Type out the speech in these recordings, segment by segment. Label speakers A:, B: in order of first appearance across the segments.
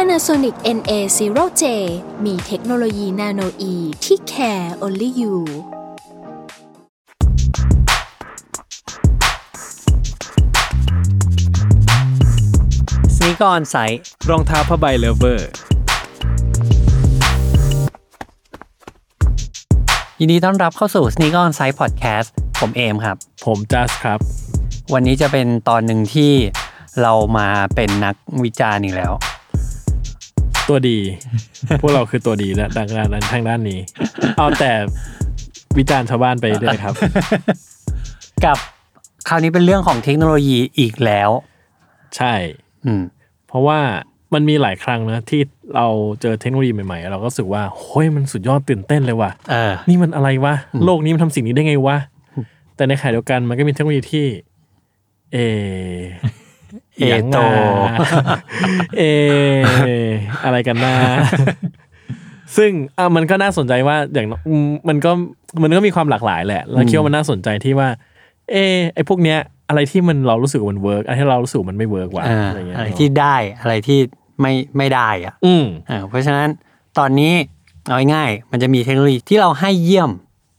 A: Panasonic NA0J มีเทคโนโลยีนาโนอีที่ care only you
B: สนิกออนไซต์
C: รองเท้าผ้าใบเลเวอร์
B: ยินดีต้อนรับเข้าสู่ Sneak On Site Podcast ผมเอมครับ
C: ผมจัสครับ
B: วันนี้จะเป็นตอนหนึ่งที่เรามาเป็นนักวิจารณ์อีกแล้ว
C: ตัวดี พวกเราคือตัวดีและดั งนั้นทางด้านนี้ เอาแต่วิจารณ์ชาวบ้านไปเรื่อยครับ
B: กับคราวนี้เป็นเรื่องของเทคโนโลยีอีกแล้ว
C: ใช่
B: อืม
C: เพราะว่ามันมีหลายครั้งนะ ที่เราเจอเทคโนโลยีใหม่ๆ เราก็รู้สึกว่าโอ้ยมันสุดยอดตื่นเต้นเลยว่ะ
B: เออ
C: นี่มันอะไรวะ โลกนี้มันทำสิ่งนี้ได้ไงวะ แต่ในขณะเดียวกันมันก็มีเทคโนโลยีที่ เอ
B: เอโต
C: หยังนะเอ อะไรกัน นะ ซึ่งอ่ะมันก็น่าสนใจว่าอย่างน้อยอืมมันก็มันก็มีความหลากหลายแหละแล้วคิดว่ามันน่าสนใจที่ว่า เออไอพวกเนี้ย อะไรที่มันเรารู้สึกว่ามันเวิร์กอะไรที่เรารู้สึกว่ามันไม่เวิร์กว่ะ
B: อ่า
C: อะไรเงี้ย
B: อะไรที่ได้อะไรที่ไม่ไม่ได้อะ
C: อืม
B: เออเพราะฉะนั้นตอนนี้เอาง่ายๆมันจะมีเทคโนโลยีที่เราให้เยี่ยม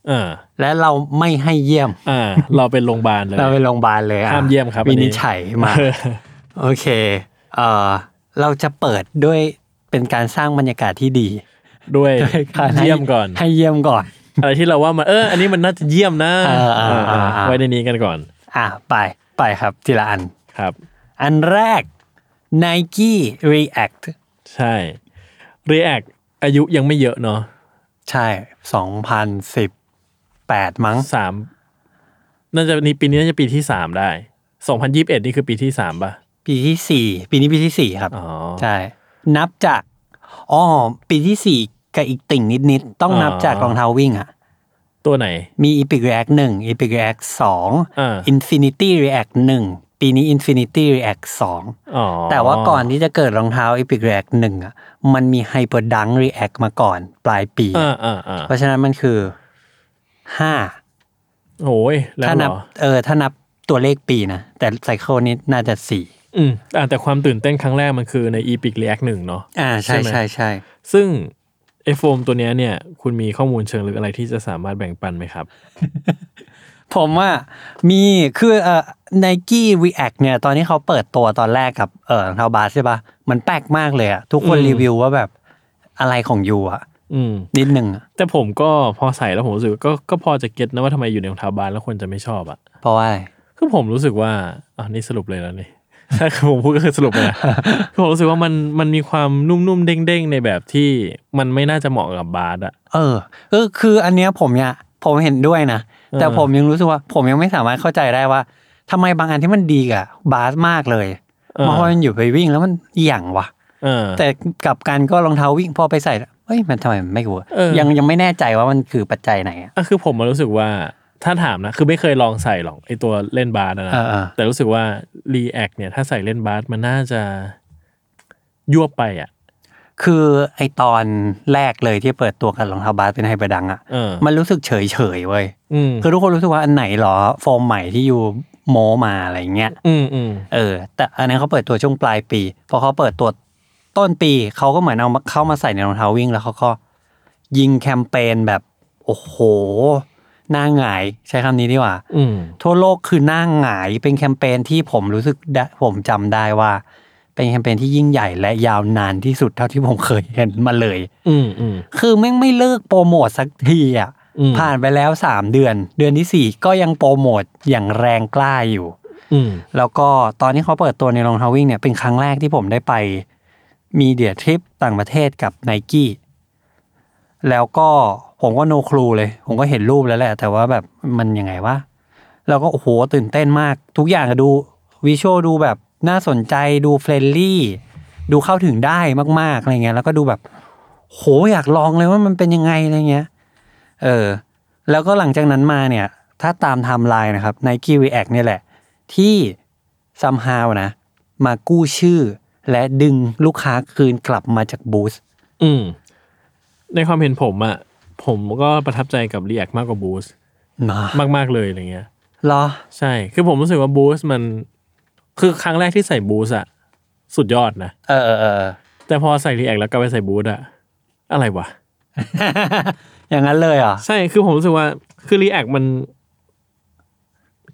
C: เออ
B: และเราไม่ให้เยี่ยม
C: อ่า เราเป็นโรงพยาบาลเลย
B: เราไปโรงพยาบาลเลยอ่ะ
C: ห้ามเยี่ยมครับอั
B: วิ
C: นนี้
B: นิจฉัยมา
C: เออ
B: โอเค เอ่อ เราจะเปิดด้วยเป็นการสร้างบรรยากาศที่ดี
C: ด้วย
B: ด้วยการให้
C: เยี่ยมก่อน
B: ให้เยี่ยมก่อน
C: อะไรที่เราว่ามันเออ อันนี้มันน่าจะเยี่ยมนะ
B: เออเออเออ
C: ไว้ในนี้กันก่อน
B: อ่ะ ไป ไปครับ ทีละอัน
C: ครับ
B: อันแรก Nike React
C: ใช่ React อายุยังไม่เยอะเนาะ
B: ใช่ 2018 มั้ง
C: สามน่าจะนี่ปีนี้น่าจะปีที่สามได้สองพันยิบเอ็ดนี่คือปีที่สามป่ะ
B: ปีที่ 4 ปีนี้ปีที่ 4 ครับ
C: อ๋อ
B: ใช่ นับจาก อ๋อ ปีที่ 4 กับอีกติ่งนิด ๆ ต้องนับจากรองเท้าวิ่งอ่ะ
C: ตัวไหน
B: มี Epic React 1 Epic React
C: อ่า
B: 2 Infinity React 1 ปีนี้ Infinity React 2
C: อ๋อ
B: แต่ว่าก่อนที่จะเกิดรองเท้า Epic React 1อ่ะมันมี Hyper Dunk React มาก่อนปลายปี
C: อ่าอ่าอ่า
B: เพราะฉะนั้นมันคือ 5
C: โอ้ยแล้ว
B: ถ้า
C: เหร
B: นับ
C: อ
B: เออถ้านับตัวเลขปีนะ แต่ไซเคิลนี้น่าจะ 4
C: อืมอ่าแต่ความตื่นเต้นครั้งแรกมันคือใน Epic React หนึ่งเนาะ
B: อ่าใช่
C: ใช่ไหม
B: ใช่ใช่
C: ซึ่งไอโฟมตัวเนี้ยเนี่ย คุณมีข้อมูลเชิงลึกอะไรที่จะสามารถแบ่งปันไหมครับ
B: ผมว่ามีคือเอ่อ Nike React เนี่ยตอนที่เขาเปิดตัวตอนแรกกับเอ่อรองเท้าบาสใช่ปะมันแปลกมากเลยอะทุกคน
C: อืม
B: รีวิวว่าแบบอะไรของยูอะ
C: อืม
B: นิดหนึ่งอะ
C: แต่ผมก็พอใส่แล้วผมรู้สึกก็ก็พอจะเก็ตนะว่าทำไมอยู่ในรองเท้าบานแล้วคนจะไม่ชอบอ่ะ
B: เพราะว่า
C: คือผมรู้สึกว่าอ่ะนี่สรุปเลยแล้วนี่ ถ้าผมพูดก็คือสรุปเลยนะ คือผมรู้สึกว่ามันมันมีความนุ่มๆเด้งๆในแบบที่มันไม่น่าจะเหมาะกับบาสอ่ะ
B: เออเออคืออันเนี้ยผมเนี่ยผมเห็นด้วยนะ แต่
C: เออ
B: ผมยังรู้สึกว่า ผมยังไม่สามารถเข้าใจได้ว่าทำไมบางอันที่มันดีกับบาสมากเลย
C: เออ
B: เพราะมันอยู่ไปวิ่งแล้วมันอหย่างวะ
C: เออ
B: แต่กลับกันก็รองเท้าวิ่งพอไปใส่แล้วเฮ้ยมันทำไมมันไม่เวิร์ก
C: เออ
B: ยังยังไม่แน่ใจว่ามันคือปัจจัยไหนอะ
C: อ่ะคือผมมารู้สึกว่าถ้าถามนะ คือไม่เคยลองใส่หรอกไอตัวเล่นบาสอะนะ
B: เออเออ
C: แต่รู้สึกว่า React เนี่ย ถ้าใส่เล่นบาสมันน่าจะยั่วไปอ่ะ
B: คือไอตอนแรกเลยที่เปิดตัวกันรองเท้าบาสเป็นไฮเปอร์ดังอะ
C: เออ
B: มันรู้สึกเฉยเฉยๆเว้ย
C: อืม
B: คือทุกคนรู้สึกว่าอันไหนหรอโฟมใหม่ที่อยู่โมมาอะไรอย่างเงี้ย
C: อืมอืม
B: เออแต่อันนั้นเขาเปิดตัวช่วงปลายปี พอเขาเปิดตัวต้นปีเขาก็เหมือนเอามาเข้ามาใส่ในรองเท้าวิ่งแล้วเขาก็ยิงแคมเปญแบบ โอ้โหหน้าหงายใช้คำนี้ดีกว่า
C: อืม
B: ทั่วโลกคือหน้าหงายเป็นแคมเปญที่ผมรู้สึกได้ผมจำได้ว่า เป็นแคมเปญที่ยิ่งใหญ่และยาวนานที่สุดเท่าที่ผมเคยเห็นมาเลย
C: อืมอืม
B: คือแม่งไม่เลิกโปรโมทสักทีอ่ะ
C: อืม
B: ผ่านไปแล้วสามเดือน เดือนที่สี่ก็ยังโปรโมทอย่างแรงกล้าอยู่
C: อืม
B: แล้วก็ตอนที่เขาเปิดตัวในรองเท้าวิ่งเนี่ยเป็นครั้งแรกที่ผมได้ไปมีเดียทริปต่างประเทศกับไนกี้แล้วก็ผมก็โนครูเลย ผมก็เห็นรูปแล้วแหละ แต่ว่าแบบมันยังไงวะแล้วก็โอ้โหตื่นเต้นมาก ทุกอย่างอะดูวิชวลดูแบบน่าสนใจดูเฟรนลี่ ดูเข้าถึงได้มากๆอะไรเงี้ยแล้วก็ดูแบบ โหอยากลองเลยว่ามันเป็นยังไงอะไรเงี้ย เออ แล้วก็หลังจากนั้นมาเนี่ย ถ้าตามไทม์ไลน์นะครับ Nike React เนี่ยแหละ ที่ซัมฮาวนะ มากู้ชื่อ และดึงลูกค้าคืนกลับมาจากบูส
C: อืม ในความเห็นผมอะผมก็ประทับใจกับ React มากกว่า Boost
B: นะ
C: มาก ๆ เลยอะไรเงี้ย
B: เหรอ
C: ใช่ คือผมรู้สึกว่า Boost มัน คือครั้งแรกที่ใส่ Boost อะสุดยอดนะ
B: เออเออเออ
C: แต่พอใส่ React แล้วก็ไปใส่ Boost อะอะไรวะ
B: อย่างนั้นเลยเหรอ่ะ
C: ใช่ คือผมรู้สึกว่า คือ React มัน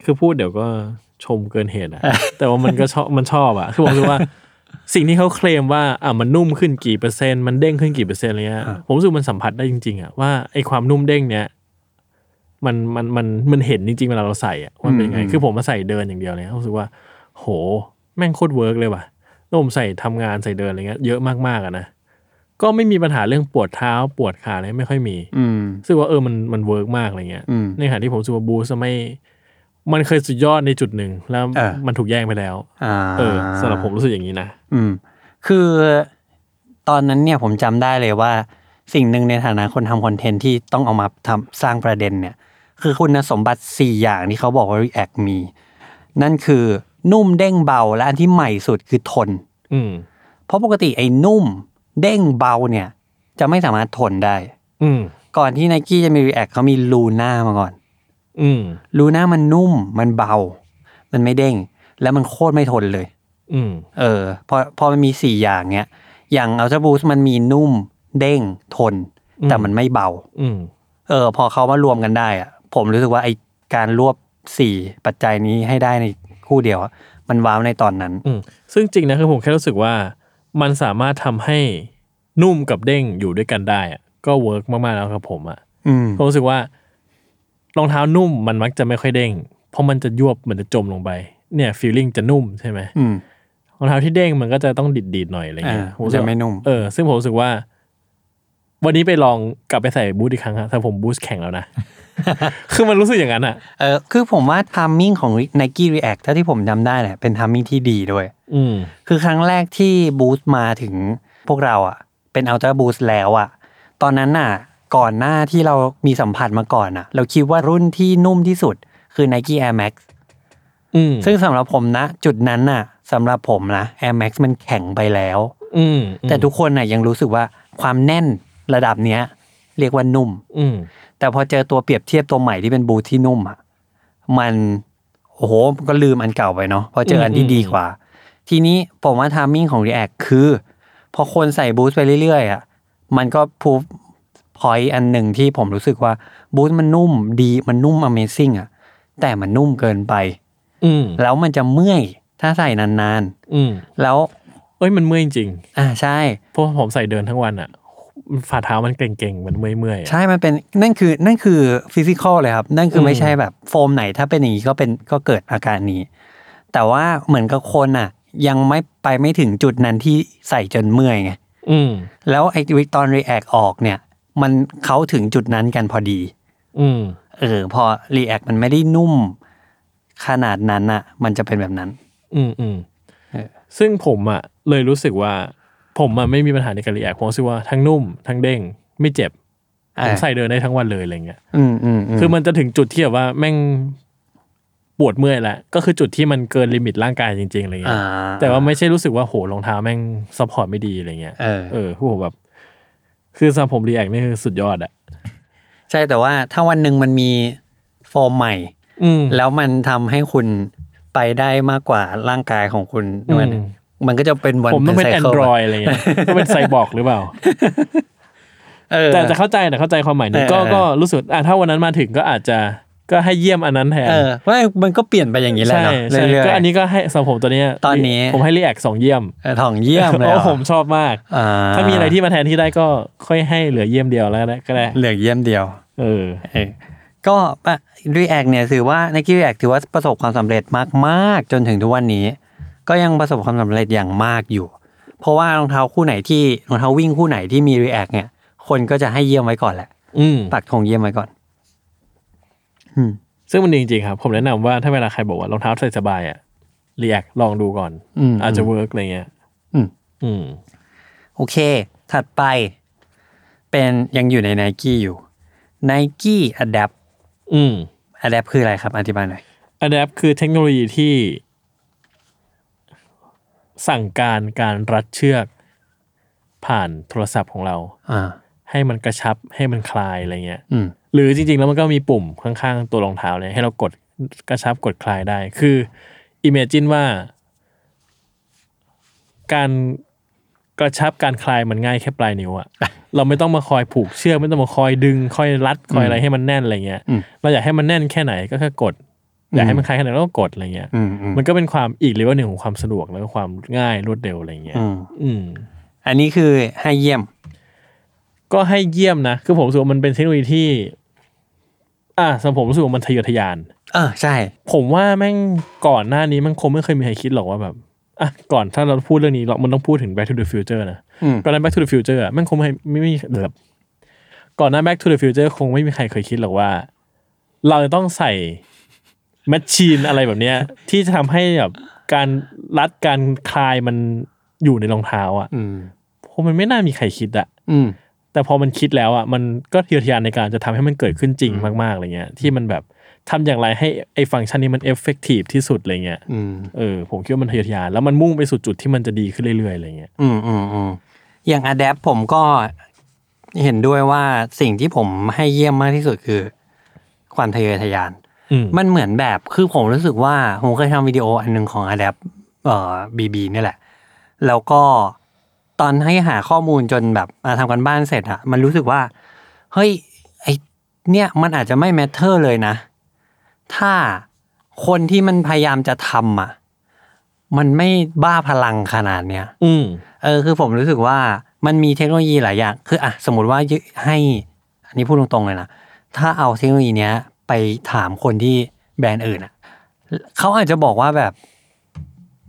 C: คือพูดเดี๋ยวก็ชมเกินเหตุ อะ แต่ว่ามันก็ชอบ มันชอบอะคือผมรู้สึกว่า สิ่งที่เขาเคลมว่า อ่ะ มันนุ่มขึ้นกี่เปอร์เซ็นต์ มันเด้งขึ้นกี่เปอร์เซ็นต์อะไรเงี้ย ผมรู้สึกมันสัมผัสได้จริงๆอะว่าไอความนุ่มเด้งเนี้ย มันมันมันมันเห็นจริงๆเวลาเราใส่อะว่าเป็นยังไง
B: อืม
C: คือผมมาใส่เดินอย่างเดียวเลยรู้สึกว่า โห แม่งโคตรเวิร์กเลยว่ะแล้วผมใส่ทำงานใส่เดินอะไรเงี้ย เยอะมากๆอะนะ ก็ไม่มีปัญหาเรื่องปวดเท้าปวดขาอะไรไม่ค่อยมี
B: อืม
C: รู้สึกว่าเออมันมันเวิร์กมากอะไรเงี้ย
B: อืม
C: ในขณะที่ผมรู้สึกว่าบูสไม่ มันเคยสุดยอดในจุดหนึ่ง แล้ว
B: เออ
C: มันถูกแย่งไปแล้ว
B: อ่า
C: เออสำหรับผมรู้สึกอย่างนี้นะ
B: อืม คือตอนนั้นเนี่ยผมจำได้เลยว่า สิ่งหนึ่งในฐานะคนทำคอนเทนต์ที่ต้องเอามาทำสร้างประเด็นเนี่ย คือคุณสมบัติ 4 อย่างที่เขาบอกว่า React มี นั่นคือนุ่มเด้งเบาและอันที่ใหม่สุดคือทน
C: อืม
B: เพราะปกติไอ้นุ่มเด้งเบาเนี่ย จะไม่สามารถทนได้
C: อืม
B: ก่อนที่ n นกี้จะมี React เขามีลูน่ามาก่อน
C: อืม
B: ลูน่ามันนุ่มมันเบา มันไม่เด้ง แล้วมันโคตรไม่ทนเลย
C: อืม
B: เออพอพอมันมีสี่อย่างเนี้ย อย่างอัลต a b บูสมันมีนุ่มเด้งทน
C: อืม
B: แต่มันไม่เบา
C: อืม
B: เออ พอเขามารวมกันได้อะผมรู้สึกว่าไอการรวบสี่ปัจจัยนี้ให้ได้ในคู่เดียวอะมันว้าวในตอนนั้น
C: อืม ซึ่งจริงนะคือผมแค่รู้สึกว่า มันสามารถทำให้นุ่มกับเด้งอยู่ด้วยกันได้อะก็เวิร์กมากๆแล้วครับผมอะ
B: อืม
C: ผมรู้สึกว่ารองเท้านุ่มมันมักจะไม่ค่อยเด้ง เพราะมันจะยวบมันจะจมลงไป เนี่ยฟีลลิ่งจะนุ่มใช่ไหม
B: อืม
C: รองเท้าที่เด้งมันก็จะต้องดิดๆหน่อยอะไรเงี้ย
B: อ่า
C: ผรู้สึก
B: จะไม่นุ่ม
C: เออซึ่งผมรู้สึกว่า วันนี้ไปลองกลับไปใส่บูทอีกครั้งครับแต่ผมบูทแข่งแล้วนะ คือมันรู้สึกอย่างนั้นอ่ะ
B: เออคือผมว่าทามมิ่งของ Nike React ถ้าที่ผมจำได้เนี่ยเป็นทามมิ่งที่ดีด้วย
C: อืม
B: คือครั้งแรกที่บูธมาถึงพวกเราอะเป็นอัลตร้าบูธแล้วอะตอนนั้นน่ะ ก่อนหน้าที่เรามีสัมผัสมาก่อนอะเราคิดว่ารุ่นที่นุ่มที่สุดคือ Nike Air Max
C: อืม
B: ซึ่งสำหรับผมนะ จุดนั้นน่ะสำหรับผมนะ Air Max มันแข็งไปแล้ว
C: อืม
B: แต่ทุกคนน่ะยังรู้สึกว่าความแน่นระดับเนี้ย เรียกว่านุ่ม
C: อืม
B: แต่พอเจอตัวเปรียบเทียบตัวใหม่ที่เป็นบูธที่นุ่มอ่ะมันโอ้โหมันก็ลืมอันเก่าไปเนาะพอเจออันที่
C: อืม
B: ดีกว่า ทีนี้ผมว่าทามมิ่งของ React คือ พอคนใส่บูธไปเรื่อยๆอ่ะมันก็พูฟพอยต์อันหนึ่งที่ผมรู้สึกว่าบูธมันนุ่มดีมันนุ่ม Amazing อ่ะแต่มันนุ่มเกินไป
C: อืม
B: แล้วมันจะเมื่อยถ้าใส่นาน
C: อืม
B: ๆ แล้ว
C: เอ้ยมันเมื่อยจริง
B: อ่าใช่
C: เพราะผมใส่เดินทั้งวันอ่ะฝ่าเท้ามันเก่งๆมันเมื่อยๆอะ
B: ใช่ มันเป็น นั่นคือ นั่นคือฟิสิกอลเลยครับ นั่นคือไม่ใช่แบบโฟมไหน ถ้าเป็นอย่างนี้ก็เป็น ก็เกิดอาการนี้ แต่ว่าเหมือนกับคนอ่ะ ยังไม่ไปไม่ถึงจุดนั้นที่ใส่จนเมื่อยไง
C: อืม
B: แล้วไอ้ตอน React ออกเนี่ย มันเขาถึงจุดนั้นกันพอดี
C: อืม
B: เออ พอ React มันไม่ได้นุ่ม ขนาดนั้นอ่ะ มันจะเป็นแบบนั้น
C: อืมอืม
B: เออ
C: ซึ่งผมอ่ะเลยรู้สึกว่า ผมอ่ะไม่มีปัญหาในการรีแอคผมรู้สึกว่าทั้งนุ่ม ทั้งเด้งไม่เจ็บผมใส่เดินได้ทั้งวันเลยอะไรเงี้ย
B: อืมอืมอืม
C: คือมันจะถึงจุดที่แบบว่าแม่งปวดเมื่อยแล้วก็คือจุดที่มันเกินลิมิตร่างกายจริงๆอะไร
B: อ่า
C: เงี้ยแต่ว่าไม่ใช่รู้สึกว่าโหรองเท้าแม่งซัพพอร์ตไม่ดีอะไรเงี้ย
B: เออ
C: เออพวกผมแบบ คือสำหรับผมรีแอคนี่คือสุดยอดอะ
B: ใช่ แต่ว่าถ้าวันหนึ่งมันมีโฟมใหม่
C: อืม
B: แล้วมันทำให้คุณไปได้มากกว่าร่างกายของคุณ
C: อืม
B: ด้วยนะมันก็จะเป็นวัน
C: ผมต้องเป็น
B: ไซ
C: แอน
B: คิล
C: ดรอยอะไร เงี้ยต้องเป็นไซบอร์กหรือเปล่า
B: เออ
C: แต่จะเข้าใจแต่เข้าใจความหมายนี้ก็
B: เออเออ
C: ก็รู้สึกอ่ะถ้าวันนั้นมาถึงก็อาจจะก็ให้เยี่ยมอันนั้นแทน
B: เออว่ามันก็เปลี่ยนไปอย่างนี้แหละ
C: ใช่
B: เนาะ
C: ใช่
B: เรื่อยๆ
C: ก็อันนี้ก็ให้สำหรับผมตัวเนี้ย
B: ตอนนี้
C: ผมให้รีแอคสองเยี่ยม
B: เออถ่องเยี่ยมเลยเหร
C: โอ้
B: อ
C: ผมชอบมาก
B: อ่
C: ถ้ามีอะไรที่มาแทนที่ได้ก็ค่อยให้เหลือเยี่ยมเดียวแล้วก็ได้ก็ได้
B: เหลือเยี่ยมเดียว
C: เออ
B: เออก็รีแอคเนี่ยถือว่าในกีรีแอคถือว่าประสบความสำเร็จมากๆ จนถึงทุกวันนี้ ก็ยังประสบความสำเร็จอย่างมากอยู่ เพราะว่ารองเท้าคู่ไหนที่รองเท้าวิ่งคู่ไหนที่มีรีแอคเนี่ย คนก็จะให้เยี่ยมไว้ก่อนแหละ
C: อืม
B: ปักธงเยี่ยมไว้ก่อน อืม
C: ซึ่งมันดีจริงๆครับ ผมแนะนำว่าถ้าเวลาใครบอกว่ารองเท้าใส่สบายอะรีแอคลองดูก่อน
B: อืม
C: อาจจะเวิร์กอะไรเงี้ย
B: อืม
C: อืม
B: โอเค ถัดไป เป็นยังอยู่ใน n i กี้อยู่ n i กี้ Adapt
C: อืม
B: Adapt คืออะไรครับ อธิบายหน่อย
C: Adapt คือเทคโนโลยีที่ สั่งการการรัดเชือก ผ่านโทรศัพท์ของเรา
B: อ่า
C: ให้มันกระชับให้มันคลายอะไรเงี้ย
B: อืม
C: หรือจริงๆ แล้วมันก็มีปุ่มข้างๆ ตัวรองเท้าเลยให้เรากดกระชับกดคลายได้ คืออิมเมจินว่า การกระชับการคลายมันง่ายแค่ปลายนิ้วอะ เราไม่ต้องมาคอยผูกเชือกไม่ต้องมาคอยดึงคอยรัดคอยอะไรให้มันแน่นอะไรเงี้ย
B: อืม
C: เราอยากให้มันแน่นแค่ไหนก็แค่กดอยากให้มันคลายแค่ไหนเราก็กดอะไรเงี้ย
B: อืมอืม
C: มันก็เป็นความอีกเลเวลหนึ่งของความสะดวกแล้วก็ความง่ายรวดเร็วอะไรเงี้ย
B: อืม
C: อืม
B: อันนี้คือให้เยี่ยม
C: ก็ให้เยี่ยมนะ คือผมรู้สึกว่ามันเป็นเทคโนโลยีที่ อ่าสำหรับผมรู้สึกว่ามันทะเยอทะยาน
B: เออใช่
C: ผมว่าแม่งก่อนหน้านี้มันคงไม่เคยมีใครคิดหรอกว่าแบบอ่ะก่อนถ้าเราพูดเรื่องนี้เรามันต้องพูดถึง Back to the Future นะ
B: อืม
C: ก่อนหน้า Back to the Future อะแม่งคงไม่ไม่ไม่แบบก่อนหน้า Back to the Future คงไม่มีใครเคยคิดหรอกว่า เราจะต้องใส่แมชชีนอะไรแบบเนี้ย ที่จะทำให้แบบการรัดการคลายมันอยู่ในรองเท้าอะ
B: อืม
C: เพราะมันไม่น่ามีใครคิดอะ
B: อืม
C: แต่พอมันคิดแล้วอ่ะมันก็ทะเยอทะยานในการจะทำให้มันเกิดขึ้นจริงมากๆอะไรเงี้ยที่มันแบบทำอย่างไรให้ไอ้ฟังก์ชันนี้มันเอฟเฟกตีฟที่สุดอะไรเงี้ย
B: อืม
C: เออผมคิดว่ามันทะเยอทะยานแล้วมันมุ่งไปสู่จุดที่มันจะดีขึ้นเรื่อยๆอะไรเงี้ย
B: อืมอืมอืมอย่าง Adapt ผมก็เห็นด้วยว่าสิ่งที่ผมให้เยี่ยมมากที่สุดคือ ความทะเยอทะยาน
C: อืม
B: มันเหมือนแบบคือผมรู้สึกว่าผมเคยทำวิดีโออันหนึ่งของ Adapt เอ่อ BB เนี่ยแหละ แล้วก็ตอนให้หาข้อมูลจนแบบอ่ะทำกันบ้านเสร็จอะมันรู้สึกว่า เฮ้ยไอเนี่ยมันอาจจะไม่แมทเทอร์เลยนะ ถ้าคนที่มันพยายามจะทำอะมันไม่บ้าพลังขนาดเนี้ย
C: อืม
B: เออคือผมรู้สึกว่ามันมีเทคโนโลยีหลายอย่าง คืออ่ะสมมติว่าให้อันนี้พูดตรงๆเลยนะ ถ้าเอาเทคโนโลยีเนี้ยไปถามคนที่แบรนด์อื่นอ่ะเขาอาจจะบอกว่าแบบ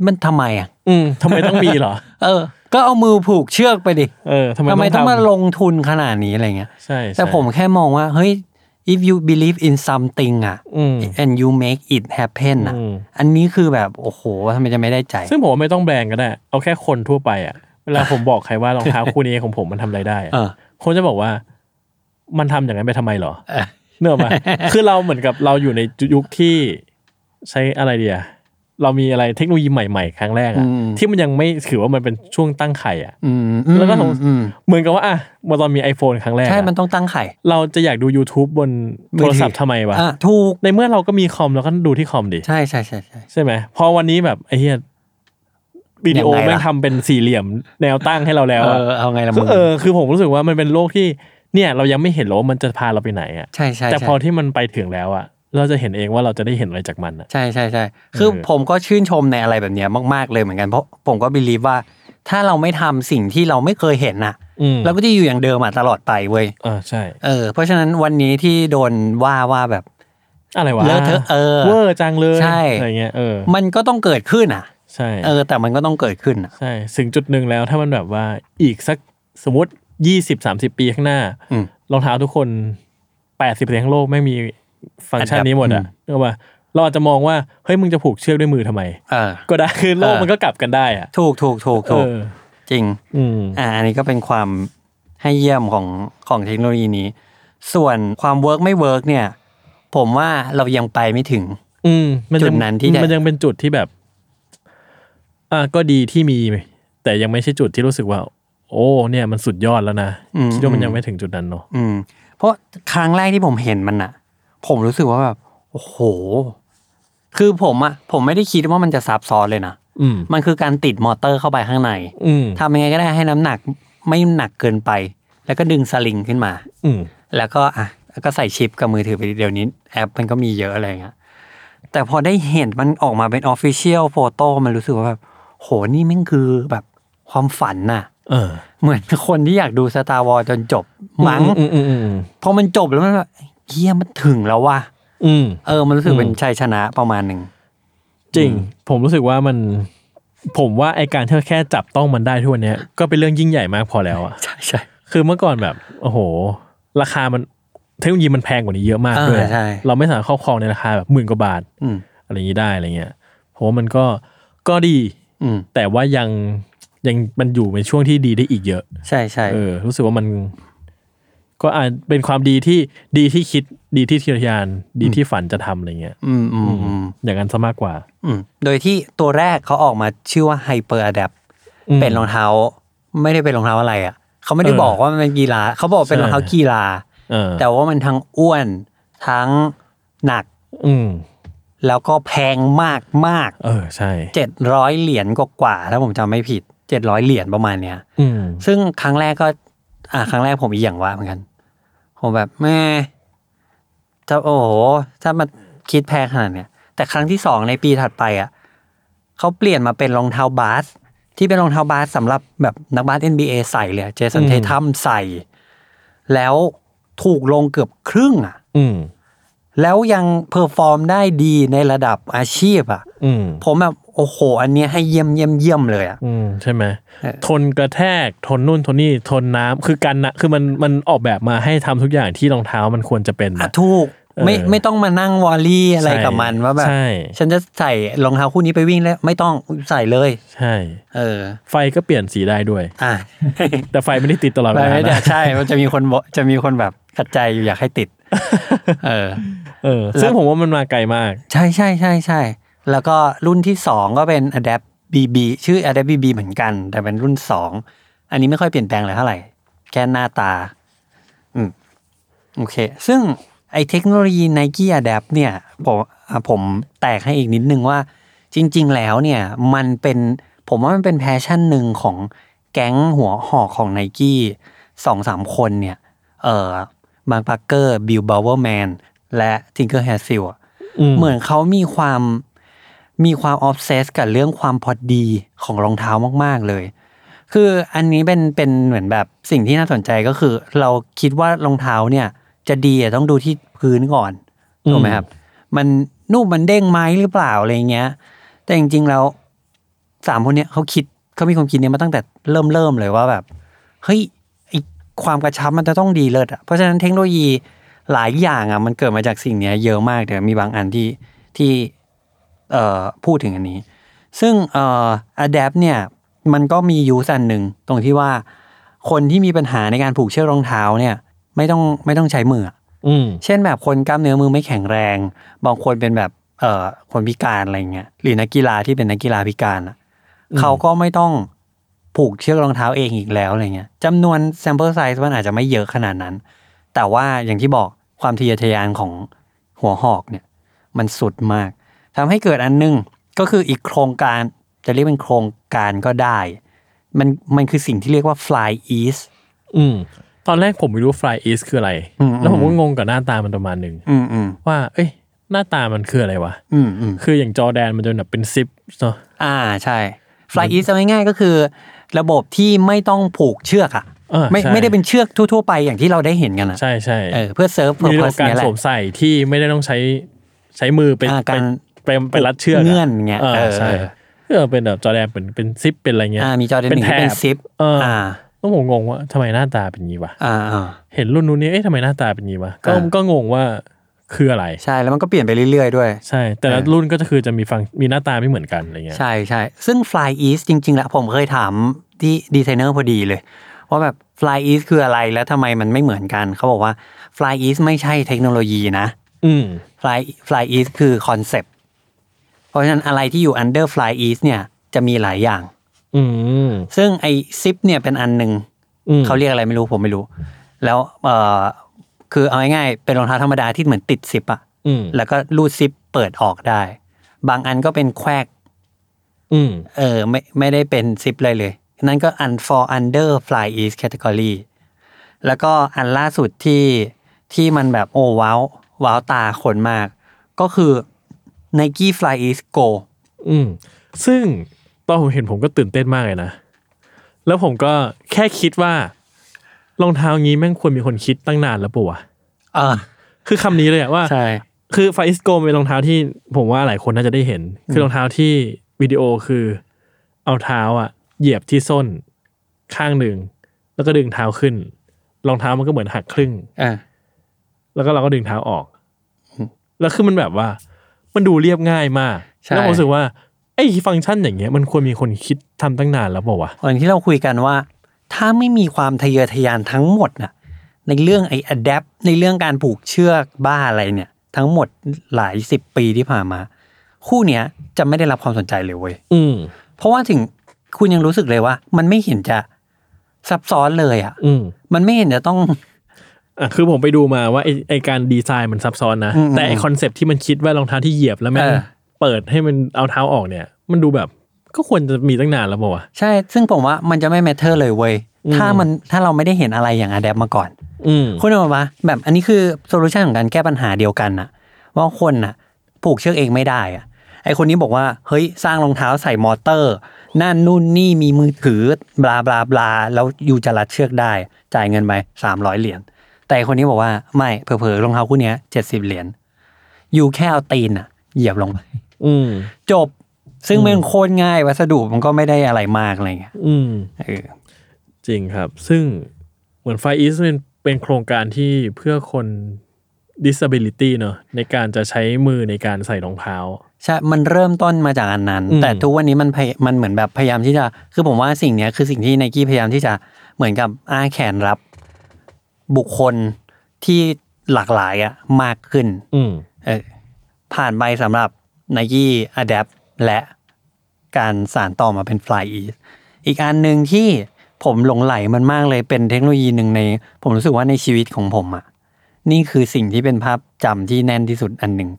B: มันทำไมอ่ะ
C: อืมทำไมต้องมีเหรอ
B: เออ ก็เอามือผูกเชือกไปดิ
C: เออทำไม
B: ทำไมต้
C: ต้
B: อ
C: อง ง
B: มา
C: ทำ
B: ลงทุนขนาดนี้อะไรเงี้ย
C: ใช่
B: แต่
C: ใช่
B: ผมแค่มองว่า เฮ้ย if you believe in something อ่ะ
C: อืม
B: and you make it happen อ่ะ
C: อืม
B: อันนี้คือแบบโอ้โหทำไมจะไม่ได้ใจ
C: ซึ่งผมว่าไม่ต้องแบรนด์ก็ได้ เอาแค่คนทั่วไปอ่ะเวลาผมบอกใครว่ารองเท้าคู่นี้ของผมมันทำอะไรได้อะ
B: เออ
C: คนจะบอกว่ามันทำอย่างนั้นไปทำไมเหรอ
B: เออ
C: เนื้ออกปะ คือเราเหมือนกับเราอยู่ในยุคที่ใช้อะไรเดียเรามีอะไรเทคโนโลยีใหม่ๆ ครั้งแรกอะ
B: อืม
C: ที่มันยังไม่ถือว่ามันเป็นช่วงตั้งไข่อะ
B: อืมอืม
C: แล้วก็สง
B: อืม
C: เหมือนกับว่าอะเมื่อตอนมี iPhone ครั้งแรกอะ
B: ใช่มันต้องตั้งไข่
C: เราจะอยากดู YouTube บนโทรศัพท์ทำไมวะ
B: อ่ถูก
C: ในเมื่อเราก็มีคอมเราก็ดูที่คอมดิ
B: ใช่ใช่ใช่ใช่
C: ใช่ไหมพอวันนี้แบบไอ้เหี้ยวิดีโอ
B: ยังไงล่ะ
C: แม่งทำเป็นสี่เหลี่ยมแนวตั้งให้เราแล้ว
B: เอ
C: อะ
B: อเอาไงละมึง
C: เออคือผมรู้สึกว่ามันเป็นโลกที่เนี่ย เรายังไม่เห็นหรอกว่ามันจะพาเราไปไหนอะ
B: ใช่ใช่
C: แต่
B: ใช่
C: พอที่มันไปถึงแล้วอะเราจะเห็นเองว่าเราจะได้เห็นอะไรจากมันอะ
B: ใช่ใช่ใช่คือผมก็ชื่นชมในอะไรแบบเนี้ยมากๆเลยเหมือนกันเพราะผมก็บิลีฟว่า ถ้าเราไม่ทำสิ่งที่เราไม่เคยเห็นน่ะ
C: อืม
B: เราก็จะอยู่อย่างเดิมอ่ะตลอดไปเว้ย
C: อ่าใช่
B: เออเพราะฉะนั้นวันนี้ที่โดนว่าว่าแบบ
C: อะไรวะ
B: เลอะเทอะเออ
C: วอร์จังเลย
B: ใช่
C: อะไรเงี้ยเออ
B: มันก็ต้องเกิดขึ้นอ่ะ
C: ใช่
B: เออ แต่มันก็ต้องเกิดขึ้นอ่ะ
C: ใช่ถึงจุดหนึ่งแล้วถ้ามันแบบว่าอีกสักสมมติยี่สิบสามสิบปีข้างหน้า
B: อืม
C: รองเท้าทุกคนแปดสิบเปอร์เซ็นต์ของโลกไม่มีฟังก์ชัน
B: อันดับ
C: นี้หมด
B: อื
C: อะ
B: ม
C: นึกออกปะเราอาจจะมองว่าเฮ้ยมึงจะผูกเชือกด้วยมือทำไม
B: เออ
C: ก็ได้คือโลก
B: เออ
C: มันก็กลับกันได้อะ
B: ถูกถูกถูก
C: เอ
B: ถูก
C: อ
B: จริง
C: อืม
B: อ่าอันนี้ก็เป็นความให้เยี่ยมของของเทคโนโลยีนี้ ส่วนความเวิร์กไม่เวิร์กเนี่ย ผมว่าเรายังไปไม่ถึง
C: อืมมัยัง
B: จุดนั้นที่ได้
C: มันยังเป็นจุดที่แบบ อ่าก็ดีที่มี แต่ยังไม่ใช่จุดที่รู้สึกว่า โอ้เนี่ย มันสุดยอดแล้วนะคิดว่ามันยังไม่ถึงจุดนั้นเนอะ
B: อืม เพราะครั้งแรกที่ผมเห็นมันอะผมรู้สึกว่าแบบโอ้โห คือผมอะผมไม่ได้คิดว่ามันจะซับซ้อนเลยนะ
C: อืม
B: มันคือการติดมอเตอร์เข้าไปข้างใน
C: อืม
B: ทำยังไงก็ได้ให้น้ำหนักไม่หนักเกินไป แล้วก็ดึงสลิงขึ้นมา
C: อืม
B: แล้วก็อ่ะก็ใส่ชิปกับมือถือไปเดี๋ยวนี้แอปมันก็มีเยอะอะไรอย่างเงี้ยแต่พอได้เห็นมันออกมาเป็นออฟฟิเชียลโฟโต้มันรู้สึกว่าแบบโหนี่แม่งคือแบบความฝันน่ะ
C: เออ
B: เหมือนคนที่อยากดูสตาร์วอลจนจบมั้ง
C: อืมอืมอืมอืม
B: พอมันจบแล้วมันแบบเฮียมันถึงแล้วว่ะ
C: อืม
B: เออ มันรู้สึก
C: อืม
B: เป็นชัยชนะประมาณหนึ่ง
C: จริง ผมรู้สึกว่ามัน ผมว่าไอการที่แค่จับต้องมันได้ทุกวันเนี้ยก็เป็นเรื่องยิ่งใหญ่มากพอแล้วอะ
B: ใช่ใช่
C: คือเมื่อก่อนแบบ โอ้โห ราคามันเทคโนโลยีมันแพงกว่านี้เยอะมาก
B: อ่า
C: ด้วย
B: ใช่
C: เราไม่สามารถครอบครองในราคาแบบหมื่นกว่าบาท
B: อืม
C: อะไรอย่างนี้ได้อะไรเงี้ยผมว่ามันก็ก็ดี
B: อืม
C: แต่ว่ายังยังมันอยู่ในช่วงที่ดีได้อีกเยอะ
B: ใช่ใช่
C: เออ รู้สึกว่ามัน ก็อาจเป็นความดีที่ดีที่คิดดีที่ทะยานดีที่ฝันจะทำอะไรเงี้ย
B: อืมอืมอืม
C: อย่างนั้นซะมากกว่า
B: อืมโดยที่ตัวแรกเขาออกมาชื่อว่าไฮเปอร์อะแดป
C: อืม
B: เป็นรองเท้า ไม่ได้เป็นรองเท้าอะไรอ่ะเขาไม่ได้
C: เออ
B: บอกว่ามันเป็นกีฬาเขาบอกเป็น
C: ใช่
B: รองเท้ากีฬา
C: เออ
B: แต่ว่ามันทั้งอ้วนทั้งหนัก
C: อืม
B: แล้วก็แพงมากมาก
C: เออใช่
B: เจ็ดร้อยเหรียญกว่าๆถ้าผมจำไม่ผิดเจ็ดร้อยเหรียญประมาณเนี้ย
C: อืม
B: ซึ่งครั้งแรกก็ อ่า ครั้งแรกผมอีหยังว่าเหมือนกัน ผมแบบแม่จะโอ้โหถ้ามันคิดแพงขนาดเนี้ยแต่ครั้งที่สองในปีถัดไปอ่ะเขาเปลี่ยนมาเป็นรองเท้าบาส ที่เป็นรองเท้าบาสสำหรับแบบนักบาส NBA ใส่เลยเจสัน
C: อืม
B: เททัมใส่ แล้วถูกลงเกือบครึ่งอ่ะ
C: อืม
B: แล้วยังเพอร์ฟอร์มได้ดีในระดับอาชีพอ่ะ
C: อืม
B: ผมแบบโอ้โห อันเนี้ยให้เยี่ยมเยี่ยมเยี่ยมเลยอ่ะ
C: อืมใช่ไหม
B: เออ
C: ทนกระแทกทนนู่นทนนี่ทนน้ำคือกันนะคือมันมันออกแบบมาให้ทำทุกอย่างที่รองเท้ามันควรจะเป็น
B: อ่ะ
C: นะ
B: ถูกไม่
C: เออ
B: ไม่ต้องมานั่งวอลลี่อะไรกับมันว่าแบบ
C: ใช่
B: ฉันจะใส่รองเท้าคู่นี้ไปวิ่งแล้วไม่ต้องใส่เลย
C: ใช่
B: เออ
C: ไฟก็เปลี่ยนสีได้ด้วย
B: อ่ะ
C: แต่ไฟไม่ได้ติดตลอดเวลา
B: ไม่ได้
C: นะ
B: ใช่ มันจะมีคนบอกจะมีคนแบบขัดใจอยู่อยากให้ติด เออ
C: เออซึ่งผมว่ามันมาไกลมาก
B: ใช่ใช่ใช่ใช่แล้วก็รุ่นที่สองก็เป็น Adapt BB ชื่อ Adapt BB เหมือนกัน แต่เป็นรุ่นสองอันนี้ไม่ค่อยเปลี่ยนแปลงเลยเท่าไหร่ แค่หน้าตา อืม โอเค ซึ่งไอเทคโนโลยี Nike Adapt เนี่ย ผมอ่ะผมแตกให้อีกนิดนึงว่า จริง ๆ แล้วเนี่ย มันเป็นผมว่ามันเป็นแพชชั่นหนึ่งของแก๊งหัวหอกของ n i กี้สองสามคนเนี่ย เอ่อมาร์คพาร์เกอร์บิลบาวเวอร์แมนและทิงเกอร์แฮซิล
C: อืม
B: เหมือนเขามีความมีความออฟเซสกับเรื่องความพอดีของรองเท้ามาก ๆ เลย คืออันนี้เป็นเป็นเหมือนแบบสิ่งที่น่าสนใจก็คือ เราคิดว่ารองเท้าเนี่ย จะดีอะต้องดูที่พื้นก่อนถูกไหมครับ มันนุ่มมันเด้งไหมหรือเปล่าอะไรเงี้ย แต่จริง ๆ แล้วสามคนเนี้ยเขาคิดเขามีความคิดเนี้ยมาตั้งแต่เริ่มเริ่มเลยว่าแบบเฮ้ยไอความกระชับมันจะต้องดีเลิศอะเพราะฉะนั้นเทคโนโลยีหลายอย่างอะมันเกิดมาจากสิ่งเนี้ยเยอะมากเดี๋ยวมีบางอันที่ที่เอ่อพูดถึงอันนี้ ซึ่งเอ่อ adapt เนี่ย มันก็มียูสอันหนึ่งตรงที่ว่า คนที่มีปัญหาในการผูกเชือกรองเท้าเนี่ย ไม่ต้องไม่ต้องใช้มืออะ
C: อืม
B: เช่นแบบคนกล้ามเนื้อมือไม่แข็งแรง บางคนเป็นแบบเอ่อคนพิการอะไรเงี้ยหรือนักกีฬาที่เป็นนักกีฬาพิการอะเขาก็ไม่ต้องผูกเชือกรองเท้าเองอีกแล้วอะไรเงี้ยจำนวน sample size มันอาจจะไม่เยอะขนาดนั้น แต่ว่าอย่างที่บอกความทะเยอทะยานของหัวหอกเนี่ย มันสุดมากทำให้เกิดอันหนึงก็คืออีกโครงการจะเรียกเป็นโครงการก็ได้ มันมันคือสิ่งที่เรียกว่า fly east
C: อืม ตอนแรกผมไม่รู้ Fly East คืออะไร
B: อืม
C: แล้วผมก็งงกับหน้าตามันประมาณหนึ่ง
B: อืมอืม
C: ว่า เอ้ย หน้าตามันคืออะไรวะ
B: อืมอืม
C: คืออย่างจอแดนมันจะแบบเป็นซิปเนาะ
B: อ่าใช่ Fly East เอาง่ายๆก็คือ ระบบที่ไม่ต้องผูกเชือกอ่ะ
C: เออ
B: ไม่
C: ใช่
B: ไม่ได้เป็นเชือกทั่วๆไปอย่างที่เราได้เห็นกันอ่ะ
C: ใช่ใช่
B: เออเพื่อเซิร์ฟเพอ
C: มี
B: ร์
C: เรื่
B: เพ
C: อ
B: ส
C: งการ
B: เนี่ยแห
C: ส
B: ละ
C: วมใส่ที่ไม่ได้ต้องใช้ใช้มือไป
B: อ่า
C: ไป
B: การ
C: ไปไปรัดเชือกะ
B: เงื่อนเงี้ย
C: เอ
B: เอ
C: อ
B: อ
C: ใช่
B: เออ
C: เออเป็นแบบจอแดนเป็นเป็นซิปเป็นอะไรเงี้ย
B: อ่ามีจอแดน
C: เป็
B: ห
C: น
B: นึ่งที่เป็น
C: แถบ
B: ซิป
C: เอออ่
B: า
C: แล้วผมงงว่าทำไมหน้าตาเป็นงี้วะ
B: อ่าอ่า
C: เห็นรุ่นนู้นนี่เอ๊ะทำไมหน้าตาเป็นงี้วะ ก็
B: อ่า
C: ก็งงว่าคืออะไร
B: ใช่แล้วมันก็เปลี่ยนไปเรื่อยๆด้วย
C: ใช่ แต่ละ
B: เออ
C: รุ่นก็จะคือจะมีฟังมีหน้าตาไม่เหมือนกันอะไรเงี้ย
B: ใช่ใช่ซึ่ง Fly East จริง ๆ แล้วผมเคยถามที่ดีไซเนอร์พอดีเลย ว่าแบบ Fly East คืออะไรแล้วทำไมมันไม่เหมือนกัน เขาบอกว่า Fly East ไม่ใช่เทคโนโลยีนะ
C: อืม
B: Fly Fly East คือคอนเซปต์ เพราะฉะนั้นอะไรที่อยู่ under Fly East เนี่ยจะมีหลายอย่าง
C: อืม
B: ซึ่งไอซิปเนี่ยเป็นอันหนึ่ง
C: อืม
B: เขาเรียกอะไรไม่รู้ผมไม่รู้ แล้วเออคือเอาง่ายๆเป็นรองเท้าธรรมดาที่เหมือนติดซิปอะ
C: อืม
B: แล้วก็รูดซิปเปิดออกได้ บางอันก็เป็นแควก
C: อืม
B: เออไม่ไม่ได้เป็นซิปเลยเลย นั่นก็อัน for under Fly East category แล้วก็อันล่าสุดที่ที่มันแบบโอ้ว้าวว้าวตาคนมาก ก็คือ Nike Fly East Go
C: อืม ซึ่งตอนผมเห็นผมก็ตื่นเต้นมากเลยนะ แล้วผมก็แค่คิดว่ารองเท้างี้แม่งควรมีคนคิดตั้งนานแล้วปะวะ
B: เออ
C: คือคำนี้เลยอะว่า
B: ใช่
C: คือไฟสโกเป็นรองเท้าที่ผมว่าหลายคนน่าจะได้เห็น คือรองเท้าที่วิดีโอคือ เอาเท้าอะเหยียบที่ส้นข้างหนึ่ง แล้วก็ดึงเท้าขึ้น รองเท้ามันก็เหมือนหักครึ่ง
B: เออ
C: แล้วก็เราก็ดึงเท้าออก แล้วคือมันแบบว่า มันดูเรียบง่ายมาก
B: ใช่
C: แล้วผมรู้สึกว่าไอ้ฟังก์ชันอย่างเงี้ย มันควรมีคนคิดทำตั้งนานแล้วบอกว่าวะ
B: เหมือนที่เราคุยกันว่า ถ้าไม่มีความทะเยอทะยานทั้งหมดน่ะ ในเรื่องไอ้ adapt ในเรื่องการผูกเชือกบ้าอะไรเนี่ย ทั้งหมดหลายสิบปีที่ผ่านมา คู่เนี้ยจะไม่ได้รับความสนใจเลยเว้ย
C: อืม
B: เพราะว่าถึงคุณยังรู้สึกเลยว่า มันไม่เห็นจะซับซ้อนเลยอ่ะ
C: อืม
B: มันไม่เห็นจะต้อง
C: อ่ะคือผมไปดูมาว่าไอไอการดีไซน์มันซับซ้อนนะ
B: อืม
C: แต่ไอคอนเซปต์ที่มันคิดว่ารองเท้าที่เหยียบแล้วแม่ง
B: เออ
C: เปิดให้มันเอาเท้าออกเนี่ย มันดูแบบก็ควรจะมีตั้งนานแล้วป่าวะ
B: ใช่ ซึ่งผมว่ามันจะไม่ matter เลยเว้ย
C: อืม
B: ถ้ามันถ้าเราไม่ได้เห็นอะไรอย่าง adapt มาก่อน
C: อืม
B: คุณเอามาแบบอันนี้คือโซลูชันของการแก้ปัญหาเดียวกันน่ะ ว่าคนน่ะผูกเชือกเองไม่ได้อะไอคนนี้บอกว่า เฮ้ย สร้างรองเท้าใส่มอเตอร์ นั่นนู่นนี่มีมือถือบลาบลาบลาแล้วอยู่จะรัดเชือกได้ จ่ายเงินไปสามร้อยเหรียญแต่ไอ้คนนี้บอกว่าไม่เผลอๆรองเท้าคู่เนี้ยเจ็ดสิบเหรียญอยู่แค่เอาตีนน่ะ เหยียบลงไป
C: อืม
B: จบ ซึ่ง
C: อืม
B: มันโคตรง่ายวัสดุมันก็ไม่ได้อะไรมากอะไรเงี้ย
C: อืม
B: เออ
C: จริงครับ ซึ่งเหมือนไฟอีสเป็นเป็นโครงการที่เพื่อคน disability เนอะในการจะใช้มือในการใส่รองเท้า
B: ใช่มันเริ่มต้นมาจากอันนั้น
C: อืม
B: แต่ทุกวันนี้มันพยมันเหมือนแบบพยายามที่จะ คือผมว่าสิ่งเนี้ยคือสิ่งที่ไนกี้พยายามที่จะเหมือนกับอ้าแขนรับ บุคคลที่หลากหลายอะมากขึ้น
C: อืม
B: เออผ่านไปสำหรับ n i กี้ Adapt และการสานต่อมาเป็น Fly e อีกอันหนึ่งที่ผมหลงไหลมันมากเลยเป็นเทคโนโลยีหนึ่งใน ผมรู้สึกว่าในชีวิตของผมอะนี่คือสิ่งที่เป็นภาพจำที่แน่นที่สุดอันหนึ่ง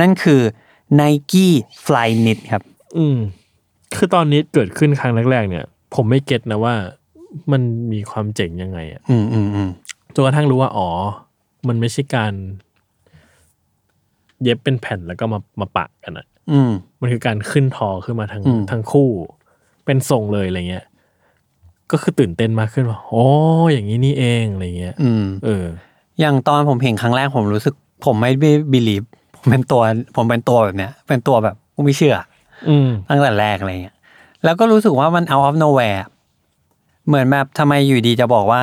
B: นั่นคือ n i กี้ Fly Knit ครับ
C: อืม คือตอนนี้เกิดขึ้นครั้งแรก ๆ เนี่ย ผมไม่เก็ตนะว่ามันมีความเจ๋งยังไงอะ
B: อืมอืมอืม
C: จนกระทั่งรู้ว่า อ๋อ มันไม่ใช่การ เย็บเป็นแผ่นแล้วก็มามาปะกันอะ
B: อืม
C: มันคือการขึ้นทอขึ้นมาทั้ง
B: อืม
C: ทั้งคู่ เป็นทรงเลยอะไรเงี้ย ก็คือตื่นเต้นมากขึ้นว่าโอ้อย่างนี้นี่เองอะไรเงี้ย
B: อืม
C: เออ
B: อย่างตอนผมเห็นครั้งแรกผมรู้สึก ผมไม่บิลีฟผมเป็นตัว ผมเป็นตัวแบบเนี้ย เป็นตัวแบบไม่เชื่อ
C: อืม
B: ตั้งแต่แรกอะไรเงี้ย แล้วก็รู้สึกว่ามัน out of nowhere เหมือนแบบทำไมอยู่ดีจะบอกว่า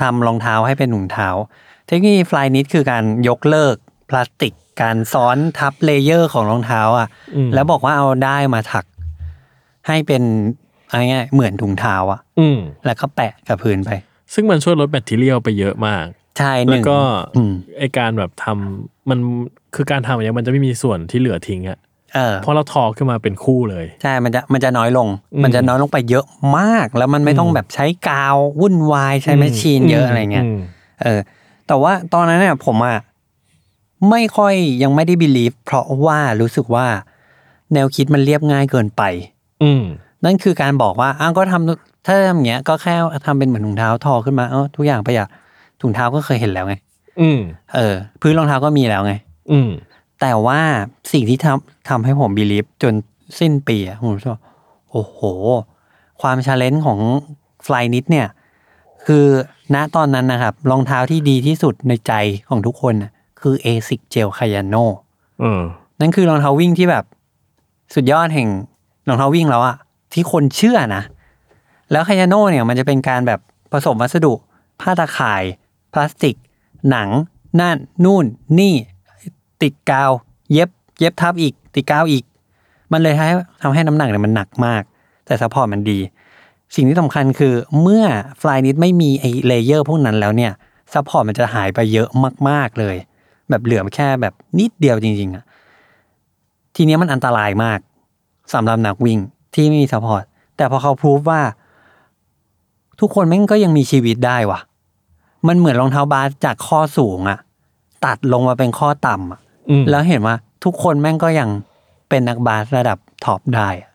B: ทำรองเท้าให้เป็นถุงเท้า เทคโนโลยีฟลายนิดคือการยกเลิกพลาสติก การซ้อนทับเลเยอร์ของรองเท้าอ่ะ
C: อืม
B: แล้วบอกว่าเอาได้ายมาถัก ให้เป็นอะไรเงี้ยเหมือนถุงเท้าอ่ะ
C: อืม
B: แล้วก็แปะกับพื้นไป
C: ซึ่งมันช่วยลดแบคทีเรียไปเยอะมาก
B: ใช่ห
C: แล้ว
B: นึ่ง
C: ก็
B: อืม
C: ไอการแบบทำมันคือการทำอย่างเงี้ยมันจะไม่มีส่วนที่เหลือทิ้งอะ
B: เออ
C: เพราะเราทอขึ้นมาเป็นคู่เลย
B: ใช่ มันจะ มันจะน้อยลง
C: อืม
B: มันจะน้อยลงไปเยอะมาก แล้วมันไม่ต้องแบบใช้กาววุ่นวาย ใช้แมชชีนเยอะอะไรเงี้ย
C: ม
B: เออ แต่ว่าตอนนั้นเนี่ยผมอะไม่ค่อยยังไม่ได้บิลีฟเพราะว่ารู้สึกว่า แนวคิดมันเรียบง่ายเกินไป
C: อืม
B: นั่นคือการบอกว่าอ้าวก็ทำถ้าทำอย่างเงี้ยก็แค่ทำเป็นเหมือนถุงเท้าทอขึ้นมาเออทุกอย่างประหยัดถุงเท้าก็เคยเห็นแล้วไง
C: อืม
B: เออ พื้นรองเท้าก็มีแล้วไง
C: อืม
B: แต่ว่าสิ่งที่ทำทำให้ผมบิลีฟจนสิ้นปีอะผมรู้สึกว่าโอ้โห ความชาเลนจ์ของฟลายนิดเนี่ย คือณตอนนั้นนะครับ รองเท้าที่ดีที่สุดในใจของทุกคนน่ะคือ a s i c Gel Kayano
C: เออ
B: นั่นคือรองเท้าวิ่งที่แบบ สุดยอดแห่งรองเท้าวิ่งแล้วอะที่คนเชื่อนะ แล้วคายาโน่เนี่ยมันจะเป็นการแบบผสมวัสดุ ผ้าตาข่าย พลาสติก หนัง นั่น นู่น นี่ ติดกาว เย็บ เย็บทับอีก ติดกาวอีก มันเลยทำให้ทำให้น้ำหนักเนี่ยมันหนักมาก แต่สปอร์ตมันดี สิ่งที่สำคัญคือเมื่อฟลายนิดไม่มีไอเลเยอร์พวกนั้นแล้วเนี่ยสปอร์ตมันจะหายไปเยอะมาก ๆเลย แบบเหลือแค่แบบนิดเดียวจริงๆอะ ทีเนี้ยมันอันตรายมากสำหรับนักวิ่งที่ไม่มีสปอร์ต แต่พอเขาพูดว่า ทุกคนแม่งก็ยังมีชีวิตได้ว่ะ มันเหมือนรองเท้าบาสจากข้อสูงอะตัดลงมาเป็นข้อต่ำอะ
C: อืม
B: แล้วเห็นว่าทุกคนแม่งก็ยังเป็นนักบาสระดับท็อปได้อะ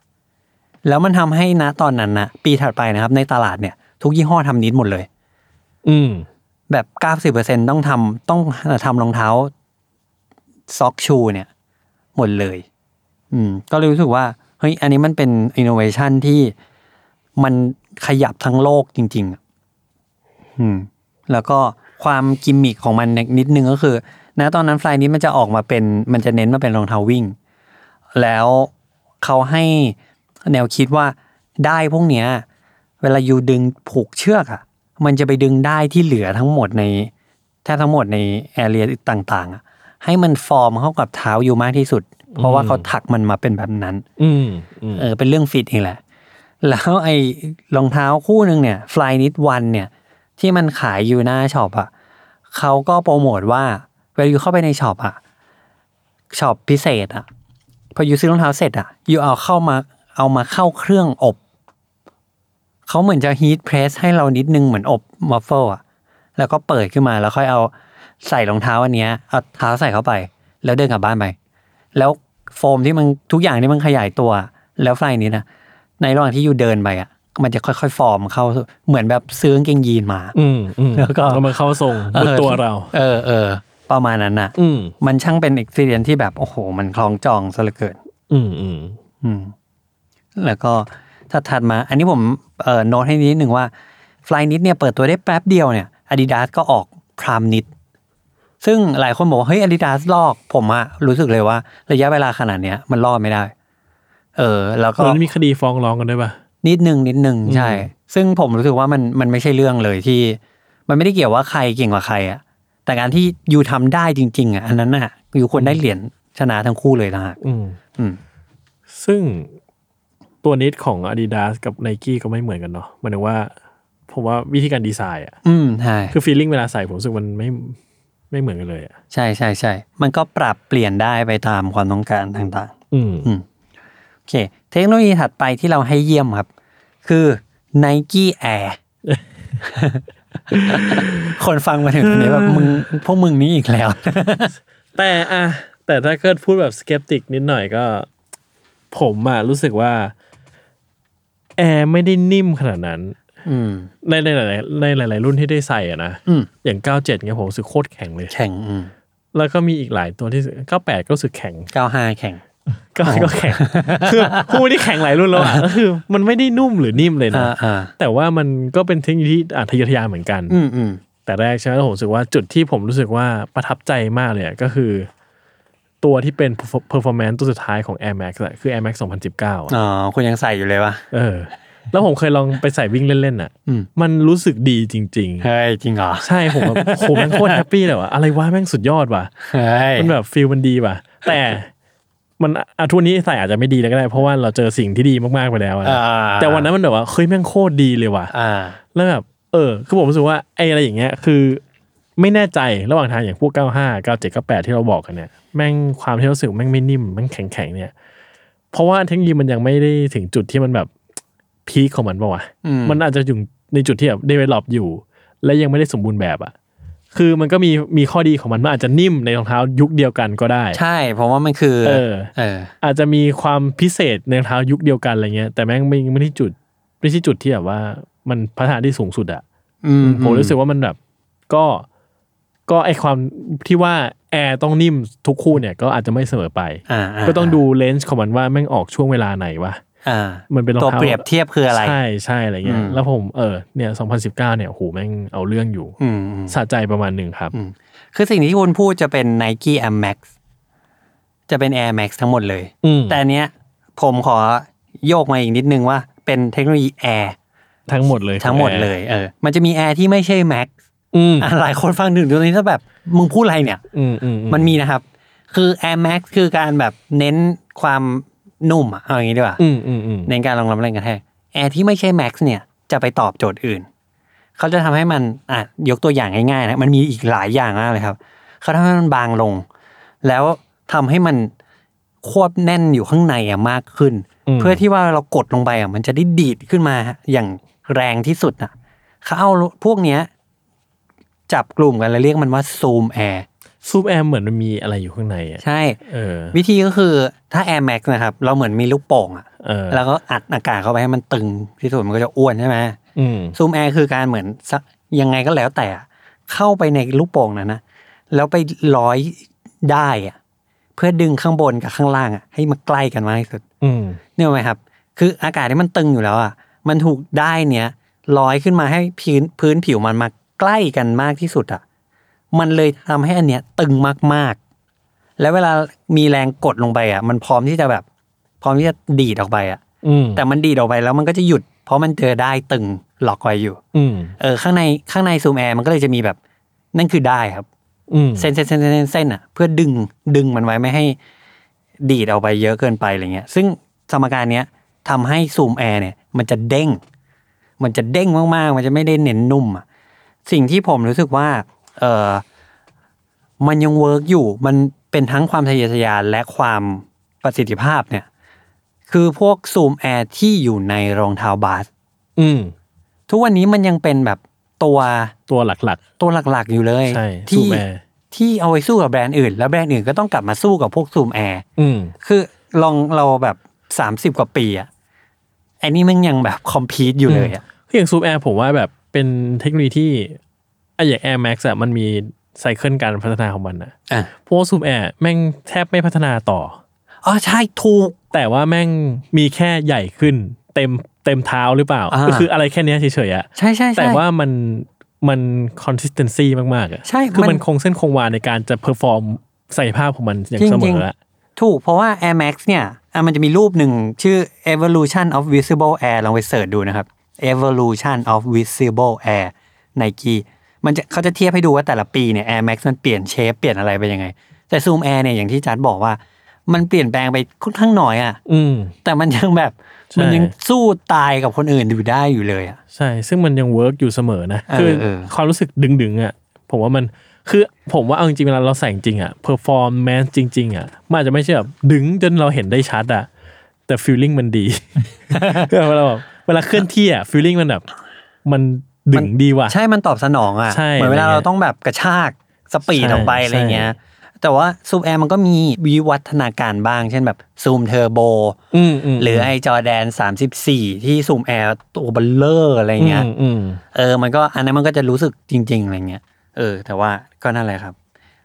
B: แล้วมันทำให้นะตอนนั้นนะปีถัดไปนะครับ ในตลาดเนี่ย ทุกยี่ห้อทำนิดหมดเลย
C: อืม
B: แบบเก้าสิบเปอร์เซ็นต้องทำต้องทำรองเท้าซ็อกชูเนี่ย หมดเลย อืม ก็เลยรู้สึกว่าเฮ้ยอันนี้มันเป็นอินโนเวชันที่มันขยับทั้งโลกจริง ๆอะอืม แล้วก็ความกิมมิคของมันนิดนึงก็คือนะตอนนั้นฟลายนี้มันจะออกมาเป็น มันจะเน้นมาเป็นรองเท้าวิ่ง แล้วเขาให้แนวคิดว่าได้พวกเนี้ย เวลาอยู่ดึงผูกเชือกอะ่ะ มันจะไปดึงได้ที่เหลือทั้งหมดในแทบทั้งหมดในแอเรียต่างๆอะให้มันฟอร์มเข้ากับเท้าอยู่มากที่สุด เพราะว่าเขาถักมันมาเป็นแบบนั้น
C: อืม อืม
B: เออเป็นเรื่องฟิตเองแหละ แล้วไอ้รองเท้าคู่หนึ่งเนี่ย Fly Knit One เนี่ย ที่มันขายอยู่หน้าช็อปอ่ะเขาก็โปรโมทว่าเวลาอยู่เข้าไปในช็อปอ่ะช็อปพิเศษอ่ะ พออยู่ซื้อรองเท้าเสร็จอ่ะอยู่เอาเข้ามาเอามาเข้าเครื่องอบ เขาเหมือนจะฮีทเพรสให้เรานิดนึงเหมือนอบมัฟเฟิลอ่ะ แล้วก็เปิดขึ้นมาแล้วค่อยเอาใส่รองเท้าอันเนี้ยเอาเท้าใส่เข้าไป แล้วเดินกลับบ้านไป แล้วโฟมที่มันทุกอย่างที่มันขยายตัว แล้วไฟนี้นะในระหว่างที่อยู่เดินไปอ่ะ มันจะค่อยๆฟอร์มเข้าสู่เหมือนแบบซื้อกางเกงยีนมา
C: อืมอืม
B: แล้วก็
C: เอามาเข้าทรงบนตัวเรา
B: เออเออประมาณนั้นน่ะ
C: อืม
B: มันช่างเป็นเอ็กซ์เรียนที่แบบ โอ้โห มันคล้องจองซะเหลือเกิน
C: อืมอืม
B: อืม แล้วก็ถ้าถัดมา อันนี้ผมเอ่อโน้ตให้นิดหนึ่งว่าฟลายนิดเนี่ยเปิดตัวได้แป๊บเดียวเนี่ย Adidas ก็ออกพรามนิด ซึ่งหลายคนบอกว่า เฮ้ย Adidas ลอก ผมอะรู้สึกเลยว่า ระยะเวลาขนาดเนี้ย มันลอกไม่ได้ เออ แล้วก็
C: ตอนนั้นมีคดีฟ้องร้องกันด้วยป่ะ
B: นิดนึงนิดนึงใช่ ซึ่งผมรู้สึกว่ามันมันไม่ใช่เรื่องเลยที่ มันไม่ได้เกี่ยวว่าใครเก่งกว่าใครอะแต่การที่ยูทำได้จริง ๆอะอันนั้นอะยูควรได้เหรียญชนะทั้งคู่เลยนะฮะ
C: อืม
B: อืม
C: ซึ่งตัวนิดของ Adidas กับ n i กี้ก็ไม่เหมือนกันเนาะหมายถึงว่าผมว่าวิธีการดีไซน์อ่ะ
B: อืมใช่
C: คือฟีลลิ่งเวลาใส่ผมรู้สึกมันไม่ไม่เหมือนกันเลยอ่ะ
B: ใช่ใช่ใช่มันก็ปรับเปลี่ยนได้ไปตามความต้องการต่าง
C: อืม
B: ๆโอเค เทคโนโลยีถัดไปที่เราให้เยี่ยมครับ คือ Nike Air คนฟังมาถึงตรงนี้ แบบมึงพวกมึงนี่อีกแล้ว
C: แต่อะแต่ถ้าเกิดพูดแบบสเกปติกนิดหน่อยก็ ผมอะรู้สึกว่า แอร์ไม่ได้นิ่มขนาดนั้น
B: อืม
C: ในในหลายๆในหลาย ๆ รุ่นที่ได้ใส่อะนะ
B: อืม
C: อย่าง 97เงี้ยผมรู้สึกโคตรแข็งเลย
B: แข่งอืม
C: แล้วก็มีอีกหลายตัวที่98 ก็รู้สึกแข็ง
B: เก้าห้าแข่ง
C: ก็ก็แข็ง คือคู่ที่แข็งหลายรุ่นแล้วอะก็คือมันไม่ได้นุ่มหรือนิ่มเลยนะ
B: อ่าอ่า
C: แต่ว่ามันก็เป็นเทคโนโลยีที่อาจทะเยอทะยานเหมือนกัน
B: อืมอืม
C: แต่แรกใช่ไหมแล้วผมรู้สึกว่าจุดที่ผมรู้สึกว่าประทับใจมากเลยอะก็คือ ตัวที่เป็น performance ตัวสุดท้ายของ Air Max อะคือ Air Max 2019อะ
B: อ๋อคุณยังใส่อยู่เลยวะ
C: เออ แล้วผมเคยลองไปใส่วิ่งเล่นๆอ่ะ
B: อืม
C: มันรู้สึกดีจริง
B: เฮ้ย จริงเหรอ
C: ๆ ใช่ผมแบบโหแม่งโคตรแฮปปี้เลยว่ะอะไรวะแม่งสุดยอดว่ะ
B: เฮ้ย
C: มันแบบฟีลมันดีว่ะ แต่มันอ่ะทุกวันนี้ใส่อาจจะไม่ดีแล้วก็ได้ เพราะว่าเราเจอสิ่งที่ดีมากๆไปแล้วอะ
B: อ่า
C: แต่วันนั้นมันแบบว่าเฮ้ยแม่งโคตรดีเลยว่ะ
B: อ่า
C: แล้วแบบเออ คือผมรู้สึกว่าไอ้อะไรอย่างเงี้ย คือ ไม่แน่ใจระหว่างทางอย่างพวก 95 97 98 ที่เราบอกกันเนี่ย แม่งความที่เรารู้สึกแม่งไม่นิ่มแม่งแข็งๆเนี่ย เพราะว่าเทคโนโลยีมันยังไม่ได้ถึงจุดที่มันแบบพีคของมันปะวะ
B: อืม
C: มันอาจจะอยู่ในจุดที่แบบเดเวล็อปอยู่ และยังไม่ได้สมบูรณ์แบบอะคือมันก็มีมีข้อดีของมันมันอาจจะนิ่มในรองเท้ายุคเดียวกันก็ได้
B: ใช่ ผมว่ามันคือ
C: เออ
B: เออ
C: อาจจะมีความพิเศษในรองเท้ายุคเดียวกันอะไรเงี้ย แต่แม่งไม่ไม่ใช่จุดไม่ใช่จุดที่แบบว่ามันพัฒนาที่สูงสุดอะ
B: อืม
C: ผมรู้สึกว่ามันแบบก็ก็ไอความที่ว่าแอร์ต้องนิ่มทุกคู่เนี่ยก็อาจจะไม่เสมอไป
B: อ่าา
C: ก็ต้องดูเลนส์ของมันว่าแม่งออกช่วงเวลาไหนวะ
B: อ่า
C: มันเป็นรอง
B: ตัว
C: เท้า
B: เปรียบเทียบคืออะไร
C: ใช่ใช่อะไรเงี้
B: อื
C: ย
B: ม
C: แล้วผมเออเนี่ย2019เนี่ยโหแม่งเอาเรื่องอยู่
B: อืมอืม
C: สะใจประมาณหนึ่งครับ
B: คือสิ่งที่คุณพูดจะเป็น Nike Air Max จะเป็น Air Max ทั้งหมดเลย
C: อืม
B: แต่อันเนี้ยผมขอโยกมาอีกนิดนึงว่าเป็นเทคโนโลยี Air
C: ทั้งหมดเลย
B: ทั้งหมด
C: ของแอร์
B: เลย เออ มันจะมี Air ที่ไม่ใช่ Max
C: อืม
B: อ่ะหลายคนฟังถึงตรงนี้ถ้าแบบ มึงพูดอะไรเนี่ย
C: อืมอืม
B: มันมีนะครับ คือ Air Max คือการแบบเน้นความนุ่มอะเอาอย่างนี้ดีกว่า
C: อืมอืมอืม
B: เน้นการรองรับแรงกระแทก Air ที่ไม่ใช่ Max เนี่ย จะไปตอบโจทย์อื่น เขาจะทำให้มันอ่ะยกตัวอย่างง่ายๆนะ มันมีอีกหลายอย่างมากเลยครับ เขาทำให้มันบางลง แล้วทำให้มันควบแน่นอยู่ข้างในอะมากขึ้น เพื่อที่ว่าเรากดลงไปอ่ะมันจะได้ดีดขึ้นมาอย่างแรงที่สุดอ่ะ เขาเอาพวกเนี้ยจับกลุ่มกันแล้วเรียกมันว่าซูมแอร์
C: ซูปแอร์เหมือนมันมีอะไรอยู่ข้างในอ่ะ
B: ใช่
C: เออ
B: วิธีก็คือถ้า Air Max นะครับ เราเหมือนมีลูกโป่งอะ
C: เออ
B: แล้วก็อัดอากาศเข้าไปให้มันตึงที่สุดมันก็จะอ้วนใช่ไหม
C: อืม
B: ซูมแอร์คือการเหมือนสักยังไงก็แล้วแต่อะเข้าไปในลูกโป่งนั้นนะแล้วไปร้อยได้อะเพื่อดึงข้างบนกับข้างล่างอะให้มันใกล้กันมากที่สุด
C: อืม
B: เนี่ยไหมครับ คืออากาศที่มันตึงอยู่แล้วอะมันถูกได้เนี้ยร้อยขึ้นมาให้พื้นพื้นผิวมันมาใกล้กันมากที่สุดอะมันเลยทำให้อันเนี้ยตึงมากๆ แล้วเวลามีแรงกดลงไปอ่ะ มันพร้อมที่จะแบบ พร้อมที่จะดีดออกไปอ่ะ
C: อืม
B: แต่มันดีดออกไปแล้วมันก็จะหยุด เพราะมันเจอได้ตึงล็อกไว้อยู่
C: อืม
B: เออข้างในข้างในซูมแอร์มันก็เลยจะมีแบบ นั่นคือได้ครับ
C: อืม
B: เส้นเส้นเส้นเส้นเส้นเส้นอ่ะ เพื่อดึงดึงมันไว้ไม่ให้ดีดออกไปเยอะเกินไปอะไรเงี้ย ซึ่งสมการเนี้ยทำให้ซูมแอร์เนี่ย มันจะเด้ง มันจะเด้งมากๆ มันจะไม่ได้เน้นนุ่มอ่ะ สิ่งที่ผมรู้สึกว่าเออมันยังเวิร์กอยู่ มันเป็นทั้งความทะเยอทะยานและความประสิทธิภาพเนี่ย คือพวกซูมแอร์ที่อยู่ในรองเท้าบาส
C: อืม
B: ทุกวันนี้มันยังเป็นแบบตัว
C: ตัวหลัก
B: ตัวหลักๆอยู่เลย
C: ใช่ซู
B: ที่
C: มแอร์
B: ที่เอาไปสู้กับแบรนด์อื่น แล้วแบรนด์อื่นก็ต้องกลับมาสู้กับพวกซูมแอร์
C: ๆ อืม
B: คือลองเราแบบสามสิบ30 กว่าปีอะไอ้นี่มันยังแบบคอมพีตอยู่เลยอะ
C: คืออย่างซูมแอร์ผมว่าแบบเป็นเทคโนโลยีที่ไออย่าง Air Max อะมันมีไซเคิลการพัฒนาของมันนะ
B: อ่ะ
C: เพราะซูมแอร์แม่งแทบไม่พัฒนาต่อ
B: อ๋อใช่ถูก
C: แต่ว่าแม่งมีแค่ใหญ่ขึ้น เต็มเต็มเท้าหรือเปล่า
B: อ่า
C: ก็คืออะไรแค่เนี้ยเฉยๆอะ
B: ใช่ใช่ใช่
C: แต่ว่ามันมัน consistency มากๆอะ
B: ใช่
C: คือ
B: มั
C: มัน
B: น
C: คงเส้นคงวาในการจะเพอร์ฟอร์มศักยภาพของมันอย่าง
B: จริงๆ
C: เสมอละ
B: ถูกเพราะว่า Air Max เนี่ยอ่ะมันจะมีรูปหนึ่งชื่อ Evolution of Visible Air ลองไปเสิร์ชดูนะครับ Evolution of Visible Air Nike มันจะเขาจะเทียบให้ดูว่าแต่ละปีเนี่ย Air Max มันเปลี่ยนเชฟเปลี่ยนอะไรไปยังไง แต่ Zoom Air เนี่ยอย่างที่จัดบอกว่า มันเปลี่ยนแปลงไปค่อนข้างน้อยอะ
C: อืม
B: แต่มันยังแบบ
C: ใช่
B: มันยังสู้ตายกับคนอื่นอยู่ได้อยู่เลยอะ
C: ใช่ ซึ่งมันยังเวิร์กอยู่เสมอนะ
B: เออ
C: คือ
B: เออ
C: ความรู้สึกดึงๆอ่ะ ผมว่ามัน คือผมว่าเอาจริงๆเวลาเราใส่จริงๆอ่ะ เพอร์ฟอร์มแมนจริง ๆ อ่ะ มันอาจจะไม่ใช่แบบดึงจนเราเห็นได้ชัดอ่ะ แต่ฟีลลิ่งมันดี เวลาแบบเวลาเคลื่อนที่อ่ะฟีลลิ่งมันแบบ มันดึงดีว่ะ
B: ใช่ มันตอบสนองอ่ะ
C: ใช่
B: เหมือนเวลา
C: อะไรเงี้ย
B: เราต้องแบบกระชากสปีด
C: ใช่
B: ออกไปอะไรเงี้ย แต่ว่าซูมแอร์มันก็มีวิวัฒนาการบ้าง เช่นแบบซูมเทอร์โบ
C: อืมอืม
B: หรือไอจอแดน 34 ที่ซูมแอร์ตัวเบลเลอร์อะไรเงี้ย
C: อืมอืม
B: เออ มันก็อันนั้นมันก็จะรู้สึกจริง ๆ อะไรเงี้ย เออ แต่ว่าก็นั่นแหละครับ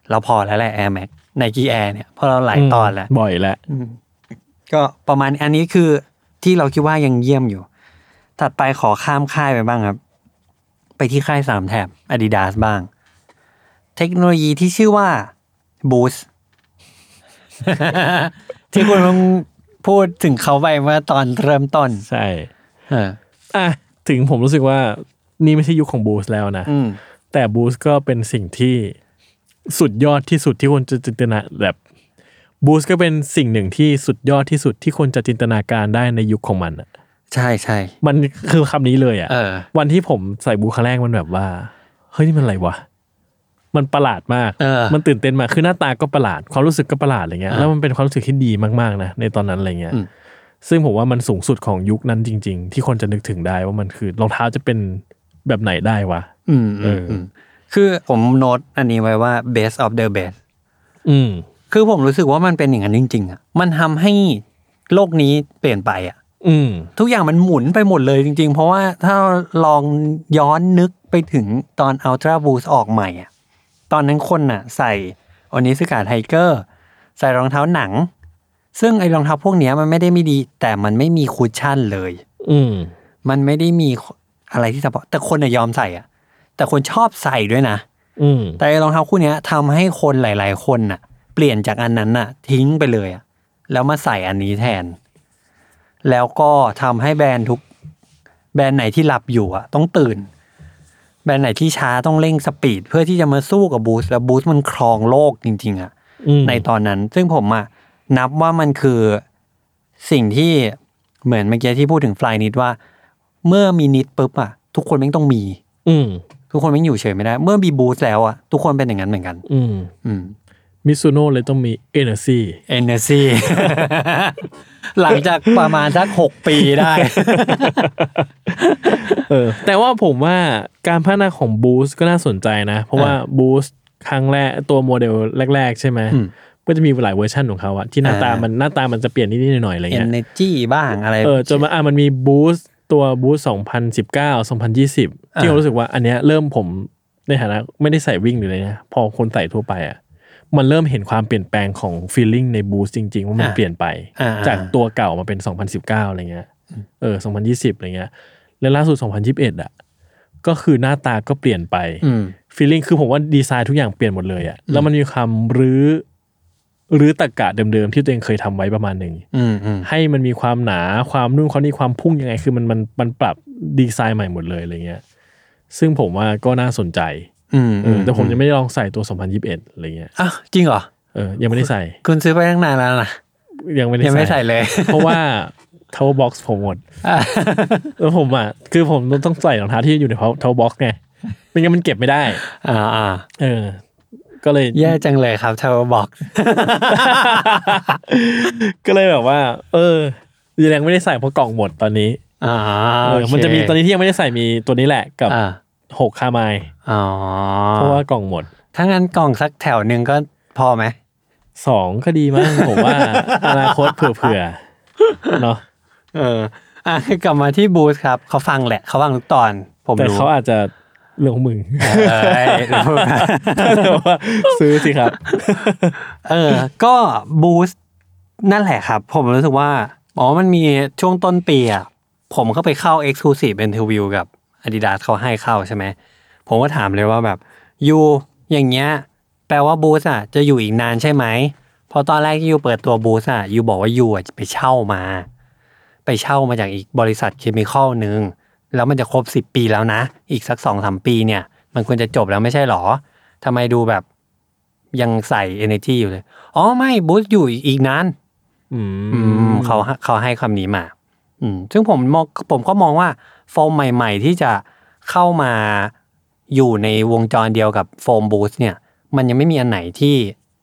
B: เราพอแล้วแหละแอร์แม็กไนกี้แอร์เนี่ยเพอเราหลายตอนแล้ว
C: บ่อยแล้ว
B: ก็ประมาณอันนี้คือที่เราคิดว่ายังเยี่ยมอยู่ ถัดไปขอข้ามค่ายไปบ้างครับ ไปที่ค่ายสามแถบ Adidas บ้าง เทคโนโลยีที่ชื่อว่า Boost ที่คุณลุงพูดถึงเขาไปเมื่อตอนเริ่มต้น
C: ใช่
B: เออ
C: อ่ะ ถึงผมรู้สึกว่านี่ไม่ใช่ยุคของบูสแล้วนะ
B: อืม
C: แต่บูสก็เป็นสิ่งที่สุดยอดที่สุดที่คนจะจินตนาแบบบูสก็เป็นสิ่งหนึ่งที่สุดยอดที่สุดที่คนจะจินตนาการได้ในยุคของมันอะ
B: ใช่ใช่
C: มันคือคำนี้เลยอะ
B: เออ
C: วันที่ผมใส่บูทครั้งแรกมันแบบว่า เฮ้ยนี่มันอะไรวะ มันประหลาดมาก
B: เออ
C: มันตื่นเต้นมากคือหน้าตาก็ประหลาด ความรู้สึกก็ประหลาดอะไรเงี้ยแล้วมันเป็นความรู้สึกที่ดีมากๆนะในตอนนั้นอะไรเงี้ยซึ่งผมว่ามันสูงสุดของยุคนั้นจริง ๆ ที่คนจะนึกถึงได้ว่ามันคือรองเท้าจะเป็นแบบไหนได้วะ
B: อืม
C: เอ
B: อื
C: อ
B: มอื
C: อื
B: มคือผมโน้ตอันนี้ไว้ว่า best of the best
C: อืม
B: คือผมรู้สึกว่ามันเป็นอย่างนั้นจริง ๆอ่ะมันทำให้โลกนี้เปลี่ยนไปอ่ะ
C: อืม
B: ทุกอย่างมันหมุนไปหมดเลยจริงๆ เพราะว่าถ้าลองย้อนนึกไปถึงตอน Ultra Boost ออกใหม่อะตอนนั้นคนน่ะ ใส่โอนิสกาไทเกอร์ใส่รองเท้าหนัง ซึ่งไอ้รองเท้าพวกเนี้ยมันไม่ได้ไม่ดี แต่มันไม่มีคุชชั่นเลย
C: อืม
B: มันไม่ได้มีอะไรที่เฉพาะแต่คนน่ะยอมใส่อะแต่คนชอบใส่ด้วยนะ
C: อืม
B: แต่ไอ้รองเท้าคู่เนี้ยทำให้คนหลาย ๆ คนน่ะ เปลี่ยนจากอันนั้นน่ะ ทิ้งไปเลยอะแล้วมาใส่อันนี้แทน แล้วก็ทำให้แบรนด์ทุก แบรนด์ไหนที่หลับอยู่อะต้องตื่น แบรนด์ไหนที่ช้าต้องเร่งสปีด เพื่อที่จะมาสู้กับบูสแล้วบูสมันครองโลกจริง ๆอะ
C: อืม
B: ในตอนนั้น ซึ่งผมอะนับว่ามันคือสิ่งที่เหมือนเมื่อกี้ที่พูดถึงฟลายนิดว่า เมื่อมีนิดปุ๊บอะทุกคนแม่งต้องมี
C: อืม
B: ทุกคนไม่อยู่เฉยไม่ได้ เมื่อมีบูสแล้วอะทุกคนเป็นอย่างนั้นเหมือนกัน
C: อืม
B: อืม
C: มิซูโน่เลยต้องมีเอเนอร์ซี
B: energy หลังจากประมาณสักหกปีได้
C: เออ แต่ว่าผมว่าการพัฒนาของบูสก็น่าสนใจนะ เพราะว่าบูสครั้งแรกตัวโมเดลแรก ๆ ใช่ไหม ก็จะมีหลายเวอร์ชันของเขาอะที่หน้าตา
B: อ่ามั
C: มันหน้าตามันจะเปลี่ยนนิดๆหน่อยๆ อะไรเงี้ย
B: energy บ้างอะไร
C: เออ จนมาอ่ะมันมีบูสตัวบูสสองพันสิบเก้าสองพันยี่สิบที่ผมรู้สึกว่าอันเนี้ยเริ่มผมในฐานะไม่ได้ใส่วิ่งหรืออะไรนะพอคนใส่ทั่วไปอะมันเริ่มเห็นความเปลี่ยนแปลงของฟีลลิ่งในบูสจริง ๆ ว่ามัน
B: อ่า
C: เปลี่ยนไป
B: อ่า
C: จากตัวเก่ามาเป็น 2019 อะไรเงี้ย เออ 2020 อะไรเงี้ย และล่าสุด 2021 อ่ะ ก็คือหน้าตาก็เปลี่ยนไป
B: อืม
C: ฟีลลิ่งคือผมว่าดีไซน์ทุกอย่างเปลี่ยนหมดเลยอะแล้วมันมีความรื้อรื้อตะกะเดิมๆ ที่ตัวเองเคยทำไว้ประมาณหนึ่ง
B: อืมอืม
C: ให้มันมีความหนาความนุ่มความนี่ความพุ่งยังไง คือมันมันมันปรับดีไซน์ใหม่หมดเลยอะไรเงี้ย ซึ่งผมว่าก็น่าสนใจ
B: อืม
C: เออแต่ผมยังไม่ได้ลองใส่ตัว 2021อะไรเงี้ย
B: อ่ะจริงเหรอ
C: เออยังไม่ได้ใส่
B: คุณซื้อไปตั้งนานแล้วนะ
C: ยังไม่ได้
B: ยังไม่ใส่ เลย
C: เพราะว่า tower box ผมหมด แล้วผมอ่ะคือผมต้องใส่รองเท้าที่อยู่ใน tower box ไง ไม่งั้นมันเก็บไม่ได้
B: อ่าอ่า
C: เออ ก็เลย
B: แย่จังเลยครับชาวบอก
C: ก็เลยแบบว่า เออยังไม่ได้ใส่เพราะกล่องหมดตอนนี้
B: อ่า
C: เออ
B: โอเค
C: มันจะมีตอนนี้ที่ยังไม่ได้ใส่มีตัวนี้แหละกับ
B: อ่า
C: หกคาไมล์
B: อ๋อ
C: เพราะว่ากล่องหมด
B: ถ้างั้นกล่องสักแถวหนึ่งก็พอไหม
C: สองก็ดีมั้งผมว่า อนาคตเผื่อๆเนาะ
B: เอออ่ะกลับมาที่บูธครับเขาฟังแหละเขาฟังทุกตอน ผม
C: แต่
B: รู้
C: เขาอาจจะเรื่องของ มึง
B: เอ้ยรู้นะ
C: แต่ว่าซื้อสิครับ
B: เออ ก็บูธนั่นแหละครับ ผมรู้สึกว่าอ๋อมันมีช่วงต้นปีอ่ะผมก็ไปเข้า Exclusive Interview กับ Adidas เขาให้เข้าใช่ไหม ผมก็ถามเลยว่าแบบยูอย่างเงี้ย แปลว่าบูธอ่ะ จะอยู่อีกนานใช่ไหมเพอตอนแรกที่ยูเปิดตัวบูธอ่ะยูบอกว่ายูอ่ะจะไปเช่ามา ไปเช่ามาจากอีกบริษัทเคมีคอลหนึ่งแล้วมันจะครบสิบปีแล้วนะ อีกสักสองสามปีเนี่ย มันควรจะจบแล้วไม่ใช่หรอทำไมดูแบบยังใส่ energy อยู่เลย อ๋อไม่บูธอยู่อีกนาน
C: อื
B: อืมเขาเขาให้คำนี้มา อืมซึ่งผมมองผมก็มองว่าโฟมใหม่ ๆ ที่จะเข้ามาอยู่ในวงจรเดียวกับโฟมบูสเนี่ย มันยังไม่มีอันไหนที่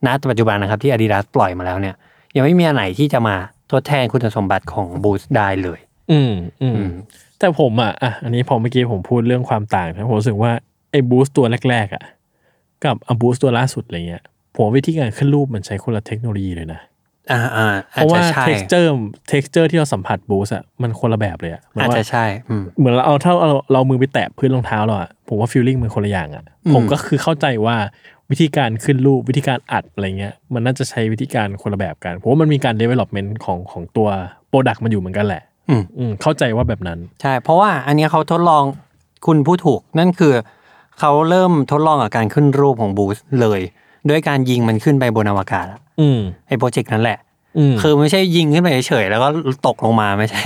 B: ณปัจจุบันนะครับที่ Adidas ปล่อยมาแล้วเนี่ย ยังไม่มีอันไหนที่จะมาทดแทนคุณสมบัติของบูสได้เลย
C: อืมอื
B: อื
C: ม
B: ม
C: แต่ผมอ่ะอ่ะ อันนี้พอเมื่อกี้ผมพูดเรื่องความต่างนะผมรู้สึกว่าไอ้บูสต์ตัวแรก ๆ อ่ะ กับอ่ะบูสต์ตัวล่าสุดอะไรเงี้ยผมว่าวิธีการขึ้นรูปมันใช้คนละเทคโนโลยีเลยนะ
B: อ่าอ่า
C: เพ
B: อาจจะ
C: ราะว่า
B: ใช่
C: texture texture ที่เราสัมผัสบูสต์อ่ะมันคนละแบบเลยอ่ะเหมือ
B: อาน จ
C: ว่า
B: จะใช่ อืม
C: เหมือนเราเอาเท่าเราเรามือไปแตะพื้นรองเท้าเราอ่ะผมว่าฟีลลิ่งมันคนละอย่างอ่ะ
B: อืม
C: ผมก็คือเข้าใจว่าวิธีการขึ้นรูปวิธีการอัดอะไรเงี้ย มันน่าจะใช้วิธีการคนละแบบกันเพราะว่ามันมีการ development ของของตัวโปรดักต์มันอยู่เหมือนกันแหละ
B: อืม
C: อืมเข้าใจว่าแบบนั้น
B: ใช่ เพราะว่าอันเนี้ยเขาทดลองคุณผู้ถูกนั่นคือ เขาเริ่มทดลองกับการขึ้นรูปของบูสเลย ด้วยการยิงมันขึ้นไปบนอวกาศอะ
C: อืม
B: ไอ้โปรเจกต์นั้นแหละ
C: อืม
B: คือไม่ใช่ยิงขึ้นไปเฉยๆแล้วก็ตกลงมาไม่ใช่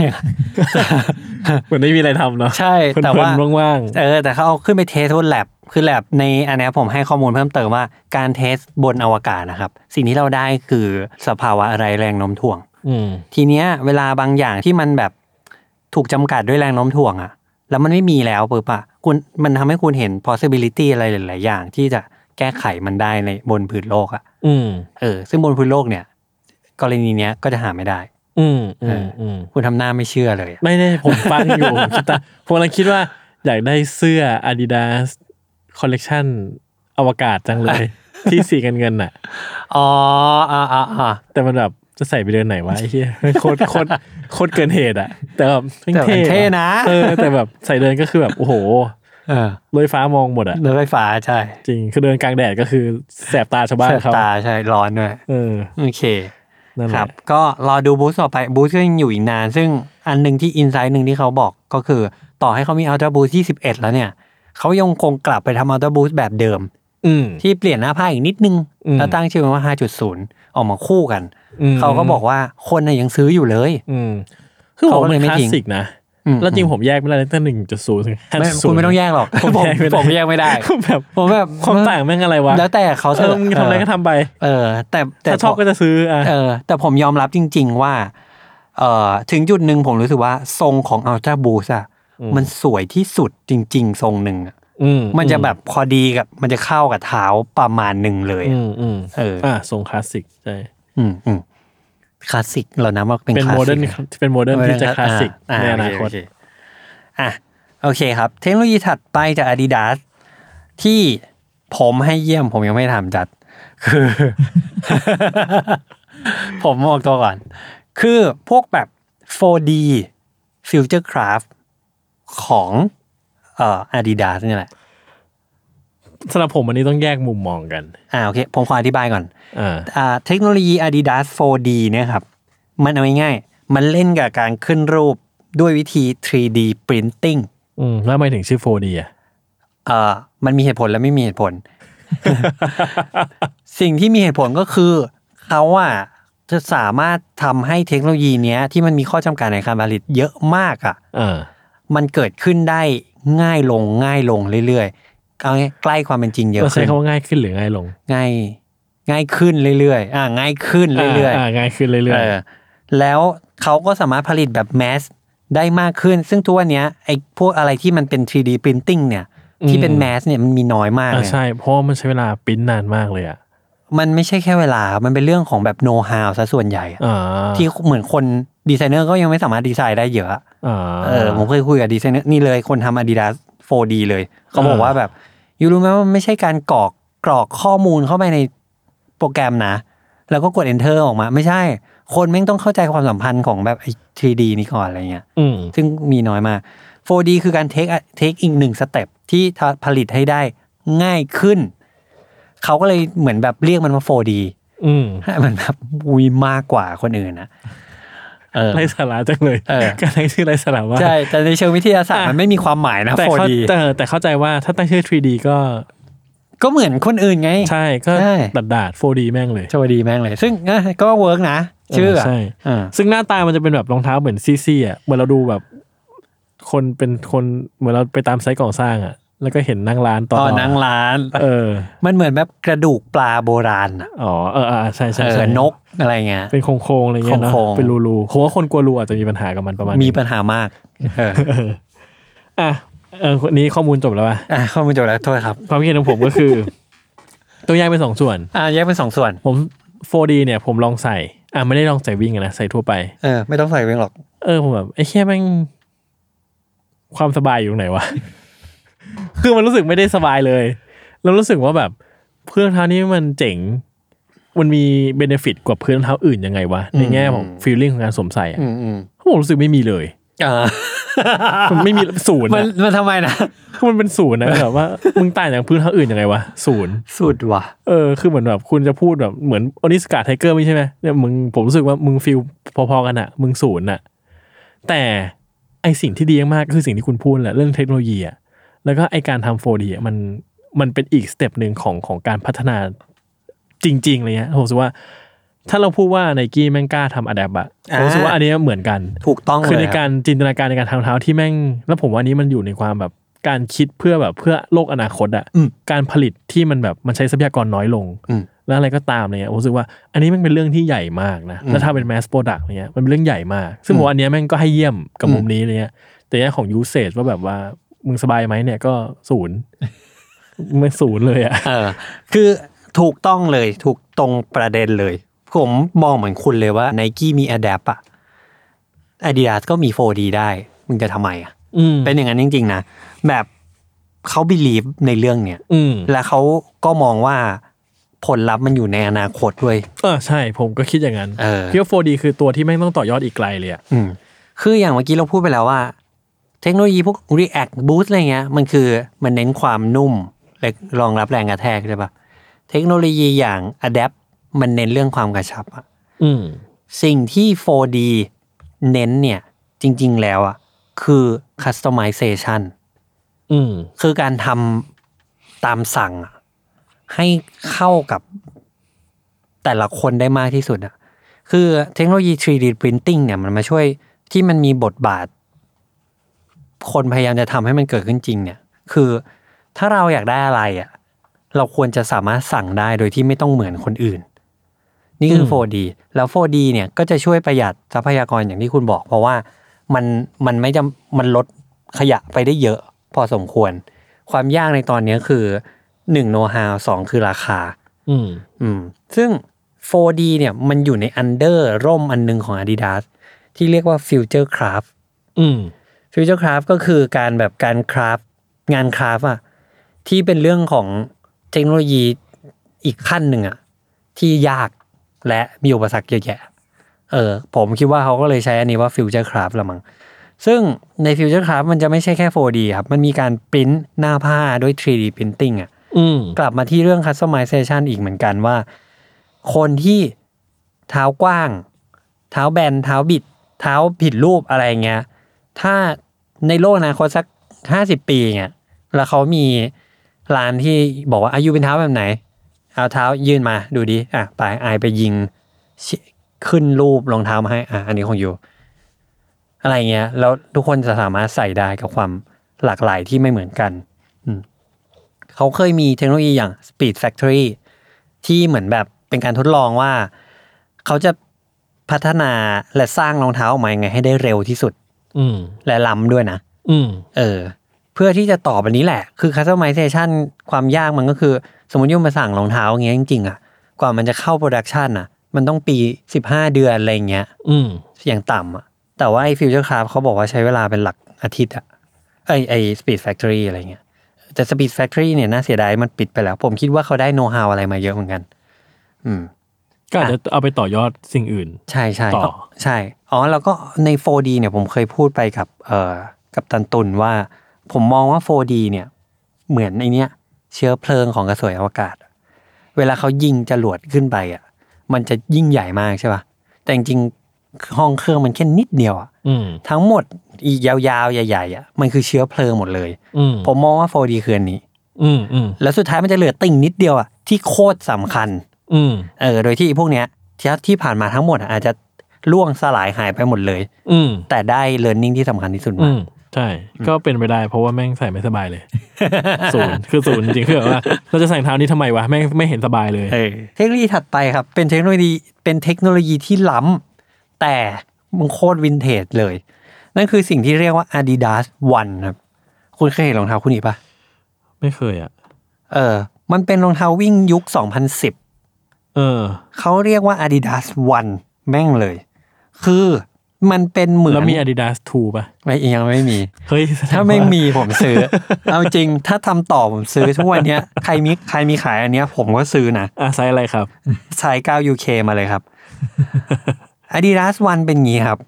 C: เหมือนไม่มีอะไรทำเนาะ
B: ใช่
C: เพลินๆ
B: แต่ว่า
C: ว่าง
B: เออแต่เขาเอาขึ้นไปเทสบนแลบคือแลบในอันเนี้ยผมให้ข้อมูลเพิ่มเติมว่าการเทสบนอวกาศนะครับ สิ่งที่เราได้คือสภาวะอะไรแรงโน้มถ่วง
C: ๆอืม
B: ทีเนี้ยเวลาบางอย่างที่มันแบบถูกจำกัดด้วยแรงโน้มถ่วงอะแล้วมันไม่มีแล้วปุ๊บอะคุณมันทำให้คุณเห็น possibility อะไรหลาย ๆ อย่าง ที่จะแก้ไขมันได้ในบนพื้นโลกอะ
C: อืม
B: เออซึ่งบนพื้นโลกเนี่ย กรณีเนี้ยก็จะหาไม่ได้
C: อืมอืมอืม
B: คุณทำหน้าไม่เชื่อเลยอะ
C: ไม่ได้ผมฟังอยู่ ผมคิดตาผมกำลังคิดว่า อยากได้เสื้อ Adidas คอลเล t ชันอวกาศจังเลย ที่สีกันเงินน่ะ
B: อ๋ออ่าอ่าอ่า
C: แต่มันแบบจะใส่ไปเดินไหนวะไอ้เหี้ยโคตรโคตรโคตรเกินเหตุอะแต่แบบแม่ง
B: แต่มันเท่
C: ว่
B: นะ
C: เออ แต่แบบใส่เดินก็คือแบบโอ้โห
B: เออ
C: ลอยฟ้ามองหมดอะ
B: รถไฟฟ้าใช่
C: จริงคือเดินกลางแดดก็คือแสบตาชาวบ้าน
B: แสบ
C: เขา
B: ตาใช่ร้อนด้วย
C: เออ
B: โอเค
C: นั่นแห
B: ค
C: ละ
B: รับ ก็รอดูบูธต่อไปบูธก็ยังอยู่อีกนาน ซึ่งอันหนึ่งที่อินไซต์หนึ่งที่เขาบอกก็คือ ต่อให้เขามีอัลตร้าบูธที่สิบเอ็ดแล้วเนี่ย เขายังคงกลับไปทำอัลตร้าบูธแบบเดิม
C: อืม
B: ที่เปลี่ยนหน้าผ้าอีกนิดนึง
C: อืม
B: แล้วตั้งชื่อมันว่า 5.0 ออกมาคู่กัน เขาก็บอกว่าคนน่ะยังซื้ออยู่เลย
C: อืมคือผ
B: เขา
C: ม
B: ก็
C: เล
B: เลยย
C: ไม่
B: ไม่
C: คลาส
B: ทิ้ง
C: สิกนะ
B: อืม
C: แล้วจริงผมแยกไม่ได้เลยตั้งหนึ่งจุดศูนย์ถึงห้า
B: ไม่
C: ศู
B: คุณ
C: นย์
B: ไม่ต้องแยกหรอก
C: ผมแยกไม่ได้
B: ผมแยกไม่ได้
C: แบบ
B: ผมแบบ
C: ความต่างแม่งอะไรวะ
B: แล้วแต่เขา
C: เอ
B: เถ
C: อ
B: อะ
C: มึงทำอะไรก็ทำไป
B: เออ แต่แต่
C: ถ้าชอบก็จะซื้ออ่ะ
B: เออแต่ผมยอมรับจริง ๆ ว่าเออถึงจุดหนึ่งผมรู้สึกว่าทรงของอัลต a าบูสอะมันสวยที่สุดจริง ๆ ทรงหนึ่งอะ
C: อื
B: มันจะแบบพอดีกับ มันจะเข้ากับเท้าประมาณหนึ่งเลย
C: อื
B: อะ
C: มอืม
B: เอออ่
C: อ่ะทรงคลาสสิกใช่
B: อืมอืมคลาสสิกเรานะว่าเป็น
C: เป็น
B: คลาส
C: โม
B: สิก
C: เดิร์นเป็นโมเดิร์นที่จะคลาสสิก
B: อ่า
C: ในอนาคต
B: โเโเอ่ะโอเคครับ เทคโนโลยีถัดไปจาก Adidas ที่ผมให้เยี่ยมผมยังไม่ทำจัด คือ ผมบอกตัวก่อน คือพวกแบบ 4D Future Craft ของเอ่อ Adidas เนี่ยแหละ
C: สำหรับผมอันนี้ต้องแยกมุมมองกัน
B: อ่าโอเค ผมขออธิบายก่อน
C: อ่า
B: อ่าเทคโนโลยี Adidas 4D เนี่ยครับ มันเอาง่ายๆมันเล่นกับการขึ้นรูปด้วยวิธี 3D Printing
C: อืมแล้วทำไมถึงชื่อ 4D อ่ะ
B: เอ่อมันมีเหตุผลและไม่มีเหตุผล สิ่งที่มีเหตุผลก็คือเขาอ่ะจะสามารถทำให้เทคโนโลยีเนี้ยที่มันมีข้อจำกัดในการผลิตเยอะมากอ่ะ
C: อ่า
B: มันเกิดขึ้นได้ง่ายลงง่ายลงเรื่อยๆเอาง่ายใกล้ความเป็นจริงเยอะ
C: เราใช้
B: ขึ้น
C: คำว่าง่ายขึ้นหรือง่ายลง
B: ง่ายง่ายขึ้นเรื่อยๆอ่าง่ายขึ้นเรื่อยๆ
C: าาง่ายขึ้นเรื่อย
B: เออแล้วเขาก็สามารถผลิตแบบแมสได้มากขึ้น ซึ่งทุกวันเนี้ยไอ้พวกอะไรที่มันเป็น 3D printing เนี่ย ที่เป็น
C: อืม
B: แมสเนี่ยมันมีน้อยมาก
C: อ่า
B: เลย
C: ใช่เพราะมันใช้เวลาปริ้นนานมากเลยอ่ะ
B: มันไม่ใช่แค่เวลา มันเป็นเรื่องของแบบโน้ตฮาวซะส่วนใหญ่อะ
C: อ่า
B: ที่เหมือนคนดีไซเนอร์ก็ยังไม่สามารถดีไซน์ได้เยอะอะ
C: อ่า
B: เออผมเคยคุยกับดีไซเนอร์นี่เลยคนทำ Adidas 4D เลย เขาบอก
C: อ่า
B: ว่าแบบยูรู้ไหมว่ามันไม่ใช่การกรอกกรอกข้อมูลเข้าไปในโปรแกรมนะ แล้วก็กด enter ออกมา ไม่ใช่ คนแม่งต้องเข้าใจความสัมพันธ์ของแบบไอ้ 3D นี่ก่อนอะไรเงี้ย
C: อืม
B: ซึ่งมีน้อยมาก 4D คือการเทคเทคอีกหนึ่งสเต็ปที่ทำผลิตให้ได้ง่ายขึ้น เขาก็เลยเหมือนแบบเรียกมันว่า 4D
C: อืม
B: ให้มันแบบวีมากกว่าคนอื่นนะเออ
C: ไรสาระจังเลย
B: เออ
C: การตั้งชื่อไรสาระว่า
B: ใช่ แต่ในเชิงวิทยาศาสตร์มันไม่มีความหมายนะ
C: แต่เข้า
B: 4D
C: แต่แต่เข้าใจว่าถ้าตั้งชื่อ 3D ก็
B: ก็เหมือนคนอื่นไง
C: ใช่ก็
B: ใช่
C: ดัดดาด 4D แม่งเลย
B: โชวดีแม่งเลย ซึ่งเอ้ยก็เวิร์กนะ ชื่ออะ
C: ใช่
B: อ่า
C: ซึ่งหน้าตามันจะเป็นแบบรองเท้าเหมือนซี่ซี่อ่ะเหมือนเราดูแบบ คนเป็นคนเหมือนเราไปตามไซต์ก่อสร้างอ่ะ แล้วก็เห็นนั่งร้านต่อ
B: ต
C: อ
B: อนนั่งร้าน
C: เออ
B: มันเหมือนแบบกระดูกปลาโบราณอะ
C: อ๋อเออเออใช่ใช่
B: เอ
C: ใช่
B: อนกอะไรเงี้ย
C: เป็นโครงๆอะไรเงี้ยเนาะ
B: โครงๆ
C: เป็นรูๆผมว่าคนกลัวรูอาจจะมีปัญหากับมันประมาณ
B: มี
C: นี้
B: ปัญหามากเอ อ
C: อ่ะเออวันนี้ข้อมูลจบแล้วป่ะ
B: อ่ะข้อมูลจบแล้วโทษครับ
C: ความคิดเห็นของผมก็ คือ ตัวแยกเป็นสองส่วน
B: อ่ะแยกเป็นสองส่วน
C: ผม 4D เนี่ย ผมลองใส่ อ่ะไม่ได้ลองใส่วิ่งอะนะใส่ทั่วไป
B: เออ ไม่ต้องใส่เวงหรอก
C: เออผมแบบไอ้แค่แม่งความสบายอยู่ตรงไหน วะ คือมันรู้สึกไม่ได้สบายเลยแล้วรู้สึกว่าแบบเครื่องเท้านี้มันเจ๋ง มันมีเบเนฟิตกว่าเพื่อนเท้าอื่นยังไงวะ ในแง่ของฟีลลิ่งของการสวมใส่อะ
B: อืมอืม
C: ผมรู้สึกไม่มีเลย
B: อ่า
C: มันไม่มีศูนย์
B: มัน
C: อะ
B: มันทำไมนะ
C: คือมันเป็นศู นย์นะแบบว่ามึงต่างจากเพื้นเท้าอื่นยังไงวะศูนย์
B: สุดว่ะ
C: เออคือเหมือนแบบคุณจะพูดแบบเหมือนอนิสกาไทเกอร์ไม่ใช่ไหมเนี่ยมึงผมรู้สึกว่ามึงฟีลพอๆกันอะมึงศูนย์อะ แต่ไอสิ่งที่ดีมากๆคือสิ่งที่คุณพูดแหละเรื่องเทคโนโลยีอะแล้วก็ไอการทำ 4D อะมันมันเป็นอีกสเต็ปหนึ่งของของการพัฒนาจริง ๆ เลยฮะผมรู้สึกว่า ถ้าเราพูดว่าไนกี้แม่งกล้าทำอะแดปอะ
B: อ่า
C: ผมรู้สึกว่าอันเนี้ยเหมือนกัน
B: ถูกต้องเลย
C: คือใน
B: รับ
C: การจินตนาการในการทำรองเท้าที่แม่ง แล้วผมว่าอันนี้มันอยู่ในความแบบการคิดเพื่อแบบเพื่อโลกอนาคตอะ
B: อืม
C: การผลิตที่มันแบบมันใช้ทรัพยากรน้อยลง
B: อืม
C: แล้วอะไรก็ตามอะไรเงี้ยผมรู้สึกว่าอันนี้แม่งเป็นเรื่องที่ใหญ่มากนะ
B: อืม
C: แล้วถ้าเป็นแมสโปรดักต์เนี้ยมันเป็นเรื่องใหญ่มาก ซึ่ง
B: อืม
C: ผมว่าอันเนี้ยแม่งก็ให้เยี่ยมกับมุมนี้เลยเนี่ยแต่แง่ของยูเซจว่าแบบว่ามึงสบายไหมเนี่ยก็ศูนย์ ไม่ศูนย์เลยอะ
B: เออคือถูกต้องเลยถูกตรงประเด็นเลย ผมมองเหมือนคุณเลยว่า n นกี้มี Adapt อะ Adidas ก็มี 4D ได้ มึงจะทำไมอะ
C: อืม
B: เป็นอย่างนั้นจริง ๆ นะ แบบเขา believe ในเรื่องเนี้ย
C: อืม
B: และเขาก็มองว่าผลลัพธ์มันอยู่ในอนาคตด้วย
C: เออใช่ผมก็คิดอย่างนั้น
B: เออ
C: พี่ว่า 4D คือตัวที่แม่งต้องต่อยอดอีกไกลเลยอะ
B: อืมคืออย่างเมื่อกี้เราพูดไปแล้วว่า เทคโนโลยีพวก React Boost อะไรเงี้ย มันคือมันเน้นความนุ่มและรองรับแรงกระแทกใช่ปะเทคโนโลยีอย่าง Adapt มันเน้นเรื่องความกระชับอะ
C: อืม
B: สิ่งที่ 4D เน้นเนี่ย จริง ๆ แล้วอะคือ customization
C: อืม
B: คือการทำตามสั่งอะให้เข้ากับแต่ละคนได้มากที่สุดอะคือเทคโนโลยี 3D printing เนี่ยมันมาช่วยที่มันมีบทบาท คนพยายามจะทำให้มันเกิดขึ้นจริงเนี่ย คือถ้าเราอยากได้อะไรอะเราควรจะสามารถสั่งได้โดยที่ไม่ต้องเหมือนคนอื่น นี่คือ
C: ม
B: 4D แล้ว 4D เนี่ยก็จะช่วยประหยัดทรัพยากรอย่างที่คุณบอก เพราะว่ามันมันไม่จำมันลดขยะไปได้เยอะ พอสมควร ความยากในตอนเนี้ยคือ1โน้ตฮาวสองคือราคา
C: อืม
B: อืม ซึ่ง 4D เนี่ยมันอยู่ในอันเดอร์ร่มอันหนึงของ Adidas ที่เรียกว่า Future Craft
C: อืม
B: ฟิวเจอร์คราฟก็คือการแบบการคราฟงานคราฟอะที่เป็นเรื่องของเทคโนโลยีอีกขั้นหนึ่งอะที่ยากและมีอุปสรรคเยอะแยะ เออ ผมคิดว่าเขาก็เลยใช้อันนี้ว่าฟิวเจอร์คราฟละมั้งซึ่งในฟิวเจอร์คราฟมันจะไม่ใช่แค่ 4D ครับ มันมีการปริ้นหน้าผ้าด้วย 3D printing อะ
C: อืม
B: กลับมาที่เรื่อง customization อีกเหมือนกันว่า คนที่เท้ากว้าง เท้าแบน เท้าบิด เท้าผิดรูปอะไรเงี้ย ถ้าในโลกอนะคนสักห้าสิบปีเงี้ยแล้วเขามีร้านที่บอกว่าอายุเป็นเท้าแบบไหน เอาเท้ายื่นมาดูดิ อ่ะ ไปไอายไปยิงชิขึ้นรูปรองเท้ามาให้ อ่ะ อันนี้ของยูอะไรเงี้ย แล้วทุกคนจะสามารถใส่ได้กับความหลากหลายที่ไม่เหมือนกัน เขาเคยมีเทคโนโลยีอย่าง Speed Factory ที่เหมือนแบบเป็นการทดลองว่า เขาจะพัฒนาและสร้างรองเท้าออกมายังไงให้ได้เร็วที่สุด
C: อืม
B: และล้ำด้วยนะ
C: อืม
B: เออ เพื่อที่จะตอบอันนี้แหละ คือ customization ความยากมันก็คือ สมมติโยมมาสั่งรองเท้าอย่างเงี้ยจริงๆอะกว่ามันจะเข้า production อะมันต้องปี 15 เดือนอะไรอย่างเงี้ย
C: อืม
B: อย่างต่ำอะแต่ว่าไอ้ฟิวเจอร์คราฟเขาบอกว่าใช้เวลาเป็นหลักอาทิตย์อะไอไอสปีดแฟคทอรี่อะไรเงี้ย แต่สปีดแฟคทอรี่เนี่ยน่าเสียดายมันปิดไปแล้ว ผมคิดว่าเขาได้โน้ตฮาวอะไรมาเยอะเหมือนกัน อืม
C: ก็อาจจะเอาไปต่อยอดสิ่งอื่น
B: ใช่ใช่
C: ต่อ
B: ใช่ อ๋อ แล้วก็ใน 4D เนี่ยผมเคยพูดไปกับเอ่อกับตันตุนว่า ผมมองว่า 4D เนี่ย เหมือนไอเนี้ย เชื้อเพลิงของกระสวยอวกาศ เวลาเขายิงจรวดขึ้นไปอ่ะมันจะยิ่งใหญ่มากใช่ป่ะแต่จริงๆห้องเครื่องมันแค่นิดเดียวอ่ะ
C: อืม
B: ทั้งหมดอีกยาวๆ ใหญ่ๆอ่ะมันคือเชื้อเพลิงหมดเลย
C: อืม
B: ผมมองว่า 4D คืออันนี้
C: อืมอืม
B: แล้วสุดท้ายมันจะเหลือติ่งนิดเดียวอ่ะที่โคตรสำคัญ
C: อืม
B: เออโดยที่พวกเนี้ยที่ที่ผ่านมาทั้งหมดอะอาจจะล่วงสลายหายไปหมดเลย
C: อืม
B: แต่ได้ learning ที่สำคัญที่สุด
C: อื
B: มาม
C: ใช่ ก็เป็นไปได้ เพราะว่าแม่งใส่ไม่สบายเลยศูนย์คือศูนย์จริงๆคือแบบว่า เราจะใส่รองเท้านี้ทำไมวะแม่งไม่เห็นสบายเลย
B: เออเทคโนโลยีถัดไปครับ เป็นเทคโนโลยีเป็นเทคโนโลยีที่ล้ำแต่มันโคตรวินเทจเลย นั่นคือสิ่งที่เรียกว่า Adidas One ครับคุณเคยเห็นรองเท้าคู่นี้ปะ
C: ไม่เคยอ่ะ
B: เออ มันเป็นรองเท้าวิ่งยุค 2010
C: เออ
B: เขาเรียกว่า Adidas One แม่งเลย คือมันเป็นเหมือน
C: แล้วมี Adidas 2ป่ะ
B: ไม่ยังไม่มี
C: เฮ้ย
B: ถ้าไม่มีผม ซื้อ เอาจริง ถ้าทำต่อผมซื้อทุกวันเนี้ย ใครมีใครมีขายอันเนี้ย ผมก็ซื้อนะ
C: อ่ะไซส์อะไรครับ
B: สาย9 UK มาเลยครับ Adidas One เป็นงี้ครับ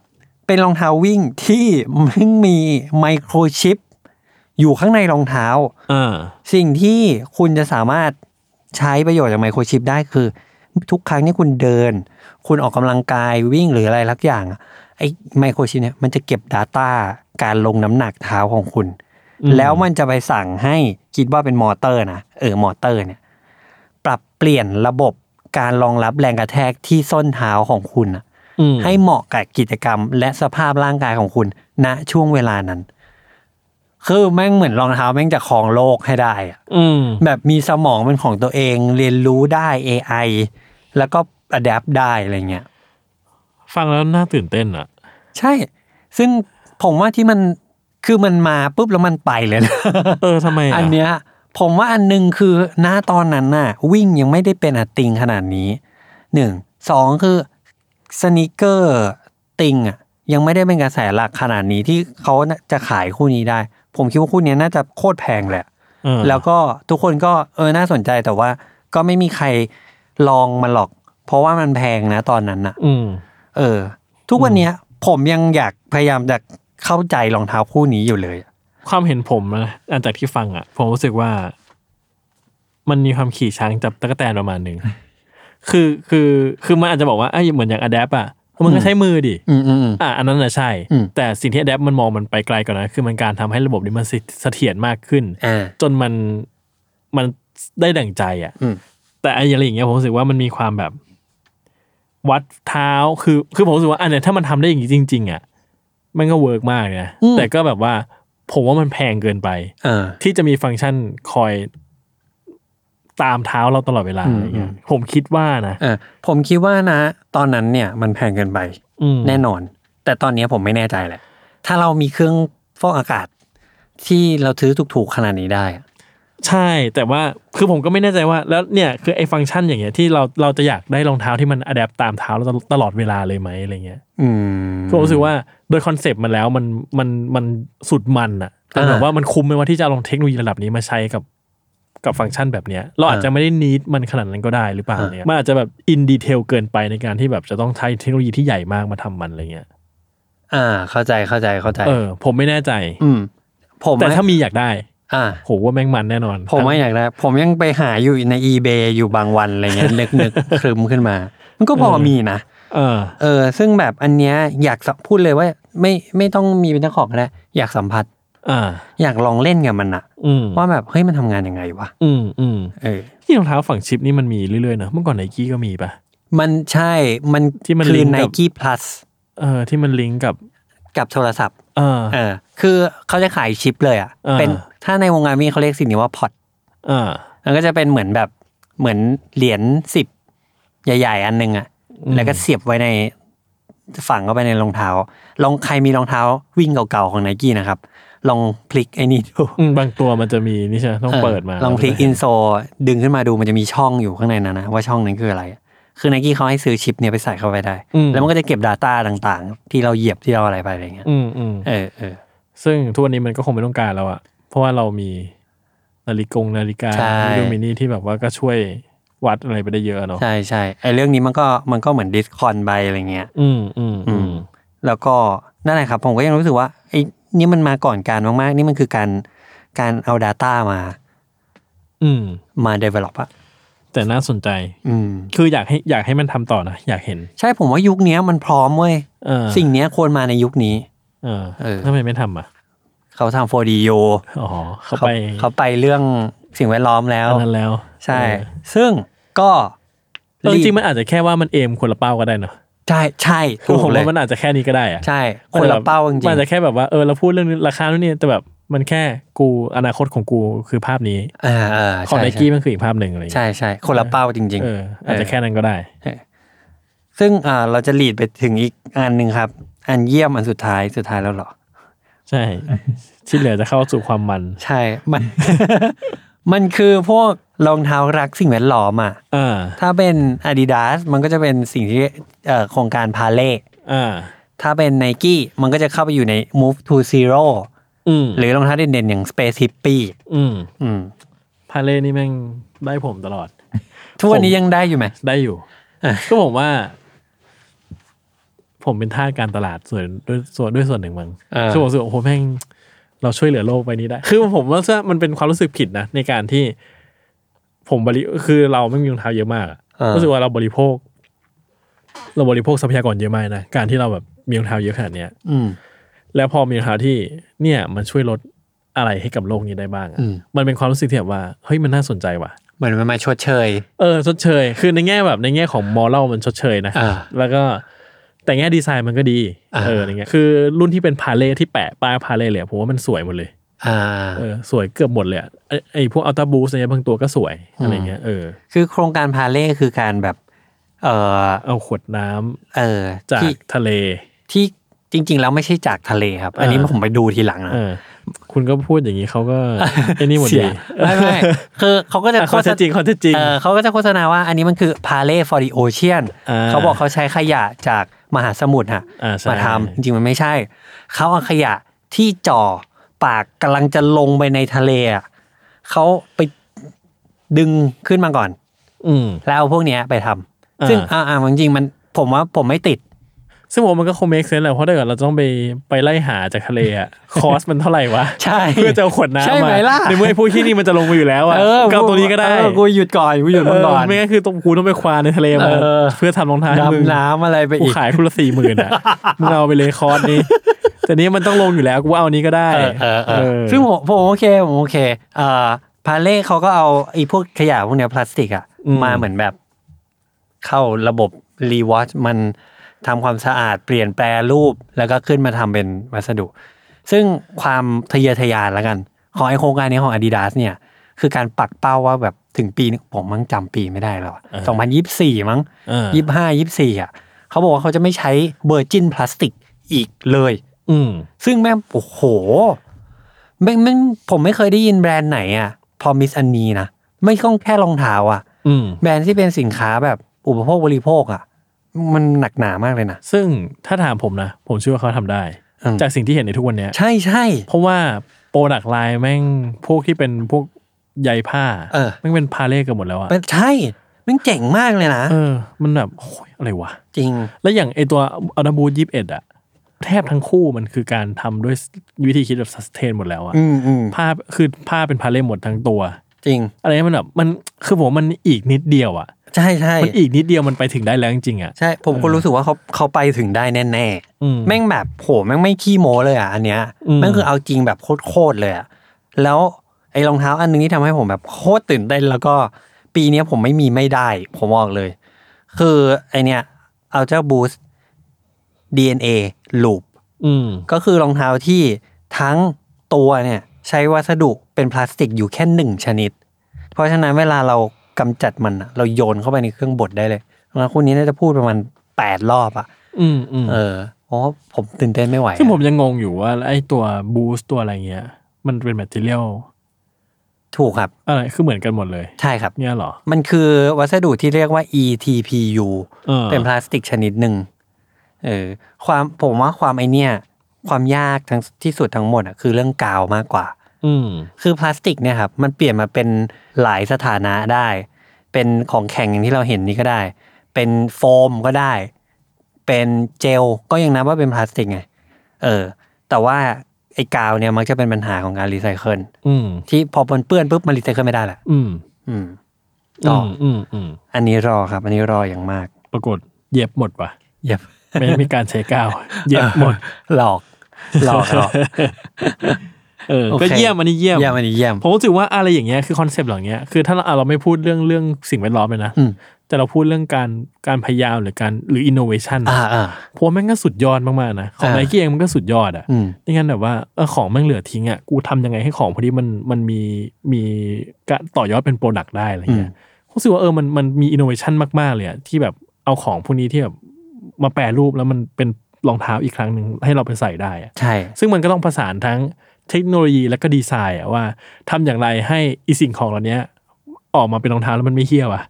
B: เป็นรองเท้าวิ่งที่มันมีไมโครชิปอยู่ข้างในรองเท้า
C: เออ
B: สิ่งที่คุณจะสามารถใช้ประโยชน์จากไมโครชิปได้คือ ทุกครั้งที่คุณเดิน คุณออกกำลังกายวิ่งหรืออะไรลักอย่างอะไอ้ไมโครชิปเนี่ยมันจะเก็บ Data การลงน้ำหนักเท้าของคุณ
C: อืม
B: แล้วมันจะไปสั่งให้คิดว่าเป็นมอเตอร์นะเออมอเตอร์เนี่ย ปรับเปลี่ยนระบบการรองรับแรงกระแทกที่ส้นเท้าของคุณอะ
C: อืม
B: ให้เหมาะกับกิจกรรมและสภาพร่างกายของคุณ ณช่วงเวลานั้น คือแม่งเหมือนรองเท้าแม่งจะครองโลกให้ได้อะ
C: อืม
B: แบบมีสมองเป็นของตัวเองเรียนรู้ได้ AI แล้วก็อัดแอปได้อะไรเงี้ย
C: ฟังแล้วน่าตื่นเต้นอ่ะ
B: ใช่ ซึ่งผมว่าที่มันคือมันมาปุ๊บแล้วมันไปเลยนะ
C: เออทำไมอ่ะ
B: อันเนี้ยผมว่าอันหนึ่งคือหน้าตอนนั้นน่ะ วิ่งยังไม่ได้เป็นอะติงขนาดนี้หนึ่งสองคือสนิเกอร์ติงอ่ะยังไม่ได้เป็นกระแสหลักขนาดนี้ที่เขาน่ะจะขายคู่นี้ได้ ผมคิดว่าคู่เนี้ยน่าจะโคตรแพงแหละ
C: เออ
B: แล้วก็ทุกคนก็เออน่าสนใจแต่ว่าก็ไม่มีใครลองมันหรอก เพราะว่ามันแพงนะตอนนั้นน่ะ
C: อืม
B: เออ ทุกวันเนี้ยผมยังอยากพยายามจะเข้าใจรองเท้าคู่นี้อยู่เลย
C: ความเห็นผมนะอันจากที่ฟังอ่ะ ผมรู้สึกว่า มันมีความขี่ช้างจับตะกแตนประมาณหนึ่ง คือคือคือมันอาจจะบอกว่าไอ้ยเหมือนอย่างอะแดปอ่ะมันก็ใช้มือดิ
B: อืมอืมอืม
C: อ่ะอันนั้นน่ะใช่
B: อืม
C: แต่สิ่งที่อะแดปมันมองมันไปไกลกว่านั้นคือมันการทำให้ระบบนี้มันเสถียรมากขึ้น
B: อ่า
C: จนมันมันได้ดั่งใจอ่ะ
B: อืม
C: แต่ไอ้อะไรอย่างเงี้ยผมรู้สึกว่ามันมีความแบบ วัดเท้าคือคือผมรู้สึกว่าอันเนี้ยถ้ามันทำได้อย่างนี้จริง ๆ อ่ะ มันก็เวิร์กมากนะแต่ก็แบบว่า ผมว่ามันแพงเกินไป
B: เออ
C: ที่จะมีฟังก์ชันคอยตามเท้าเราตลอดเวลาอะไรเงี้ยผมคิดว่านะ
B: อ่ะผมคิดว่านะ ตอนนั้นเนี่ยมันแพงเกินไป
C: อืม
B: แน่นอน แต่ตอนเนี้ยผมไม่แน่ใจแหละ ถ้าเรามีเครื่องฟอกอากาศ ที่เราซื้อถูกๆขนาดนี้ได้อะ
C: ใช่ แต่ว่าคือผมก็ไม่แน่ใจว่า แล้วเนี่ยคือไอ้ฟังก์ชันอย่างเงี้ยที่เราเราจะอยากได้รองเท้าที่มันอัดแอปตามเท้าเราตลอดเวลาเลยไหมอะไรเงี้ย
B: อืม
C: ผมรู้สึกว่าโดยคอนเซปต์มันแล้วมันมันมันสุดมันอะแต่แบบ
B: อ่า
C: ว่ามันคุ้มไหมว่าที่จะเอาลองเทคโนโลยีระดับนี้มาใช้กับกับฟังก์ชันแบบเนี้ย เราอาจ
B: อ่า
C: จะไม่ได้นีดมันขนาดนั้นก็ได้หรือเปล่า
B: อ่า
C: เนี่ยมันอาจจะแบบอินดีเทลเกินไปในการที่แบบจะต้องใช้เทคโนโลยีที่ใหญ่มากมาทำมันอะไรเงี้ย
B: อ่า เข้าใจเข้าใจเข้าใจ
C: เออ ผมไม่แน่ใจ
B: ืม ผม
C: แต่
B: อะ
C: ถ้ามีอยากได้
B: อ่า
C: โหว่าแม่งมันแน่นอน
B: ผมไม่อยากได้ ผมยังไปหาอยู่ใน eBay อยู่บางวันอะไรเงี้ย นึกนึกครึมขึ้นมา มันก็พอมีนะ
C: เออ
B: เออ ซึ่งแบบอันเนี้ยอยากสัมพูดเลยว่า ไม่ไม่ต้องมีเป็นเจ้าของก็ได้อยากสัมผัส
C: อ่า
B: อยากลองเล่นกับมันอะ
C: อืม
B: ว่าแบบเฮ้ยมันทำงานยังไงวะ
C: อืมอืม
B: เออ
C: ที่รองเท้าฝั่งชิปนี่มันมีเรื่อยๆนะเมื่อก่อนไนกี้ก็มีปะ
B: มันใช่ มัน
C: ที่มัน
B: คื
C: ลิ
B: อ
C: งก์กับ
B: Nike Plus
C: เออ ที่มันลิงก์กับ
B: กับโทรศัพท์
C: เออ
B: เออ คือเขาจะขายชิปเลยอ่ะ
C: เออ
B: เป็น ถ้าในวงการวิ่งเขาเรียกสิ่งนี้ว่าพอต
C: เออ
B: มันก็จะเป็นเหมือนแบบ เหมือนเหรียญสิบใหญ่ ๆ อันหนึ่งอ่ะ
C: อืม
B: แล้วก็เสียบไว้ใน ฝังเข้าไปในรองเท้า ลองใครมีรองเท้าวิ่งเก่าๆของไนกี้นะครับ ลองพลิกไอ้นี่ดู
C: อืมบางตัวมันจะมีนี่ใช่ไหมต้องเปิดมา
B: ลองพลิกอินโซดึงขึ้นมาดูมันจะมีช่องอยู่ข้างในนั้นนะว่าช่องนั้นคืออะไร คือ n นกี้เขาให้ซื้อชิปเนี่ยไปใส่เข้าไปได้
C: อืม
B: แล้วมันก็จะเก็บ Data ต่างๆ ที่เราเหยียบที่เราอะไรไปอะไรเงี้ย
C: อืมอืม
B: เออเออ
C: ซึ่งทุกวันนี้มันก็คงไม่ต้องการแล้วอะเพราะว่าเรามีนาฬิกงนาฬิกา
B: ใช่
C: ลูมินี่ที่แบบว่าก็ช่วยวัดอะไรไปได้เยอะเนาะ
B: ใช่ใช่ไอเรื่องนี้มันก็มันก็เหมือนดิสคอนไปอะไรเงี้ย
C: อืมอืมอืม
B: แล้วก็นั่นแหละครับ ผมก็ยังรู้สึกว่าไอ้นี่มันมาก่อนการมากๆ นี่มันคือการการเอา Data มา
C: อืม
B: มา develop อะ
C: แต่น่าสนใจ
B: อืม
C: คืออยากให้อยากให้มันทำต่อนะอยากเห็น
B: ใช่ผมว่ายุคเนี้ยมันพร้อมเว้ย
C: เออ
B: สิ่งเนี้ยควรมาในยุคนี้
C: เออ
B: เออ
C: ทำไมไม่ทำอ่ะ
B: เขาทำ 4D อยู่
C: อ๋อเข้าไป
B: เขาไปเรื่องสิ่งแวดล้อมแล้ว
C: อันนั้นแล้ว
B: ใช่
C: เออ
B: ซึ่งก็
C: เออจริงๆมันอาจจะแค่ว่ามันเอมคนละเป้าก็ได้เนอะ
B: ใช่ใช่
C: คื
B: ถู
C: อก ผม
B: เลย
C: ว่ามันอาจจะแค่นี้ก็ได้อะ
B: ใช่คนละเป้าจริ
C: มัน
B: ง
C: อาจจะแค่แบบว่าเออเราพูดเรื่องนี้ราคาโน่นนี่แต่แบบมันแค่กูอนาคตของกูคือภาพนี้
B: ๆอ่าอ่า
C: ของ
B: ใช่
C: ไน
B: ใช่
C: กี้มันคืออีกภาพหนึ่งอะไรอย่าง
B: ใช่
C: เงี้ย
B: ใช่คนละเป้าจริง
C: เอออาจจะแค่นั้นก็ได้
B: ๆ ซึ่งอ่าเราจะหลีดไปถึงอีกอันหนึ่งครับ อันเยี่ยมอันสุดท้ายสุดท้ายแล้วเหรอ
C: ใช่ ที่เหลือจะเข้าสู่ความมัน
B: ใช่มัน มันคือพวกรองเท้ารักสิ่งแวดล้อมอ่ะ
C: อ่า
B: ถ้าเป็น Adidas มันก็จะเป็นสิ่งที่เอ่อโครงการพาเล่
C: อ่า
B: ถ้าเป็น n i กี้มันก็จะเข้าไปอยู่ใน Move to Zero
C: อืม
B: หรือรองเท้าเด่นๆ อย่าง Space Hippie
C: อืม
B: อืม
C: พาเล่นี่แม่งได้ผมตลอด
B: ทุกวันนี้ยังได้อยู่ไหม
C: ได้อยู่
B: เออ
C: ก็ผมว่า ผมเป็นท่าสการตลาดส่วนด้วยส่วนด้วยส่วนหนึ่งมั้ง
B: เออ
C: ช่วงรู้สึกว่าโอ้โหแม่งเราช่วยเหลือโลกใบนี้ได้ คือผมว่ามันเป็นความรู้สึกผิดนะในการที่ ผมบริคือเราไม่มีรองเท้าเยอะมากอะ
B: เออ
C: รู้สึกว่าเราบริโภค เราบริโภคทรัพยากรเยอะมากนะการที่เราแบบมีรองเท้าเยอะขนาดเนี้ย
B: อืม
C: แล้วพอมีรองเท้าที่เนี่ย มันช่วยลดอะไรให้กับโลกนี้ได้บ้างอะ
B: อืม
C: มันเป็นความรู้สึกที่แบบว่าเฮ้ยมันน่าสนใจว่ะ
B: เหมือนมันมาชดเชย
C: เออชดเชย คือในแง่แบบในแง่ของมอลเลมันชดเชยนะ
B: อ่า
C: แล้วก็แต่แง่ดีไซน์มันก็ดี
B: อ่า
C: เอออะไรเงี้ยคือรุ่นที่เป็นพาเล่ที่แปะป้ายพาเล่เลยอะผมว่ามันสวยหมดเลย
B: อ่า
C: เออสวยเกือบหมดเลยอะไอไอพวกอัลตาบูสเนี่ยบางตัวก็สวยอะไรเงี้ยเออ
B: คือโครงการพาเล่คือการแบบ เออ
C: เอาขวดน้ำ
B: เออ
C: จาก
B: ที่
C: ทะเล
B: ที่จริง ๆ แล้วไม่ใช่จากทะเลครับ อันนี้
C: เออ
B: ผมไปดูทีหลังนะ
C: เออ คุณก็พูดอย่างนี้เขา ก็ ไอ้นี่หมด
B: เสี
C: ดี
B: ยไม่ไม่คือเขาก็จะ
C: อ่ะเขาจะ
B: โฆษณา
C: จริงเขาจะจริง
B: เออเขาก็จะโฆษณาว่าอันนี้มันคือพาเล่ฟอริโอเชียน
C: อ่า
B: เขาบอกเขาใช้ขยะจากมหาสมุทรฮะ
C: อ่าใช่
B: มาทำจริงๆมันไม่ใช่ เขาเอาขยะที่จ่อปากกำลังจะลงไปในทะเลอะเขาไปดึงขึ้นมาก่อน
C: อืม
B: แล้วเอาพวกเนี้ยไปทำ
C: อ่า
B: ซึ่งอ่าอ่าจริงๆมันผมว่าผมไม่ติด
C: ซึ่งผมว่ามันก็คงเมคเซนส์แหละเพราะถ้าเกิดเราต้องไปไปไล่หาจากทะเล อะ คอสมันเท่าไหร่วะ
B: ใช่
C: เพื่อจะเอาขวดน้ำ
B: ใช่ไหมล่ะ
C: ในเมื่อไอ้พวกที่นี่มันจะลงมาอยู่แล้วอ่ะ
B: เออ
C: ก็เอาตัวนี้ก็ได้
B: เออกูหยุดก่อนกูหยุดมันก่อน
C: เไม่งั้นคือต้องกูต้องไปควานในทะเลมา
B: เออ
C: เพื่อทำรองเท้าให้มึง
B: ดำน้ำอะไรไป
C: กู
B: อีก
C: ขายคุณละสี่หมื่น อ่ะมึงเอาไปเลยคอร์สนี้ แต่นี้มันต้องลงอยู่แล้วกูว่าเอานี้ก็ได้
B: เออเออเอ
C: เอ
B: อ
C: อ
B: ซึ่งผมผมโอเคผมโอเคเอ่อพาเล่เขาก็เอาไอ้พวกขยะพวกเนี้ยพลาสติกอะมาเหมือนแบบ เข้าระบบรีวอชมันทำความสะอาดเปลี่ยนแปลรูปแล้วก็ขึ้นมาทำเป็นวัสดุ ซึ่งความทะเยอทะยานแล้วกัน ของไอโครงการนี้ของ Adidas เนี่ย คือการปักเป้าว่าแบบถึงปีนึงผมมั้งจำปีไม่ได้แล้วสองพันยี่สี่มั้ง
C: เออ
B: ยี่ห้ายี่สี่อ่ะเขาบอกว่าเขาจะไม่ใช้เบอร์จินพลาสติกอีกเลย
C: อืม
B: ซึ่งแม่งโอ้โหแม่งแม่งผมไม่เคยได้ยินแบรนด์ไหนอะพอมิสอันนี้นะไม่ต้องแค่รองเท้าอะ
C: อืม
B: แบรนด์ที่เป็นสินค้าแบบอุปโภคบริโภคอะมันหนักหนามากเลยนะ
C: ซึ่งถ้าถามผมนะ ผมเชื่อว่าเขาทำได้
B: อืม
C: จากสิ่งที่เห็นในทุกวันเนี้ย
B: ใช่ใช่
C: เพราะว่าโปรดักต์ไลน์แม่งพวกที่เป็นพวกใยผ้า
B: เออ
C: แม่งเป็นพาเล่กันหมดแล้วอ่ะ
B: มันใช่แม่งเจ๋งมากเลยนะ
C: เออ มันแบบโอ้ยอะไรวะ
B: จริง
C: แล้วอย่างไอตัวอัลบูยี่สิบเอ็ดอะแทบทั้งคู่มันคือการทำด้วยวิธีคิดแบบสแตนหมดแล้วอะ
B: อืมอืม
C: ผ้าคือผ้าเป็นพาเล่หมดทั้งตัว
B: จริง
C: อะไรเงี้ยมันแบบมันคือผมว่ามันอีกนิดเดียวอะ
B: ใช่ใช่
C: มันอีกนิดเดียวมันไปถึงได้แล้วจริงๆอะ
B: ใช่ ผมก็รู้สึกว่าเขาเขาไปถึงได้แน่แน่
C: อืม
B: ๆแม่งแบบโหแม่งไม่ขี้โม้เลยอะอันเนี้ย
C: อืม
B: แม่งคือเอาจริงแบบโคตรๆเลยอะแล้วไอ้รองเท้าอันนึงที่ทำให้ผมแบบโคตรตื่นเต้นแล้วก็ปีเนี้ยผมไม่มีไม่ได้ ผมบอกเลย คือไอเนี้ยเอาเจ้าบูส DNA Loop
C: อืม
B: ก็คือรองเท้าที่ทั้งตัวเนี่ยใช้วัสดุเป็นพลาสติกอยู่แค่หนึ่งชนิด เพราะฉะนั้นเวลาเรากำจัดมันอะเราโยนเข้าไปในเครื่องบดได้เลยแล้วคู่นี้น่าจะพูดประมาณแปดรอบอะ
C: อืมอืม
B: เออ ผ ราะว่าผมตื่นเต้นไม่ไหวอะ
C: ซึ่งผมยังงงอยู่ว่าไอ้ตัวบูสต์ตัวอะไรเงี้ย มันเป็นแมทเทียล
B: ถูกครับ
C: อะไรคือเหมือนกันหมดเลย
B: ใช่ครับ
C: เนี่ยเหรอ
B: มันคือวัสดุที่เรียกว่า ETPU
C: ออ
B: เป็นพลาสติกชนิดหนึ่งเออความผมว่าความไอเนี่ย ความยากทั้งที่สุดทั้งหมดอะคือเรื่องกาวมากกว่า
C: อืม
B: คือพลาสติกเนี่ยครับมันเปลี่ยนมาเป็นหลายสถานะได้ เป็นของแข็งอย่างที่เราเห็นนี้ก็ได้ เป็นโฟมก็ได้ เป็นเจลก็ยังนับว่าเป็นพลาสติกไงเออ แต่ว่าไอ้กาวเนี่ยมักจะเป็นปัญหาของการรีไซเคิล
C: อืม
B: ที่พอปนเปื้อนปุ๊บมันรีไซเคิลไม่ได้แหละ
C: อืม
B: อืม ต่
C: อื
B: อ
C: ม
B: อื
C: อืมอืม
B: อันนี้รอครับ อันนี้รออย่างมาก
C: ปรากฏเย็บหมดปะ
B: เย็บ
C: ไม่มีการใช้กาว เย็บหมด
B: หลอกหลอกหลอก
C: เออ
B: โอเค
C: ก็เยี่ยมอันนี้เยี่ยม
B: เยี่ยมอันนี้เยี่ยม
C: ผมรู้สึกว่าอะไรอย่างเงี้ยคือคอนเซปต์เหล่าเนี้ยคือถ้าเราอ่ะเราไม่พูดเรื่องเรื่องสิ่งแวดล้อมเลยนะ
B: อืม
C: แต่เราพูดเรื่องการการพยายามหรือการหรืออินโนเวชัน
B: อ่าอ่า
C: เพราะว่าแม่งก็สุดยอดมากๆนะ ของ
B: อ่า
C: ไนกี้เองมันก็สุดยอดอ่ะ
B: อืม
C: นี่งั้นแบบว่าเออของแม่งเหลือทิ้งอ่ะกูทำยังไงให้ของพวกนี้มันมันมีมีการต่อยอดเป็นโปรดักต์ได้อะไรเงี้ยผมรู้สึกว่าเออมันมันมีอินโนเวชันมากๆเลยอะที่แบบเอาของพวกนี้ที่แบบมาแปรรูปแล้วมันเป็นรองเท้าอีกครั้งหนึ่งให้เราไปใส่ได้อะ
B: ใช่
C: ซึ่งมันก็ต้องผสานทั้งเทคโนโลยีและก็ดีไซน์อะว่าทำอย่างไรให้อีสิ่งของเหล่านี้ออกมาเป็นรองเท้าแล้วมันไม่เหี้ยวอะ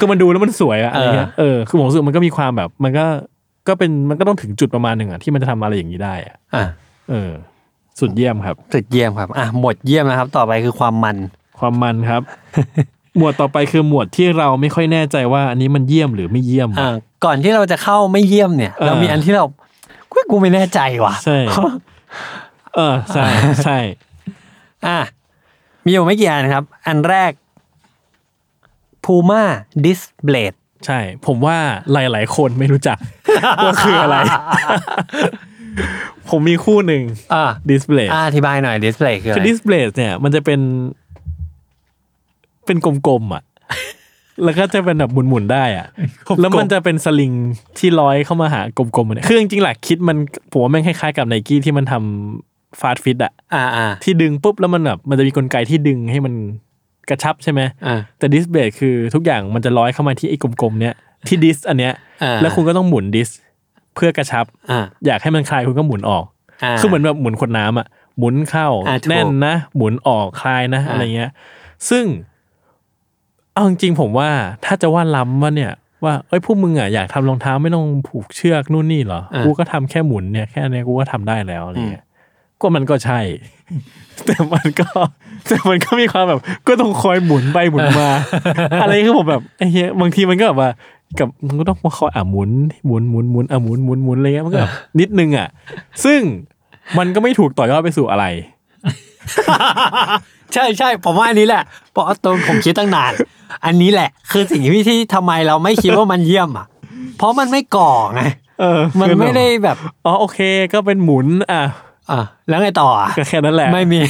C: ก็มันดูแล้วมันสวยอะอะไรเงี้ยเออคือผมรู้สึกมันก็มีความแบบ มันก็ก็เป็นมันก็ต้องถึงจุดประมาณหนึ่งอะที่มันจะทำอะไรอย่างนี้ได้อะ
B: อ่ะ
C: เออ สุดเยี่ยมครับ
B: สุดเยี่ยมครับอ่ะหมดเยี่ยมนะครับ ต่อไปคือความมัน
C: ความมันครับ หมวดต่อไปคือหมวดที่เราไม่ค่อยแน่ใจว่าอันนี้มันเยี่ยมหรือไม่เยี่ยม
B: อ่าก่อนที่เราจะเข้าไม่เยี่ยมเนี่ย
C: เออ
B: เรามีอันที่เรากูกูไม่แน่ใจว่ะ
C: ใช่ เออใช่ใช่
B: อ่ะมีอยู่ไม่กี่อันครับ อันแรก Puma Disc Blade
C: ใช่ ผมว่าหลาย ๆ คนไม่รู้จัก ว่าคืออะไร ผมมีคู่หนึ่ง
B: อ่า
C: ดิสเพลย์
B: อ่ะอธิบายหน่อย Display คืออะ
C: คือ
B: ไร
C: ดิสเพลย์เนี่ย มันจะเป็น เป็นกลมๆ อ่ะ แล้วก็จะเป็นแบบหมุนๆได้อ่ะ แล้วมันจะเป็นสลิงที่ร้อยเข้ามาหากลมๆเนี่ยคือจริงๆหลักคิดมันผมว่าแม่งคล้ายๆกับไนกี้ที่มันทำฟาสต์ฟิตอ่ะ
B: อ่าอ่า
C: ที่ดึงปุ๊บแล้วมันแบบมันจะมีกลไกที่ดึงให้มันกระชับใช่ไหม
B: อ่า
C: แต่ดิสเบรกคือทุกอย่างมันจะร้อยเข้ามาที่ไอ้กลมๆเนี้ยที่ดิสอันเนี้ย
B: อ่า
C: แล้วคุณก็ต้องหมุนดิสเพื่อกระชับ
B: อ่า
C: อยากให้มันคลายคุณก็หมุนออก
B: อ่า
C: คือเหมือนแบบหมุนขวดน้ำอ่ะหมุนเข้า
B: อ่าถูก
C: แน่นนะ หมุนออกคลายนะ
B: อ่า
C: อะไรเงี้ย ซึ่งเอาจริงๆผมว่าถ้าจะว่าล้ำว่าเนี่ย ว่าเอ้ยพวกมึงอ่ะอยากทำรองเท้าไม่ต้องผูกเชือกนู่นนี่เหรอกูก็ทำแค่หมุนเนี่ยแค่เนี้ยกูก็ทำได้แล้วอะไรเงี้ยก็มันก็ใช่ แต่มันก็ แต่มันก็มีความแบบ ก็ต้องคอยหมุนไปหมุน มา อะไรคือผมแบบไอ้เหี้ยบางทีมันก็แบบว่ากับมันก็ต้องมาคอยอ่ะหมุนหมุนหมุนหมุนอ่ะหมุนหมุนหมุนอะไรเงี้ยมันก็แบบนิดนึงอ่ะ ซึ่งมันก็ไม่ถูกต่อยอดไปสู่อะไร
B: ใช่ใช่ผมว่าอันนี้แหละเพราะตัวผมคิดตั้งนาน อันนี้แหละ คือสิ่งที่ที่ทำไมเราไม่คิดว่ามันเยี่ยมอ่ะ เพราะมันไม่ก่อไง
C: เออ
B: มันไม่ได้แบบ
C: อ๋อโอเคก็เป็นหมุนอ่ะ
B: อ่าแล้วไงต่ออ่ ะ
C: ก็แค่นั้นแหละ
B: ไม่มี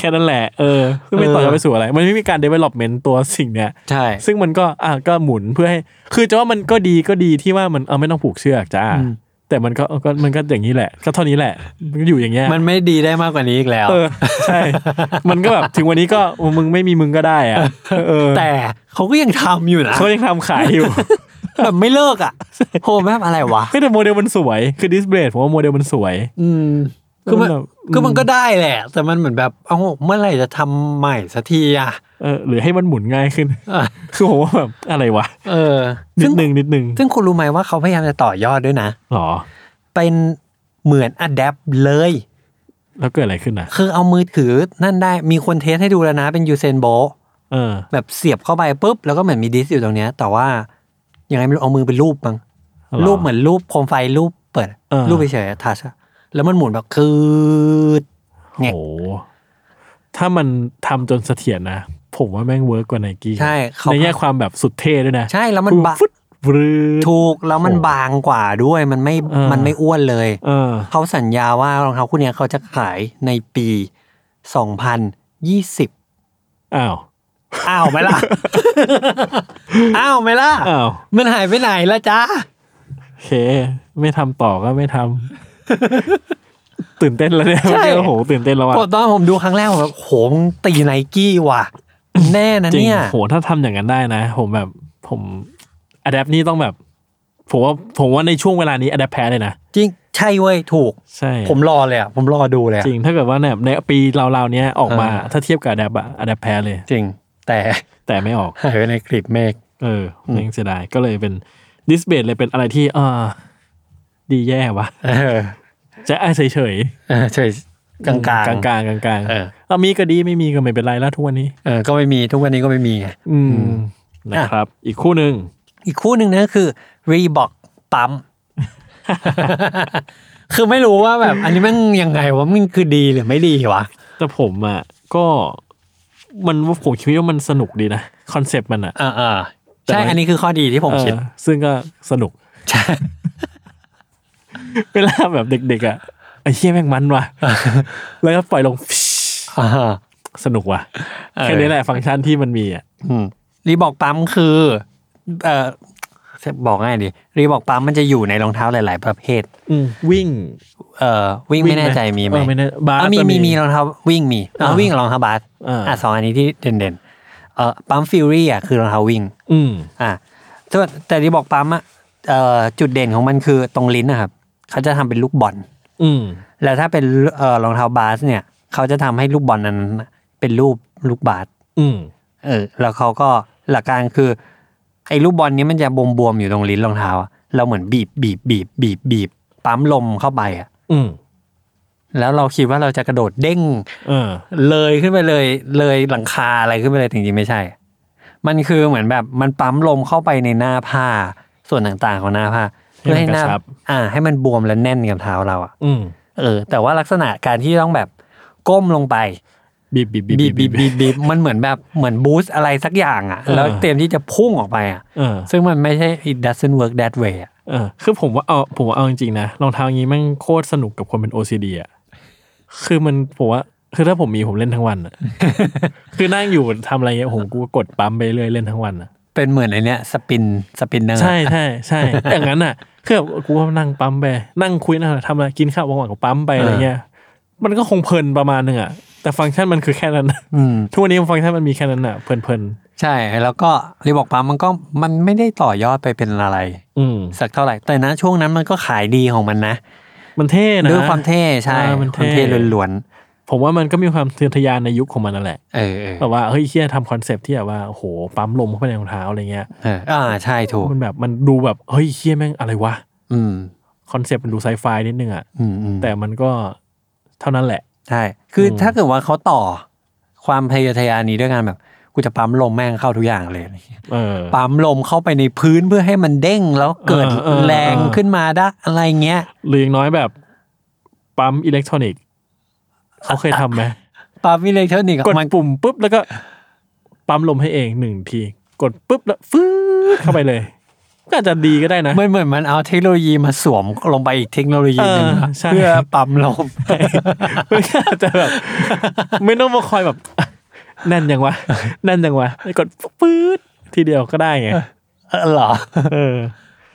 C: แค่นั้นแหละเออซึ่งไม่ต่อยอดไปสู่อะไร มันไม่มีการ development ตัวสิ่งเนี้ย
B: ใช่
C: ซึ่งมันก็อ่ะก็หมุนเพื่อให้ คือจะว่ามันก็ดีก็ดีที่ว่ามันเอาไม่ต้องผูกเชือกจ้า
B: อืม
C: แต่มันก็ก็มันก็อย่างนี้แหละ ก็เท่านี้แหละ มันก็อยู่อย่างเงี้ย
B: มันไม่ดีได้มากกว่านี้อีกแล้ว
C: เออ ใช่ มันก็แบบถึงวันนี้ก็มึงไม่มีมึงก็ได้อะเออ
B: แต่เขาก็ยังทำอยู่นะ
C: เขายังทำขายอยู่
B: แบบไม่เลิกอ่ะโหแม่งอะไรวะ
C: คือแต่โมเดลมันสวย คือดิสเบรดผมว่าโมเดลมันสวย
B: อืม คือมัน
C: มันแบบ
B: คือมันก็ได้แหละ แต่มันเหมือนแบบเอ้าเมื่อไหร่จะทำใหม่สักทีอ่ะ
C: เออหรือให้มันหมุนง่ายขึ้น
B: เออ
C: คือผมว่าแบบอะไรวะ
B: เออ
C: นิ
B: ซึ่
C: ด
B: ง
C: นึงนิดนึง
B: ซึ่งคุณรู้ไหมว่าเขาพยายามจะต่อยอดด้วยนะ
C: หรอ
B: เป็นเหมือนอะแดปเลย
C: แล้วเกิดอะไรขึ้นอ่ะ
B: คือเอามือถือนั่นได้มีคนเทสให้ดูแล้วนะ เป็นยูเซนโบลต์
C: เออ
B: แบบเสียบเข้าไปปุ๊บ แล้วก็เหมือนมีดิสก์อยู่ตรงเนี้ย แต่ว่ายังไงไม่รู้เอามือเป็นรูปมั้ง รูปเหมือนรูปโคมไฟรูปเปิด
C: เออ
B: รูปเฉยๆทัชแล้วมันหมุนแบบคือ เนี่
C: โอ้
B: ย
C: โหถ้ามันทำจนเสถียรนะ ผมว่าแม่งเวิร์กกว่าไนกี้
B: ใช่เขา
C: ในแง่ความแบบสุดเท่ด้วยนะ
B: ใช่แล้วมั
C: คือบ
B: นาง
C: ฟึดวรืด
B: ถูกแล้วมัน
C: โอ้
B: บางกว่าด้วยมันไม่
C: เออ
B: มันไม่อ้วนเลย
C: เออ
B: เขาสัญญาว่ารองเท้าคู่เนี้ยเขาจะขายในปี 2020
C: อ้าว
B: อ้าวไหมล่ะ อ้าวไหมล่ะ
C: อ้าว
B: มันหายไปไหนละจ๊ะ
C: โอเค ไม่ทำต่อก็ไม่ทำ ตื่นเต้นแล้วเนี่ย
B: ใช่
C: โอ้โหตื่นเต้นแล้วอ่ะ
B: พอตอนผมดูครั้งแรกผมแบบโหมงตีไนกี้ว่ะ แน่นะ
C: จริง
B: เนี่ย
C: โหถ้าทำอย่างนั้นได้นะ ผมแบบผมอะแดปนี่ต้องแบบ ผมว่าผมว่าในช่วงเวลานี้อ d ด p แพ้เลยนะ
B: จริงใช่เว้ยถูก
C: ใช่
B: ผมรอเลยอ่ะผมรอดูเลยอะ
C: จริงถ้าเกิดว่าเนี่ยในปีราวๆเนี้ยออกมา
B: เออ
C: ถ้าเทียบกับอ d ด p อะอ d ด p แพ้เลย
B: จริง แต่
C: แต่ไม่ออก
B: หายไปในกลีบเมฆ
C: เออยังเสียดายก็เลยเป็นดิสเบตเลยเป็นอะไรที่เออดีแย่วะ
B: เออ
C: จะไอ้เฉยเฉย
B: เออใช่กลางกลาง
C: กลางกลางๆกลางๆ
B: เออ
C: เอามีก็ดีไม่มีก็ไม่เป็นไรละทุกวันนี้
B: เออก็ไม่มีทุกวันนี้ก็ไม่มีไง
C: อืมนะครับ อีกคู่หนึ่ง
B: อีกคู่หนึ่งนะคือ Reebok ปั๊ม คือไม่รู้ว่าแบบ อันนี้มันยังไงวะมันคือดีหรือไม่ดีวะ
C: แต่ผมอ่ะก็มันผมคิดว่ามันสนุกดีนะคอนเซปต์มันอ่ะ
B: เออเออ
C: แต่
B: ใช่
C: มัน
B: อันนี้คือข้อดีที่ผมคิด
C: เออซึ่งก็สนุก
B: ใช่
C: เวลาแบบเด็กๆอ่ะไอ้เหี้ยแม่งมัน ว่ะ แล้วก็ปล่อยลง
B: อ่า
C: สนุกว่ะ
B: เออ
C: แค่นี้แหละฟังก์ชันที่มันมีอ่ะ
B: อืม Reebok ปั๊มคือ เออบอกง่ายดิ Reebok ปั๊มมันจะอยู่ในรองเท้าหลาย ๆ ประเภท
C: วิ่ง
B: เออวิ่งไม่แน่ใจมีไหม
C: เออไม่แน่บาส
B: อ่ะมี
C: ก็
B: มีมีรองเท้าวิ่งมีอ่ะ
C: อ่า
B: วิ่งกับรองเท้าบาส
C: อ่า
B: อ่ะสองอันนี้ที่เด่นๆเออปั๊มฟิวรี่อ่ะคือรองเท้าวิ่ง
C: อืม
B: อ่ะแต่ว่าแต่ที่บอกปั๊มอ่ะเอ่อจุดเด่นของมันคือตรงลิ้นนะครับ เขาจะทำเป็นลูกบอล
C: อืม
B: แล้วถ้าเป็นเอ่อรองเท้าบาสเนี่ย เขาจะทำให้ลูกบอลนั้นน่ะเป็นรูปลูกบาส
C: อืม
B: เออ แล้วเขาก็หลักการคือไอ้ลูกบอลเนี้มันจะบวมๆอยู่ตรงลิ้นรองเท้าอะเราเหมือนบีบบีบบีบบีบบีบปั๊มลมเข้าไปอ่ะ
C: อืม
B: แล้วเราคิดว่าเราจะกระโดดเด้ง
C: เออ
B: เลยขึ้นไปเลยเลยหลังคาอะไรขึ้นไปเลยจริงๆไม่ใช่ มันคือเหมือนแบบมันปั๊มลมเข้าไปในหน้าผ้าส่วนต่างๆของหน้าผ้าเพื่อให้หน้า
C: ให้มันกระชับ
B: อ่า ให้มันบวมและแน่นกับเท้าเราอ่ะ
C: อืม
B: เออ แต่ว่าลักษณะการที่ต้องแบบก้มลงไป
C: บีบบีบบีบ
B: บีบบีบบีบบีบมันเหมือนแบบเหมือนบูสต์อะไรสักอย่างอ่ะ แล้วเตรียมที่จะพุ่งออกไปอ่ะ
C: เออ
B: ซึ่งมันไม่ใช่ it doesn't work that way อ่ะ
C: เออ คือผมว่าเอาผมว่าเอาจริงๆนะรองเท้าอย่างนี้แม่งโคตรสนุกกับคนเป็น OCD อ่ะคือมันผมว่าคือถ้าผมมีผมเล่นทั้งวัน อ่ะ คือนั่งอยู่ทำอะไรเงี้ยผมกูก็กดปั๊มไปเรื่อยเล่นทั้งวันอ่ะ
B: เป็นเหมือนไอเนี้ยสปินสปินเนอร์
C: ใช่ใช่ใช่ อย่างนั้นอ่ะคือแบบกูว่านั่งปั๊มไปนั่งคุยนั่งทำอะไรกินข้าวว่างๆก็ปั๊มไปอะไรเงี้ย มันก็คงเพลินประมาณนึงอ่ะแต่ฟังก์ชันมันคือแค่นั้น อะ
B: อืม
C: ทุกวันนี้ฟังก์ชันมันมีแค่นั้นอ่ะเพลินเพลิน
B: ใช่แล้วก็รีบอกปั๊มมันก็มันไม่ได้ต่อยอดไปเป็นอะไร
C: ๆอืม
B: สักเท่าไหร่ แต่นะช่วงนั้นมันก็ขายดีของมันนะ
C: มันเท่นะ
B: ด้วยความเท่ใช่
C: เออมัน
B: ค
C: เท่
B: วามเท่ล้วน
C: ผมว่ามันก็มีความเทือนทะยานในยุคของมันนั่นแหละ
B: ๆเออเออ
C: แบบว่าเฮ้ยเฮียทำคอนเซปต์ที่แบบว่าโอ้โหปั๊มลมเข้าไปในรองเท้าอะไรเงี้ย
B: เอออ่าใช่ถูก
C: มันแบบมันดูแบบเฮ้ยเฮียแม่งอะไรวะ
B: อืม
C: คอนเซปต์มันดูไซไฟนิดนึงอ่ะ
B: อืมอืม
C: แต่มันก็เท่านั้นแหละ
B: ใช่คืออ
C: ม
B: ถ้าเกิดว่าเขาต่อ ความพยายทะยานนี้ด้วยกันแบบกูจะปั๊มลมแม่งเข้าทุกอย่างเลยอะไรเงี้ย
C: เออ
B: ปั๊มลมเข้าไปในพื้นเพื่อให้มันเด้งแล้วเกิด
C: เออเออเออ
B: แรงขึ้นมาได้อะไรเงี้ย
C: หรืออย่างน้อยแบบปั๊มอิเล็กทรอนิกส์เขาเคยทำไหม
B: ปั๊มอิเล็กทรอนิกส์
C: กด
B: มัน
C: ปุ่มปุ๊บแล้วก็ปั๊มลมให้เองหนึ่งที กดปุ๊บแล้วฟื้ดเข้าไปเลย ก็อาจจะดีก็ได้นะ
B: มันเหมือนมันเอาเทคโนโลยีมาสวมลงไปอีกเทคโนโลยีหนึ่ง
C: เออใช่
B: เพื่อปั๊มลม
C: มันก็อาจจะแบบไม่ต้องมาคอยแบบแน่นยังวะแน่นยังวะกดปื๊ดทีเดียวก็ได้ไง
B: เออเหรอ
C: เออ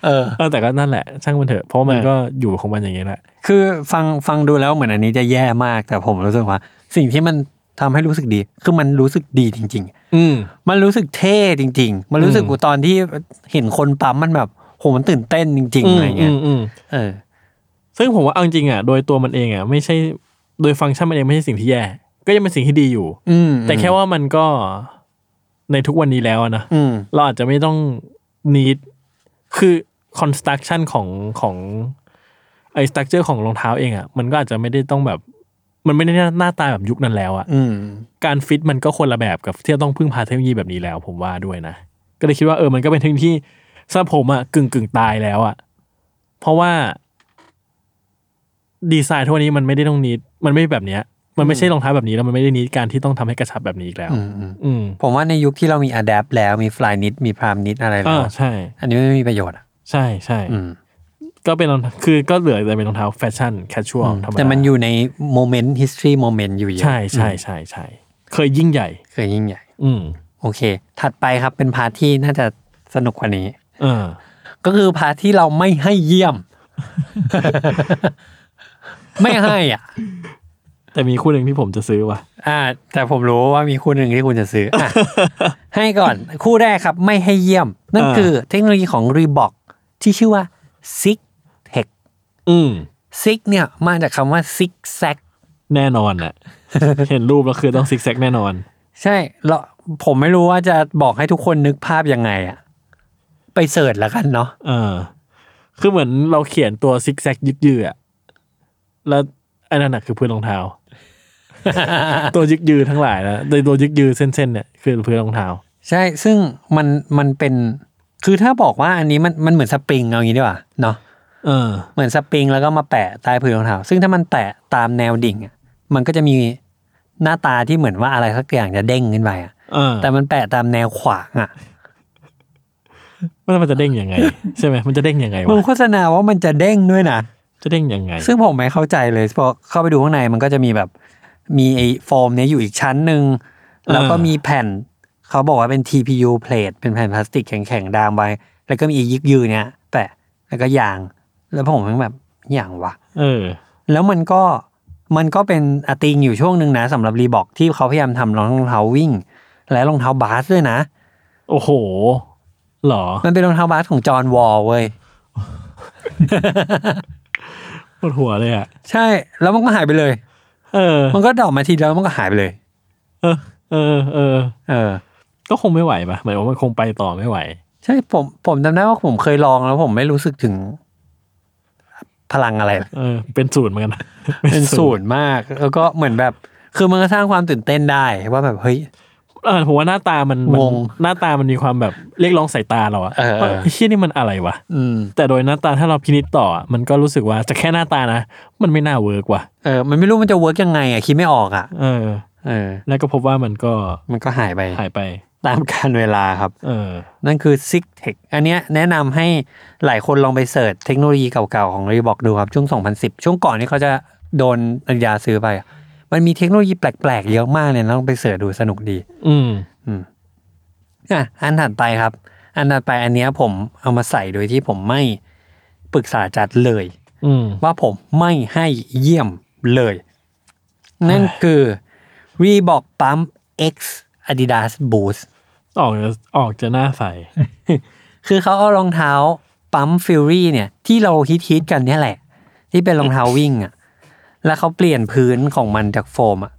B: เออ
C: เออแต่ก็นั่นแหละ ช่างมันเถอะเพราะมันก็อยู่ของมันอย่างนี้แหละ
B: คือฟังฟังดูแล้วเหมือนอันนี้จะแย่มากแต่ผมรู้สึกว่า สิ่งที่มันทำให้รู้สึกดี คือมันรู้สึกดีจริง
C: อืม
B: ๆ มันรู้สึกเท่จริง ๆ มันรู้สึก
C: อืม
B: ว่าตอนที่เห็นคนปั๊มมันแบบโหมันตื่นเต้นจริง ๆ อะไรเงี้ย
C: มอืม
B: เออ
C: ซึ่งผมว่าเอาจริงๆอ่ะโดยตัวมันเองอ่ะไม่ใช่โดยฟังก์ชันมันเองไม่ใช่สิ่งที่แย่ ก็ยังเป็นสิ่งที่ดีอยู่
B: อืม
C: แต่แค่ว่ามันก็ในทุกวันนี้แล้วอะนะ
B: อืม
C: เราอาจจะไม่ต้อง need คือ construction ของของไอ้ structure ของรองเท้าเองอ่ะมันก็อาจจะไม่ได้ต้องแบบ มันไม่ได้หน้าตาแบบยุคนั้นแล้วอ่ะ
B: อืม
C: การฟิตมันก็คนละแบบกับที่ต้องพึ่งพาเทคโนโลยีแบบนี้แล้ว ผมว่าด้วยนะ ก็เลยคิดว่าเออมันก็เป็นเทคโนโลยีที่สำหรับผมอ่ะกึ่งกึ่งๆตายแล้วอ่ะเพราะว่า ดีไซน์ทั่วนี้มันไม่ได้ต้องนิดมันไม่แบบเนี้ย มันไม่ใช่รองเท้าแบบนี้แล้วมันไม่ได้นิดการที่ต้องทำให้กระชับแบบนี้อีกแล้ว
B: อืมอืม
C: อืม
B: ผมว่าในยุคที่เรามีอะแดปแล้วมีฟลายนิดมีพรามนิดอะไรแล้
C: อ่าว ใช่
B: อันนี้ไม่มีประโยชน์อ่ะ
C: ใช่ใช่
B: อืม
C: ก็เป็นรองเท้าคือก็เหลือแต่เป็นรองเท้าแฟชั่นแคชชวลธรรมดา
B: แต่มันอยู่ในโมเมนต์ history โมเมนต์อยู่เยอะ
C: ใช่ใช่ใช่ใช่เคยยิ่งใหญ่
B: เคยยิ่งใหญ่
C: อืม
B: โอเค ถัดไปครับเป็นพาร์ทที่น่าจะสนุกกว่านี้
C: เออ
B: ก็คือพาร์ทที่เราไม่ให้เยี่ยม ไม่ให้อ่ะ
C: แต่มีคู่หนึ่งที่ผมจะซื้อว่ะ
B: อ่า แต่ผมรู้ว่ามีคู่หนึ่งที่คุณจะซื้อ อ่ะ ให้ก่อน คู่แรกครับ ไม่ให้เยี่ยม นั่น
C: อ่า
B: คือเทคโนโลยีของ Reebok ที่ชื่อว่าซิกเทค
C: อืม
B: ซิกเนี่ยมาจากคำว่าซิกแซก
C: แน่นอน แหละ เห็นรูปแล้วคือต้องซิกแซกแน่นอน
B: ใช่แล้วผมไม่รู้ว่าจะบอกให้ทุกคนนึกภาพยังไงอะไปเสิร์ชแล้วกันเนาะ
C: เออ คือเหมือนเราเขียนตัวซิกแซกยึกยืออะแล้วไอ้นั่นน่ะคือพื้นรองเท้า ตัวยึกยือทั้งหลายนะโดยตัวยึกยือเส้นๆเนี่ยคือพื้นรองเท้า
B: ใช่ซึ่งมันมันเป็นคือถ้าบอกว่าอันนี้มันมันเหมือนสปริงเอางี้ดีกว่าเนาะ
C: เออ
B: เหมือนสปริงแล้วก็มาแปะใต้พื้นรองเท้าซึ่งถ้ามันแปะตามแนวดิ่งอะมันก็จะมีหน้าตาที่เหมือนว่าอะไรสักอย่างจะเด้งขึ้นไปอะ
C: เออ
B: แต่มันแปะตามแนวขวางอะ
C: ว่ามันจะเด้งยังไง ใช่ไหมมันจะเด้งยังไง
B: มึ
C: วะ
B: งโฆษณาว่ามันจะเด้งด้วยนะ
C: จะเด้งยังไง
B: ซึ่งผมไม่เข้าใจเลยพอเข้าไปดูข้างในมันก็จะมีแบบ มีไอ้โฟมเนี้ยอยู่อีกชั้นหนึ่งแล้วก็มีแผ่น เขาบอกว่าเป็น TPU plate เป็นแผ่นพลาสติกแข็งๆดามไว้แล้วก็มีไอ้ยึกยือเนี้ยแปะแล้วก็ยาง แล้วผมมันแบบอย่างวะ
C: เออ
B: แล้วมันก็มันก็เป็นอะติงอยู่ช่วงหนึ่งนะสำหรับรีบอกที่เขาพยายามทำรองเท้าวิ่ง และรองเท้าบาสด้วยนะ
C: โอ้โหเหรอ
B: มันเป็นรองเท้าบาสของจอห์นวอลเว้ย
C: ปวดหัวเลยอ่ะ
B: ใช่แล้วมันก็หายไปเลย
C: เออ
B: มันก็ดรอกมาทีเดียวแล้วมันก็หายไปเลย
C: เออ เออ เออ
B: เออ
C: ก็คงไม่ไหวปะหมายความว่ามันคงไปต่อไม่ไหว
B: ใช่ผมผมจำได้ว่าผมเคยลองแล้วผมไม่รู้สึกถึง พลังอะไรเลย
C: เออ เป็นศูนย์เหมือนกันนะ
B: เป็นศูนย์มาก แล้วก็เหมือนแบบ คือมันก็สร้างความตื่นเต้นได้ว่าแบบเฮ้ย
C: เออผมว่าหน้าตามันมัน
B: งง
C: หน้าตามันมีความแบบเรียกร้องสายตาเราอะ
B: เออ
C: ว่าไอ้เชี่ยนี่มันอะไรวะ
B: อืม
C: แต่โดยหน้าตาถ้าเราพินิจต่ออะมันก็รู้สึกว่าจะแค่หน้าตานะ มันไม่น่าเวิร์กว่ะ
B: เออ มันไม่รู้มันจะเวิร์กยังไงอ่ะคิดไม่ออกอ่ะ
C: เออ
B: เออ
C: แล้วก็พบว่ามันก็
B: มันก็หายไป
C: หายไป
B: ตามการเวลาครับ
C: เออ
B: นั่นคือ s i g t e c h อันเนี้ยแนะนำให้หลายคนลองไปเสิร์ชเทคโนโลยีเก่าๆ ของ Reebok ดูครับ ช่วง 2010 ช่วงก่อนที่เขาจะโดนอัญญาซื้อไปอะมันมีเทคโนโลยีแปลกๆ เยอะมากเลยนะลองไปเสิร์ชดูสนุกดี
C: อืม
B: อ่ะอันถัดไปครับ อันถัดไปอันเนี้ยผมเอามาใส่โดยที่ผมไม่ปรึกษาจัดเลย
C: อืม
B: ว่าผมไม่ให้เยี่ยมเลย นั่นคือ Reebok Pump X Adidas Boost
C: ออกจะออกจะหน้าใส
B: คือเขาเอารองเท้าปั๊มฟิลลี่เนี่ย ที่เราฮิตฮิตๆกันเนี่ยแหละ ที่เป็นรองเท้าวิ่งอ่ะ แล้วเขาเปลี่ยนพื้นของมันจากโฟมอ่ะ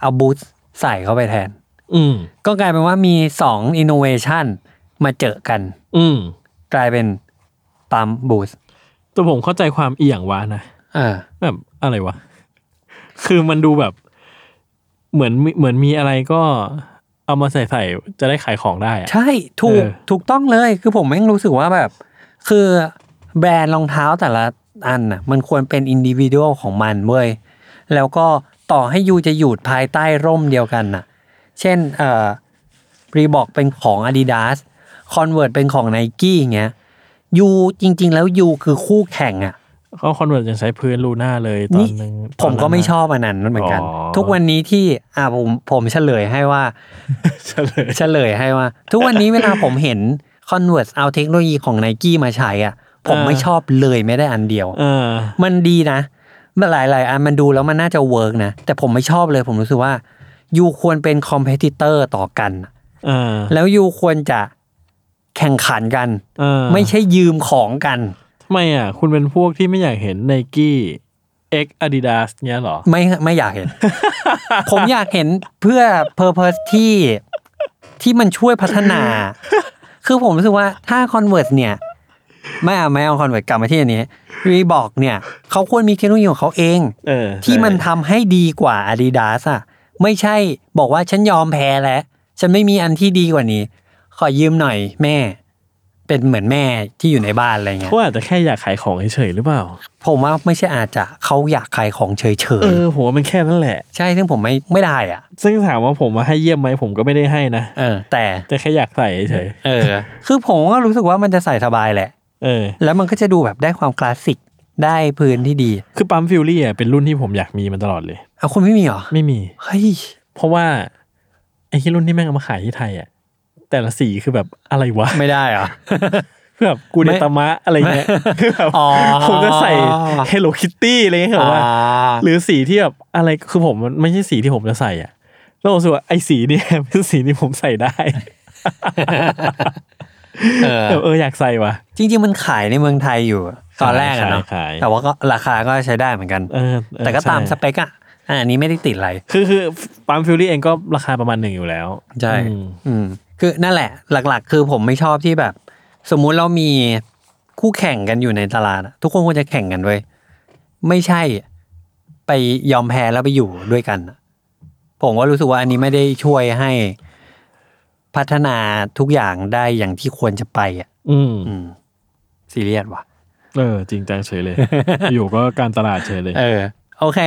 B: เอาบูทใส่เข้าไปแทน
C: อืม
B: ก็กลายเป็นว่ามีสองอินโนเวชันมาเจอกัน
C: อืม
B: กลายเป็นปั๊มบูท
C: แต่ผมเข้าใจความเอียงวะนะ
B: เออ
C: แบบอะไรวะ คือมันดูแบบ เหมือนมีเหมือนมีอะไรก็เอามาใส่ใส่จะได้ขายของได้อะ
B: ใช่ถูก
C: เออ
B: ถูกต้องเลยคือผมแม่งรู้สึกว่าแบบ คือแบรนด์รองเท้าแต่ละอันน่ะ มันควรเป็นอินดิวิ u a l ของมันเว้ยแล้วก็ต่อให้ยูจะอยู่ภายใต้ร่มเดียวกันน่ะ เช่นเอ่อรีบอกเป็นของ Adidas Convert เป็นของ n i กี้อย่างเงี้ยยูจริง ๆ แล้วยูคือคู่แข่งอ่ะ
C: เขาคอนเวิร์ตยังใช้พื้นลูน่าเลยตอนนึงต
B: ผ
C: อ
B: ม
C: นนั้น
B: ก็ไม่
C: น่ะ
B: ชอบอันนั้นเหมือนกัน
C: อ๋อ
B: ทุกวันนี้ที่อ่าผมผมเฉลยให้ว่า
C: เฉลย
B: เฉลยให้ว่า ทุกวันนี้เวลาผมเห็น Converse เอาเทคโนโลยีของ n i กี้มาใช้อ่ะ ผมไม่ชอบเลยไม่ได้อันเดียว
C: เออ
B: มันดีนะหลายๆอันมันดูแล้วมันน่าจะเวิร์กนะ แต่ผมไม่ชอบเลยผมรู้สึกว่ายูควรเป็นคอมเพติเตอร์ต่อกัน
C: เออ
B: แล้วยูควรจะแข่งขันกัน
C: เออ
B: ไม่ใช่ยืมของกัน
C: ทำไมอ่ะ คุณเป็นพวกที่ไม่อยากเห็นไนกี้เอ็กอาดิดาสเนี้ยเหรอ
B: ไม่ไม่อยาก เห็น ผมอยากเห็นเพื่อ purpose ที่ที่มันช่วยพัฒนา คือผมรู้สึกว่าถ้า convert เนี่ย ไม่เอาไม่เอา convert กลับมาที่อันนี้ reebok เนี่ย เขาควรมีเทคโนโลยีของเขาเอง
C: เออ
B: ที่มันทำให้ดีกว่า adidas อะไม่ใช่บอกว่าฉันยอมแพ้แล้ว ฉันไม่มีอันที่ดีกว่านี้ ขอยืมหน่อยแม่ เป็นเหมือนแม่ที่อยู่ในบ้านอะไรเงี้ย
C: เขาอาจจะแค่อยากขายของเฉยๆหรือเปล่า
B: ผมว่าไม่ใช่อาจจะเขาอยากขายของเฉย
C: เออผมว่ามันแค่นั้นแหละ
B: ๆใช่ซึ่งผมไม่ไม่ได้อ่ะ
C: ซึ่งถามว่าผมมาให้เยี่ยมไหมผมก็ไม่ได้ให้นะ
B: เออแต่
C: แต่แค่อยากใส่เฉย
B: เออ คือผมก็รู้สึกว่ามันจะใส่สบายแหละ
C: ๆเออ
B: แล้วมันก็จะดูแบบได้ความคลาสสิกได้พื้นที่ดี
C: คือปั๊มฟิลลี่อ่ะเป็นรุ่นที่ผมอยากมีมันตลอดเลย
B: เอาคุณไม่มีเหรอ
C: ไม่มี
B: เฮ้ย
C: เพราะว่าไอ้ที่รุ่นที่แม่งเอามาขายที่ไทยอ่ะแต่ละสีคือแบบอะไรวะ
B: ไม่ได้เหรอ
C: แบบกูเดตามะอะไรเงี้ยคือแบบ
B: อ๋อ
C: ผมก็ใส่ Hello Kitty อะไรเงี้ยแบบว่า หรือสีที่แบบอะไรคือผมมันไม่ใช่สีที่ผมจะใส่อ่ะ แล้วผมรู้สึกว่าไอ้สีเนี่ย เป็นสีที่ผมใส่ได้
B: เออ
C: เออเอออยากใส่ว่ะ
B: จริง ๆ มันขายในเมืองไทยอยู่อะตอนแรกอะเนาะ
C: ขายๆ
B: แต่ว่าก็ราคาก็ใช้ได้เหมือนกัน
C: เออเออ
B: แต่ก็ตามส
C: ใช่
B: เปคอะอ่ะอันนี้ไม่ได้ติดอะไร
C: คือคือปั๊มฟิลลี่เองก็ราคาประมาณหนึ่งอยู่แล้ว
B: ใช่
C: อืม
B: อืม คือนั่นแหละ หลัก ๆ คือผมไม่ชอบที่แบบ สมมุติเรามีคู่แข่งกันอยู่ในตลาดอะทุกคนควรจะแข่งกันเว้ยไม่ใช่ไปยอมแพ้แล้วไปอยู่ด้วยกันอะผมก็รู้สึกว่าอันนี้ไม่ได้ช่วยให้พัฒนาทุกอย่างได้อย่างที่ควรจะไปอ่ะ
C: อืม
B: อืมซีเรียสว่ะ
C: เออ จริงจังเฉย เลย อยู่ก็การตลาดเฉยเลย
B: เออ โอเค